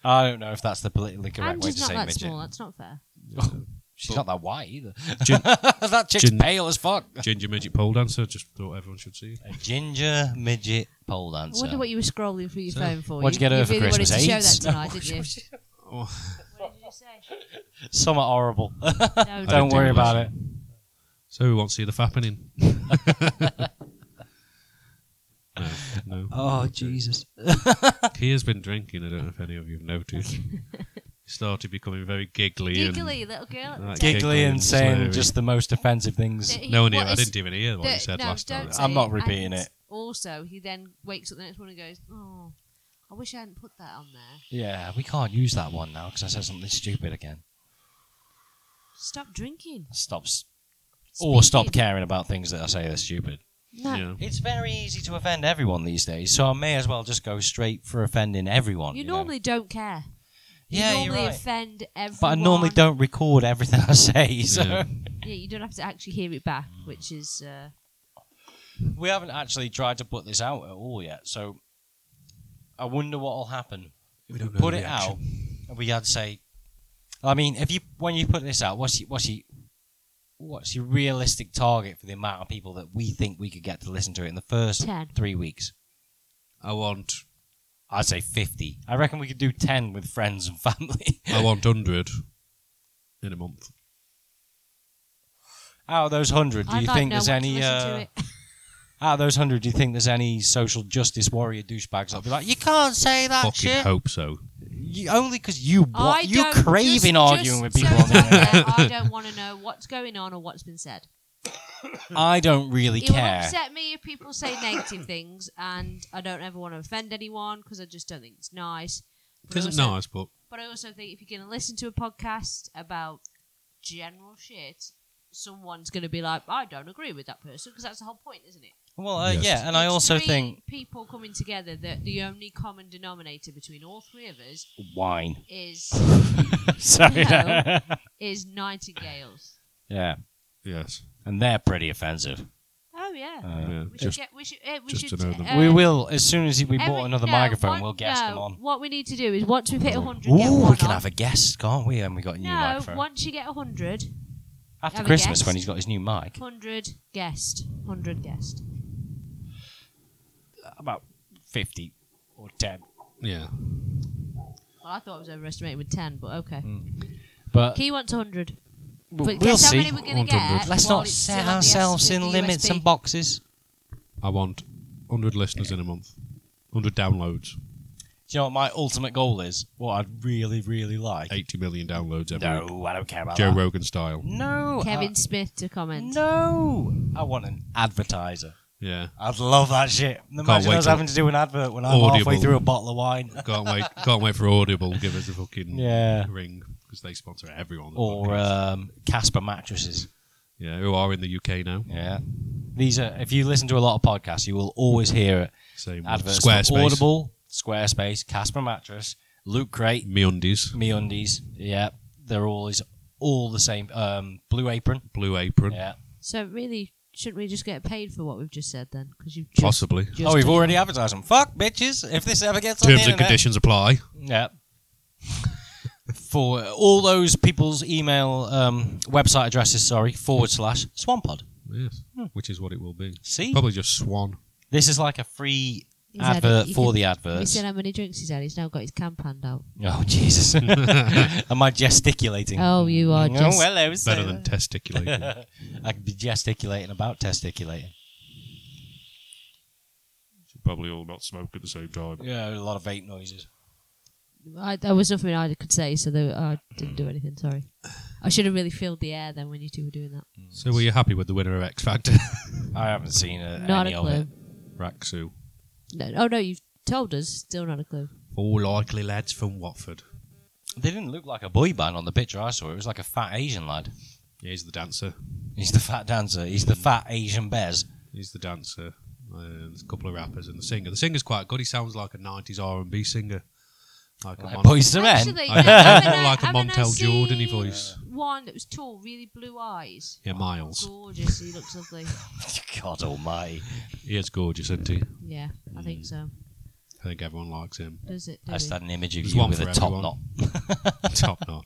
Speaker 1: I don't know if that's the politically correct way
Speaker 3: Angie's
Speaker 1: to
Speaker 3: not
Speaker 1: say
Speaker 3: that
Speaker 1: midget.
Speaker 3: small. That's not fair.
Speaker 1: She's not that white either.
Speaker 2: Gin-
Speaker 1: that chick's
Speaker 2: gin-
Speaker 1: pale as fuck.
Speaker 2: Ginger midget pole dancer. Just thought everyone should see.
Speaker 1: A ginger midget pole
Speaker 3: I
Speaker 1: dancer.
Speaker 3: wonder what you were scrolling through your
Speaker 2: So,
Speaker 3: phone for.
Speaker 1: what'd you get her for
Speaker 3: really wanted
Speaker 1: Christmas?
Speaker 3: to show
Speaker 1: AIDS?
Speaker 3: that tonight, didn't you?
Speaker 2: Oh,
Speaker 3: What did you say?
Speaker 1: Some are horrible.
Speaker 3: No,
Speaker 2: don't
Speaker 1: Don't worry
Speaker 2: think it was.
Speaker 1: about it.
Speaker 2: so we won't see the fapping no, no.
Speaker 1: Oh Jesus!
Speaker 2: Kia's been drinking. I don't know if any of you have noticed. he started becoming very giggly.
Speaker 3: giggly little girl.
Speaker 2: Right.
Speaker 3: Don't-
Speaker 1: Giggly and saying
Speaker 2: Slurry.
Speaker 1: just the most offensive things.
Speaker 3: don't-
Speaker 2: And no one
Speaker 3: what
Speaker 2: here. I
Speaker 3: is-
Speaker 2: didn't even hear what he
Speaker 3: don't-
Speaker 2: said
Speaker 3: no,
Speaker 2: last time.
Speaker 3: don't
Speaker 1: I'm
Speaker 3: say
Speaker 1: not repeating
Speaker 3: and
Speaker 1: it.
Speaker 3: Also, he then wakes up the next morning and goes, "Oh, I wish I hadn't put that on there.
Speaker 1: Yeah, we can't use that one now because I said something stupid again.
Speaker 3: Stop drinking."
Speaker 1: Stops or stop
Speaker 3: Speaking.
Speaker 1: caring about things that I say are stupid.
Speaker 3: No,
Speaker 2: Yeah.
Speaker 1: It's very easy to offend everyone these days, so I may as well just go straight for offending everyone.
Speaker 3: you,
Speaker 1: You, know?
Speaker 3: normally don't care. You
Speaker 1: yeah,
Speaker 3: normally
Speaker 1: you're right.
Speaker 3: offend everyone.
Speaker 1: but I normally don't record everything I say, so
Speaker 2: Yeah.
Speaker 3: Yeah, you don't have to actually hear it back, which is uh,
Speaker 1: we haven't actually tried to put this out at all yet. So I wonder what will happen.
Speaker 2: We don't know
Speaker 1: put
Speaker 2: the
Speaker 1: it
Speaker 2: reaction.
Speaker 1: out, and we had to say, I mean, if you when you put this out, what's your, what's your, what's your realistic target for the amount of people that we think we could get to listen to it in the first
Speaker 3: ten.
Speaker 1: three weeks?
Speaker 2: I want.
Speaker 1: I'd say fifty. I reckon we could do ten with friends and family.
Speaker 2: I want hundred in a month.
Speaker 1: out of those hundred, do
Speaker 3: I'd
Speaker 1: you
Speaker 3: like
Speaker 1: think
Speaker 3: no
Speaker 1: there's
Speaker 3: one to
Speaker 1: any?
Speaker 3: listen to
Speaker 1: Uh,
Speaker 3: it.
Speaker 1: out of those hundred, do you think there's any social justice warrior douchebags that'll be like, you can't say that
Speaker 2: Fucking
Speaker 1: shit?
Speaker 2: hope so.
Speaker 1: You, only because you
Speaker 3: I
Speaker 1: want, you
Speaker 3: don't- just-
Speaker 1: craving arguing
Speaker 3: just
Speaker 1: with
Speaker 3: so
Speaker 1: people on
Speaker 3: it's
Speaker 1: the
Speaker 3: out
Speaker 1: internet.
Speaker 3: there, I don't want to know what's going on or what's been said.
Speaker 1: I don't really
Speaker 3: It will
Speaker 1: care.
Speaker 3: upset me if people say negative things, and I don't ever want to offend anyone because I just don't think it's nice.
Speaker 2: It isn't
Speaker 3: also-
Speaker 2: nice, but
Speaker 3: But I also think if you're going to listen to a podcast about general shit, someone's going to be like, I don't agree with that person because that's the whole point, isn't it?
Speaker 1: Well, uh,
Speaker 2: Yes.
Speaker 1: yeah, and I
Speaker 3: It's
Speaker 1: also
Speaker 3: three
Speaker 1: think
Speaker 3: people coming together that the only common denominator between all three of us
Speaker 1: wine.
Speaker 3: is
Speaker 1: Sorry.
Speaker 3: No. is nightingales.
Speaker 1: yeah,
Speaker 2: yes,
Speaker 1: and they're pretty offensive.
Speaker 3: Oh yeah.
Speaker 1: Uh,
Speaker 2: yeah,
Speaker 3: We should
Speaker 2: just
Speaker 3: get. We should. Uh, we
Speaker 2: just
Speaker 3: should.
Speaker 2: to know them.
Speaker 3: uh,
Speaker 1: we will as soon as we
Speaker 3: every-
Speaker 1: bought another
Speaker 3: no,
Speaker 1: microphone.
Speaker 3: one-
Speaker 1: we'll guest them
Speaker 3: no,
Speaker 1: on.
Speaker 3: What we need to do is once we've hit hundred, get
Speaker 1: Ooh,
Speaker 3: one
Speaker 1: we can
Speaker 3: on.
Speaker 1: have a guest, can't we? And we got a new
Speaker 3: no,
Speaker 1: microphone
Speaker 3: once you get hundred,
Speaker 1: after
Speaker 3: have a
Speaker 1: Christmas
Speaker 3: guest.
Speaker 1: when he's got his new mic.
Speaker 3: hundred guest, hundred guest.
Speaker 1: About fifty or ten.
Speaker 2: yeah.
Speaker 3: Well, I thought I was overestimating with ten, but okay.
Speaker 1: Hmm. But
Speaker 3: He wants hundred.
Speaker 1: we'll,
Speaker 3: but guess
Speaker 1: we'll
Speaker 3: how
Speaker 1: see.
Speaker 3: many we're gonna
Speaker 2: 100.
Speaker 3: get.
Speaker 1: Let's
Speaker 3: while
Speaker 1: not
Speaker 3: it's
Speaker 1: set
Speaker 3: still on the
Speaker 1: ourselves
Speaker 3: S-
Speaker 1: in
Speaker 3: the
Speaker 1: limits
Speaker 3: USB.
Speaker 1: and boxes.
Speaker 2: I want hundred listeners in a month, hundred downloads,
Speaker 1: Do you know what my ultimate goal is? What I'd really, really like.
Speaker 2: eighty million downloads every week,
Speaker 1: No, I don't care about
Speaker 2: Joe
Speaker 1: that.
Speaker 2: Rogan style.
Speaker 1: No, I-
Speaker 3: Kevin Smith to comment.
Speaker 1: Uh, No, I want an advertiser.
Speaker 2: Yeah,
Speaker 1: I'd love that shit. Imagine
Speaker 2: wait
Speaker 1: us
Speaker 2: till-
Speaker 1: having to do an advert when I'm halfway
Speaker 2: Audible.
Speaker 1: through a bottle of wine.
Speaker 2: can't wait, can't wait for Audible. Give us a fucking
Speaker 1: Yeah.
Speaker 2: ring because they sponsor everyone.
Speaker 1: Or um, Casper mattresses.
Speaker 2: yeah, who are in the UK now?
Speaker 1: Yeah. These are, if you listen to a lot of podcasts, you will always hear
Speaker 2: Same one.
Speaker 1: adverts.
Speaker 2: Squarespace,
Speaker 1: for Audible, Squarespace, Casper mattress, Loot Crate,
Speaker 2: MeUndies,
Speaker 1: MeUndies. Yeah. They're always all the same. Um, Blue Apron.
Speaker 2: Blue Apron,
Speaker 1: Yeah.
Speaker 3: So really, shouldn't we just get paid for what we've just said then? Because you've just,
Speaker 2: possibly.
Speaker 3: just
Speaker 1: oh, we've
Speaker 3: done-
Speaker 1: already advertised them. Fuck, bitches. If this ever gets on the
Speaker 2: Terms and
Speaker 1: internet,
Speaker 2: conditions apply.
Speaker 1: Yeah. For all those people's email um, website addresses, sorry, forward slash swanpod.
Speaker 2: Yes,
Speaker 1: Hmm.
Speaker 2: which is what it will be.
Speaker 1: See?
Speaker 2: Probably just Swan.
Speaker 1: This is like a free
Speaker 3: he's had it.
Speaker 1: advert
Speaker 3: You
Speaker 1: for
Speaker 3: can-
Speaker 1: the
Speaker 3: Have you
Speaker 1: adverts.
Speaker 3: seen how many drinks he's had? He's now got his camp hand out.
Speaker 1: Oh, Jesus. Am I gesticulating?
Speaker 3: Oh, you are
Speaker 1: Oh,
Speaker 3: just.
Speaker 1: hello, sir.
Speaker 2: Better than testiculating.
Speaker 1: I could be gesticulating about testiculating.
Speaker 2: Should probably all not smoke at the same time.
Speaker 1: Yeah, a lot of vape noises.
Speaker 3: I, there was nothing I could say, so there, I didn't do anything. Sorry. I should have really filled the air then when you two were doing that.
Speaker 2: So were you happy with the winner of X Factor?
Speaker 1: I haven't seen uh,
Speaker 3: Not
Speaker 1: any
Speaker 3: a
Speaker 1: of it.
Speaker 3: clue.
Speaker 2: Raksu.
Speaker 3: No, oh no, you've told us. Still not a clue.
Speaker 2: Four likely lads from Watford.
Speaker 1: They didn't look like a boy band on the picture I saw. It was like a fat Asian lad.
Speaker 2: He's the dancer.
Speaker 1: He's the fat dancer. He's the fat Asian bears.
Speaker 2: He's the dancer. and there's a couple of rappers and the singer. The singer's quite good. He sounds like a '90s R&B singer, like a,
Speaker 1: Like
Speaker 2: Mon-
Speaker 1: boys to men.
Speaker 3: Actually,
Speaker 2: I-
Speaker 3: no, haven't I-
Speaker 2: like a
Speaker 3: haven't I
Speaker 2: Montel Jordan
Speaker 3: seen
Speaker 2: voice.
Speaker 3: One that was tall, really blue eyes.
Speaker 2: Yeah, Miles.
Speaker 3: Gorgeous. He looks lovely.
Speaker 1: God almighty.
Speaker 2: He is gorgeous, isn't he?
Speaker 3: Yeah, I
Speaker 1: Hmm.
Speaker 3: think so.
Speaker 2: I think everyone likes him.
Speaker 3: Does it?
Speaker 1: I just
Speaker 3: do we?
Speaker 1: had an image of
Speaker 2: There's
Speaker 1: you
Speaker 2: one
Speaker 1: with a
Speaker 2: for
Speaker 1: top
Speaker 2: everyone.
Speaker 1: knot.
Speaker 2: top knot.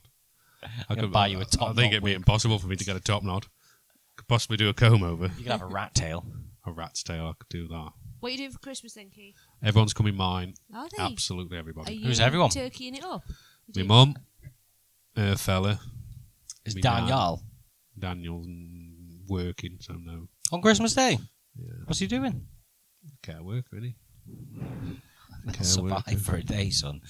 Speaker 2: I
Speaker 1: gonna buy you a top
Speaker 2: I think
Speaker 1: knot
Speaker 2: it'd be impossible for me to get a top knot. Could possibly do a comb over.
Speaker 1: You could have a rat tail.
Speaker 2: A rat's tail. I could do that.
Speaker 3: What are you doing for Christmas then, Keith?
Speaker 2: Everyone's coming mine.
Speaker 3: Are they?
Speaker 2: Absolutely
Speaker 3: Are
Speaker 2: everybody.
Speaker 3: you
Speaker 1: Who's everyone?
Speaker 3: Turkeying it up.
Speaker 2: My mum, her fella,
Speaker 1: It's
Speaker 2: Me
Speaker 1: Dan
Speaker 2: dad.
Speaker 1: Jarl.
Speaker 2: Daniel's mm, working, so no
Speaker 1: On Christmas Day.
Speaker 2: Yeah.
Speaker 1: What's he doing?
Speaker 2: care worker, really.
Speaker 1: Survive for a day, son.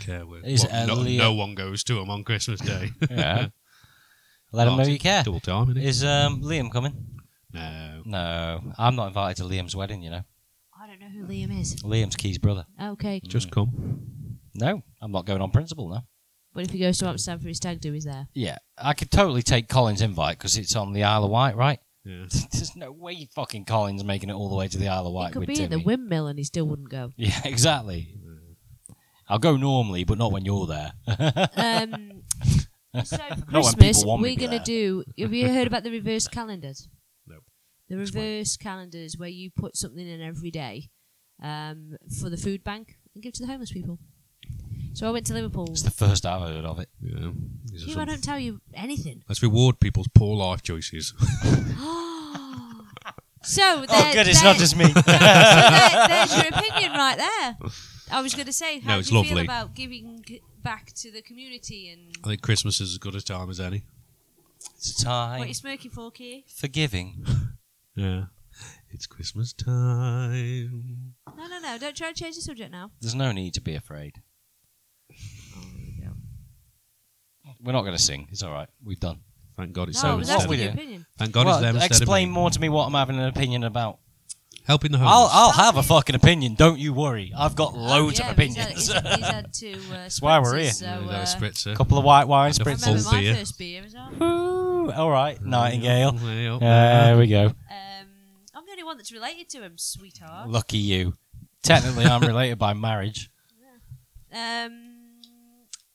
Speaker 2: Care worker.
Speaker 1: Is
Speaker 2: What, no,
Speaker 1: Elliot-
Speaker 2: no one goes to him on Christmas Day.
Speaker 1: yeah. Let him know
Speaker 2: Party.
Speaker 1: you care.
Speaker 2: Double time, innit?
Speaker 1: Is um, Liam coming?
Speaker 2: No.
Speaker 1: No, I'm not invited to Liam's wedding. You know,
Speaker 3: I don't know who Liam is.
Speaker 1: Liam's Key's brother.
Speaker 3: Okay,
Speaker 2: Just come.
Speaker 1: No, I'm not going on principle. No.
Speaker 3: but if he goes to Amsterdam for his stag do, he's there.
Speaker 1: Yeah, I could totally take Colin's invite because it's on the Isle of Wight, right?
Speaker 2: Yeah.
Speaker 1: There's no way fucking Colin's making it all the way to the Isle of Wight
Speaker 3: he could
Speaker 1: with
Speaker 3: be at the
Speaker 1: Timmy.
Speaker 3: windmill and he still wouldn't go.
Speaker 1: yeah, exactly. I'll go normally, but not when you're there.
Speaker 3: Um, so for
Speaker 1: Not when
Speaker 3: Christmas,
Speaker 1: people want me
Speaker 3: we're
Speaker 1: to be
Speaker 3: going to
Speaker 1: there.
Speaker 3: do. Have you heard about the reverse calendars?
Speaker 2: Nope.
Speaker 3: The
Speaker 2: Explain.
Speaker 3: reverse calendars where you put something in every day um, for the food bank and give to the homeless people. So I went to Liverpool.
Speaker 1: It's the first I've heard of it.
Speaker 2: Yeah. These are
Speaker 3: You,
Speaker 2: some-
Speaker 3: I don't tell you anything.
Speaker 2: Let's reward people's poor life choices.
Speaker 3: So
Speaker 1: Oh,
Speaker 3: there-
Speaker 1: good, it's not
Speaker 3: there-
Speaker 1: just me.
Speaker 3: there- there's your opinion right there. I was going to say, how
Speaker 2: No, it's
Speaker 3: do you feel
Speaker 2: lovely.
Speaker 3: about giving c- back to the community and
Speaker 2: I think Christmas is as good a time as any.
Speaker 1: It's time
Speaker 3: what you're smoking for, Keir?
Speaker 1: for giving.
Speaker 2: Yeah. It's Christmas time.
Speaker 3: No, no, no! Don't try and change the subject now.
Speaker 1: There's no need to be afraid. We're not going to sing. It's all right. We've done.
Speaker 2: Thank God it's
Speaker 3: no,
Speaker 2: them
Speaker 3: it was
Speaker 2: instead
Speaker 1: what we
Speaker 3: asking
Speaker 2: of
Speaker 1: do.
Speaker 3: Oh, your opinion.
Speaker 2: Thank God
Speaker 1: Well,
Speaker 2: it's them instead of
Speaker 1: explain
Speaker 2: me.
Speaker 1: more to me Oh, what I'm having an opinion about.
Speaker 2: Helping the
Speaker 1: I'll,
Speaker 2: homeless.
Speaker 1: I'll have a fucking opinion. Don't you worry. I've got Oh, loads
Speaker 3: Oh, Yeah,
Speaker 1: of opinions.
Speaker 3: he's had- He's had, he's had two. Uh, That's
Speaker 1: why we're here.
Speaker 3: So,
Speaker 2: Yeah,
Speaker 3: uh,
Speaker 2: that was
Speaker 3: I
Speaker 1: a
Speaker 2: spritzer.
Speaker 1: couple of white wine
Speaker 2: Couple of
Speaker 1: spritzers.
Speaker 3: remember
Speaker 2: Full
Speaker 3: my
Speaker 2: beer.
Speaker 3: first beer was on.
Speaker 1: Ooh, all right.
Speaker 2: Way up,
Speaker 1: Nightingale. Uh,
Speaker 2: way up
Speaker 1: There
Speaker 2: Uh, there.
Speaker 1: we go.
Speaker 3: Um, I'm the only one that's related to him, sweetheart.
Speaker 1: Lucky you. Technically, I'm related by marriage.
Speaker 3: Um,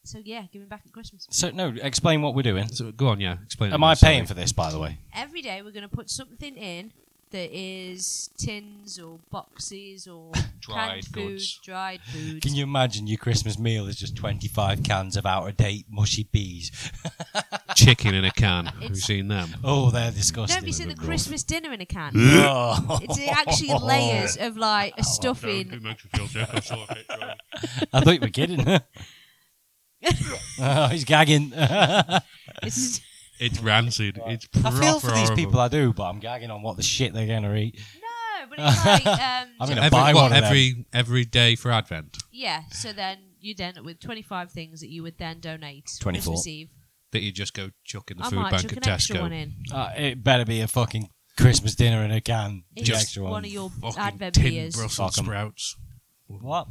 Speaker 3: so yeah, giving back at Christmas.
Speaker 1: So, no, explain what we're doing.
Speaker 2: So, go on, yeah. Explain. it
Speaker 1: Am
Speaker 2: now,
Speaker 1: I
Speaker 2: sorry.
Speaker 1: paying for this, by the way?
Speaker 3: Every day we're going to put something in that is tins or boxes or
Speaker 2: Dried
Speaker 3: canned food,
Speaker 2: goods.
Speaker 3: dried food.
Speaker 1: Can you imagine your Christmas meal is just 25 cans of out of date mushy peas?
Speaker 2: Chicken in a can. Have you
Speaker 3: It's-
Speaker 2: seen them?
Speaker 1: Oh, they're
Speaker 3: No,
Speaker 1: disgusting.
Speaker 3: have you seen the
Speaker 2: Rough.
Speaker 3: Christmas dinner in a can?
Speaker 1: Oh.
Speaker 3: it's actually layers of like a stuffing.
Speaker 2: makes me feel sick. I saw a picture of it.
Speaker 1: I thought you were kidding. oh, he's gagging. I
Speaker 3: It's
Speaker 2: It's rancid. It's proper
Speaker 1: feel for these
Speaker 2: horrible.
Speaker 1: people, I do, but I'm gagging on what the shit they're going to eat.
Speaker 3: no, but it's like um,
Speaker 1: I'm
Speaker 2: So
Speaker 1: gonna
Speaker 2: every,
Speaker 1: buy one
Speaker 2: what,
Speaker 1: of them.
Speaker 2: every every day for Advent
Speaker 3: Yeah. So then you'd end up with 25 things that you would then donate
Speaker 1: 24.
Speaker 3: Christmas Eve.
Speaker 2: that you just go chuck in the
Speaker 3: I
Speaker 2: food
Speaker 3: might
Speaker 2: bank
Speaker 3: chuck
Speaker 2: at
Speaker 3: an extra one
Speaker 2: Tesco.
Speaker 3: in.
Speaker 1: Uh, it better be a fucking Christmas dinner in a can. The
Speaker 3: It's
Speaker 1: extra one.
Speaker 3: one. of your
Speaker 2: Fucking
Speaker 3: advent
Speaker 2: tin
Speaker 3: beers.
Speaker 2: Brussels
Speaker 1: Fuck 'em.
Speaker 2: sprouts.
Speaker 1: What?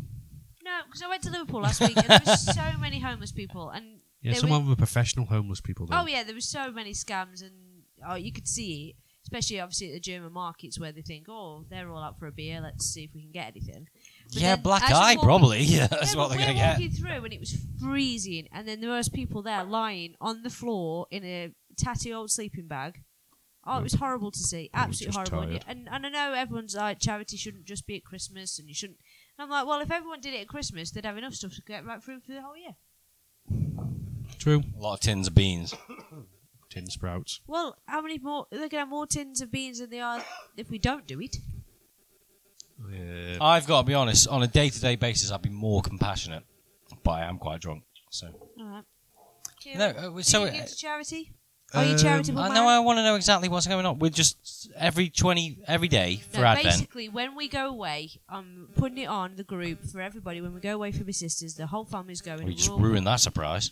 Speaker 3: No, because I went to Liverpool last week and there were so many homeless people and
Speaker 2: Yeah,
Speaker 3: They
Speaker 2: some
Speaker 3: were-
Speaker 2: of them are professional homeless people. Though.
Speaker 3: oh yeah, there were so many scams and oh you could see it, especially obviously at the German markets where they think oh they're all out for a beer, let's see if we can get anything. But
Speaker 1: yeah,
Speaker 3: then
Speaker 1: black
Speaker 3: as you
Speaker 1: eye,
Speaker 3: walk-
Speaker 1: probably. Yeah, that's
Speaker 3: No,
Speaker 1: what
Speaker 3: but
Speaker 1: they're going to
Speaker 3: we're
Speaker 1: get.
Speaker 3: walking through and it was freezing, and then there was people there lying on the floor in a tatty old sleeping bag. Oh, it was horrible to see,
Speaker 2: were
Speaker 3: absolutely
Speaker 2: just
Speaker 3: horrible. And,
Speaker 2: tired.
Speaker 3: and and I know everyone's like charity shouldn't just be at Christmas, and you shouldn't. And I'm like, well, if everyone did it at Christmas, they'd have enough stuff to get right through for the whole year.
Speaker 2: True.
Speaker 1: A lot of tins of beans.
Speaker 2: Tin sprouts.
Speaker 3: Well, how many more? They're gonna have more tins of beans than they are if we don't do it.
Speaker 2: Yeah.
Speaker 1: I've got to be honest, on a day to day basis, I'd be more compassionate, but I am quite drunk. So,
Speaker 3: All right. Kieran,
Speaker 1: No, uh,
Speaker 3: do
Speaker 1: so,
Speaker 3: you
Speaker 1: uh,
Speaker 3: give to charity? Are you
Speaker 2: um,
Speaker 3: charitable?
Speaker 1: I
Speaker 3: man?
Speaker 1: know I want to know exactly what's going on. We're just every 20, every day for
Speaker 3: No,
Speaker 1: Advent.
Speaker 3: basically, when we go away, I'm putting it on the group for everybody. When we go away for my sisters, the whole family's going.
Speaker 1: We just
Speaker 3: We're all-
Speaker 1: ruined that surprise.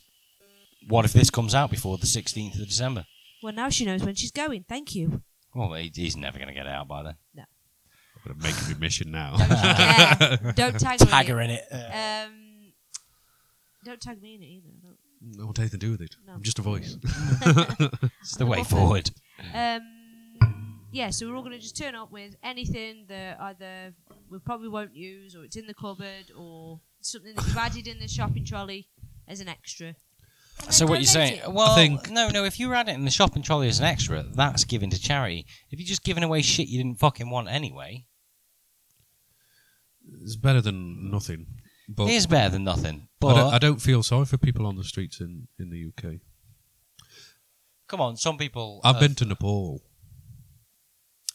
Speaker 1: What if this comes out before the 16th of December?
Speaker 3: Well, now she knows when she's going. Thank you.
Speaker 1: Well, he- he's never going to get it out by then.
Speaker 2: I'm gonna make a admission now.
Speaker 3: Don't, yeah, don't tag,
Speaker 1: Tag
Speaker 3: me.
Speaker 1: her in it. Uh,
Speaker 3: Um, don't tag me in it either. don't-
Speaker 2: I want anything to do with it.
Speaker 3: No.
Speaker 2: I'm just a voice.
Speaker 1: it's the way
Speaker 3: waffle.
Speaker 1: forward.
Speaker 3: Um, yeah, so we're all going to just turn up with anything that either we probably won't use, or it's in the cupboard, or something that you've added in the shopping trolley as an extra. And
Speaker 1: So
Speaker 3: then
Speaker 1: what you're
Speaker 3: donate
Speaker 1: saying?
Speaker 3: it.
Speaker 1: Well,
Speaker 2: think-
Speaker 1: no, no. If you were at it in the shopping trolley as an extra, that's giving to charity. If you're just giving away shit you didn't fucking want anyway,
Speaker 2: It's better than nothing. But
Speaker 1: it is better than nothing.
Speaker 2: I,
Speaker 1: But
Speaker 2: don't, I don't feel sorry for people on the streets in, in the UK.
Speaker 1: come on, some people.
Speaker 2: I've
Speaker 1: are-
Speaker 2: been to Nepal.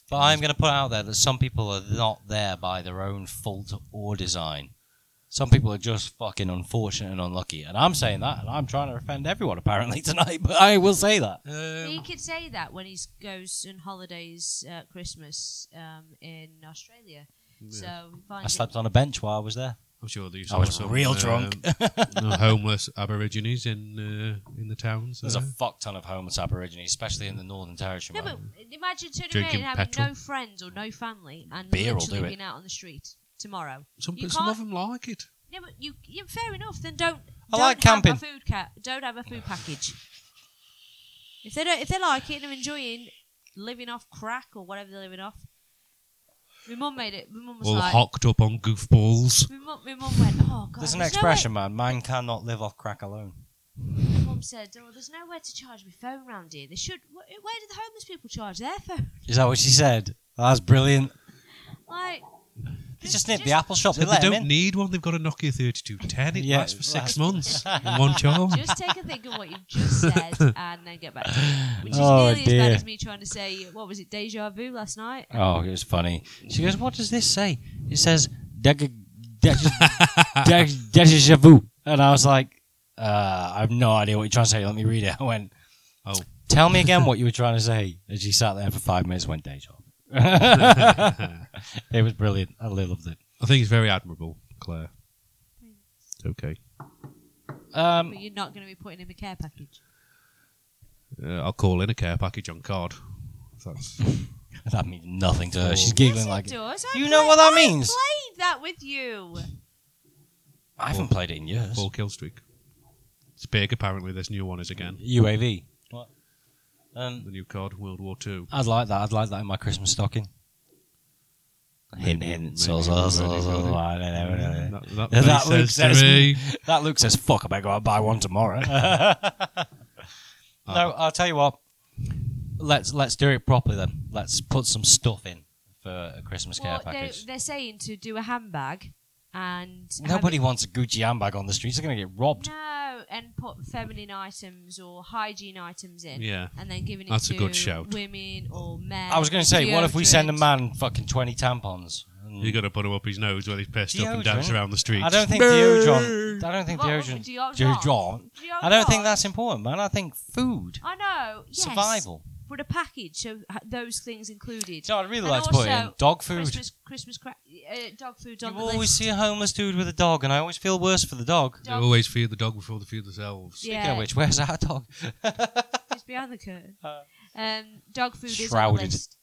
Speaker 1: But I'm going to put out there that some people are not there by their own fault or design. Some people are just fucking unfortunate and unlucky. And I'm saying that, and I'm trying to offend everyone apparently tonight. But I will say that. Um,
Speaker 3: he could say that when he goes on holidays at Christmas um, in Australia. So we find
Speaker 1: I slept on a bench while I was there.
Speaker 2: I'm sure these
Speaker 1: I
Speaker 2: are
Speaker 1: was
Speaker 2: some,
Speaker 1: real
Speaker 2: um,
Speaker 1: drunk.
Speaker 2: homeless Aborigines in uh, in the towns.
Speaker 1: There's
Speaker 2: uh,
Speaker 1: a fuck ton of homeless Aborigines, especially in the Northern Territory.
Speaker 3: No,
Speaker 1: man.
Speaker 3: but imagine turning around
Speaker 2: Drinking
Speaker 3: and having
Speaker 2: petrol.
Speaker 3: no friends or no family and
Speaker 1: Beer will
Speaker 3: literally
Speaker 1: do
Speaker 3: being out on the street tomorrow.
Speaker 2: some,
Speaker 3: you
Speaker 2: some of
Speaker 3: can't-
Speaker 2: them like it.
Speaker 3: Yeah, but you, yeah, fair enough. Then don't.
Speaker 1: I
Speaker 3: don't
Speaker 1: like camping.
Speaker 3: Have a food ca- don't have a food package. If they don't, if they like it and are enjoying living off crack or whatever they're living off. My mum made it. My mum was
Speaker 2: All
Speaker 3: like,
Speaker 2: hocked up on goofballs.
Speaker 3: my mum, my mum went, oh god.
Speaker 1: There's an
Speaker 3: no way-
Speaker 1: expression, man. Man cannot live off crack alone.
Speaker 3: my mum said, oh, there's nowhere to charge my phone round here. They should. Where, where do the homeless people charge their phone?
Speaker 1: Is that what she said? That's brilliant.
Speaker 3: Like,
Speaker 1: They just nipped the apple shop.
Speaker 2: So
Speaker 1: They
Speaker 2: they
Speaker 1: let 'em
Speaker 2: don't
Speaker 1: in.
Speaker 2: need one. They've got a Nokia 3210. It
Speaker 1: Yeah,
Speaker 2: lasts for six
Speaker 1: lasts-
Speaker 2: months. in one charge.
Speaker 3: Just take a think of what you've just said and then get back to it. Which is
Speaker 1: Oh,
Speaker 3: nearly as
Speaker 1: dear.
Speaker 3: bad as me trying to say, what was it, deja vu last night?
Speaker 1: Oh, it was funny. She goes, "What does this say?" It says "Deg- deg- deg- deja vu," and I was like, uh, "I have no idea what you're trying to say." Let me read it. I went,
Speaker 2: Oh.
Speaker 1: tell me again what you were trying to say." And she sat there for five minutes, and went deja. vu." it was brilliant. I loved it.
Speaker 2: I think it's very admirable, Claire. It's okay.
Speaker 1: Um,
Speaker 3: But you're not going to be putting in a care package.
Speaker 2: Uh, I'll call in a care package on card. If That's
Speaker 1: that means nothing to her.
Speaker 2: Yes,
Speaker 1: She's
Speaker 2: it
Speaker 1: giggling
Speaker 3: Yes, it
Speaker 1: like
Speaker 3: does. I
Speaker 1: You know
Speaker 3: play-
Speaker 1: what that
Speaker 3: I
Speaker 1: means?
Speaker 3: played that with you.
Speaker 1: I haven't played it in years.
Speaker 2: full kill streak. It's big, apparently, this new one is again.
Speaker 1: UAV. What? Um,
Speaker 2: The new card, World War Two.
Speaker 1: I'd like that. I'd like that in my Christmas stocking. Hint, hint. So,
Speaker 2: maybe
Speaker 1: so,
Speaker 2: already
Speaker 1: so, so,
Speaker 2: got it.
Speaker 1: I don't know, I don't know.
Speaker 2: That, that,
Speaker 1: Yeah, that
Speaker 2: face
Speaker 1: Luke
Speaker 2: says
Speaker 1: says-
Speaker 2: to me.
Speaker 1: That Luke says, fuck, I better go out and buy one tomorrow. no, I'll tell you what. Let's let's do it properly then. Let's put some stuff in for a Christmas care
Speaker 3: Well, they,
Speaker 1: package.
Speaker 3: they're saying to do a handbag and. have
Speaker 1: Nobody
Speaker 3: it-
Speaker 1: wants a Gucci handbag on the streets. They're going to get robbed.
Speaker 3: No, and put feminine items or hygiene items in.
Speaker 2: Yeah.
Speaker 3: And then giving it
Speaker 2: That's a
Speaker 3: to
Speaker 2: good shout.
Speaker 3: women or men.
Speaker 1: I was going to say, what if we send a
Speaker 3: deodorant.
Speaker 1: man fucking 20 tampons? And
Speaker 2: You got to put him up his nose when he's pissed up and dance
Speaker 1: Deodorant?
Speaker 2: around the streets.
Speaker 1: I don't think deodorant. I don't think
Speaker 3: What- what-
Speaker 1: deodorant.
Speaker 3: deodorant?
Speaker 1: Deodorant.
Speaker 3: Deodorant.
Speaker 1: I don't think that's important, man. I think food,
Speaker 3: I know. Yes.
Speaker 1: survival.
Speaker 3: With a package, so h- those things included.
Speaker 1: So I'd really
Speaker 3: And
Speaker 1: like to put it in
Speaker 3: also,
Speaker 1: dog food.
Speaker 3: Christmas, Christmas cra- uh, dog food's
Speaker 1: you
Speaker 3: on the
Speaker 1: always
Speaker 3: list.
Speaker 1: see a homeless dude with a dog, and I always feel worse for the dog.
Speaker 2: They always feed the dog before they feed themselves.
Speaker 3: Yeah.
Speaker 1: Speaking of which, where's our dog?
Speaker 3: It's behind the curtain.
Speaker 1: Uh,
Speaker 3: Um, dog food is on the
Speaker 1: shrouded.
Speaker 3: list.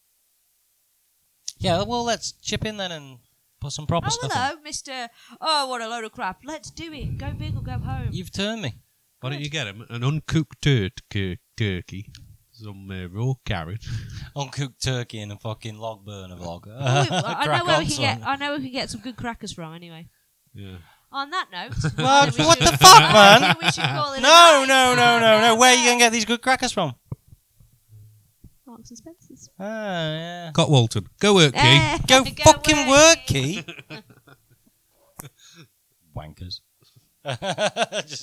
Speaker 1: Yeah, well, let's chip in then and put some
Speaker 3: Oh,
Speaker 1: proper stuff in.
Speaker 3: hello, Mister. Oh, what a load of crap! Let's do it. Go big or go home.
Speaker 1: You've turned me.
Speaker 2: Why don't you get him an uncooked tur- cur- turkey, some uh, raw carrot,
Speaker 1: Uncooked turkey in a fucking log burner vlog.
Speaker 3: Oh, we- I know
Speaker 1: Crack
Speaker 3: where
Speaker 1: on,
Speaker 3: we can
Speaker 1: son.
Speaker 3: get. I know where we can get some good crackers from. Anyway.
Speaker 2: yeah.
Speaker 3: On that note,
Speaker 1: Well,
Speaker 3: I think we
Speaker 1: what
Speaker 3: should-
Speaker 1: the fuck,
Speaker 3: I
Speaker 1: man?
Speaker 3: think we should call it a
Speaker 1: No,
Speaker 3: night.
Speaker 1: no, no, no, no. Where are you going to get these good crackers from?
Speaker 3: Marks and Spencers.
Speaker 1: Oh, yeah.
Speaker 2: Got Walton. Go work,
Speaker 3: Eh,
Speaker 2: Key.
Speaker 1: Go, fucking work, Key. Wankers. Just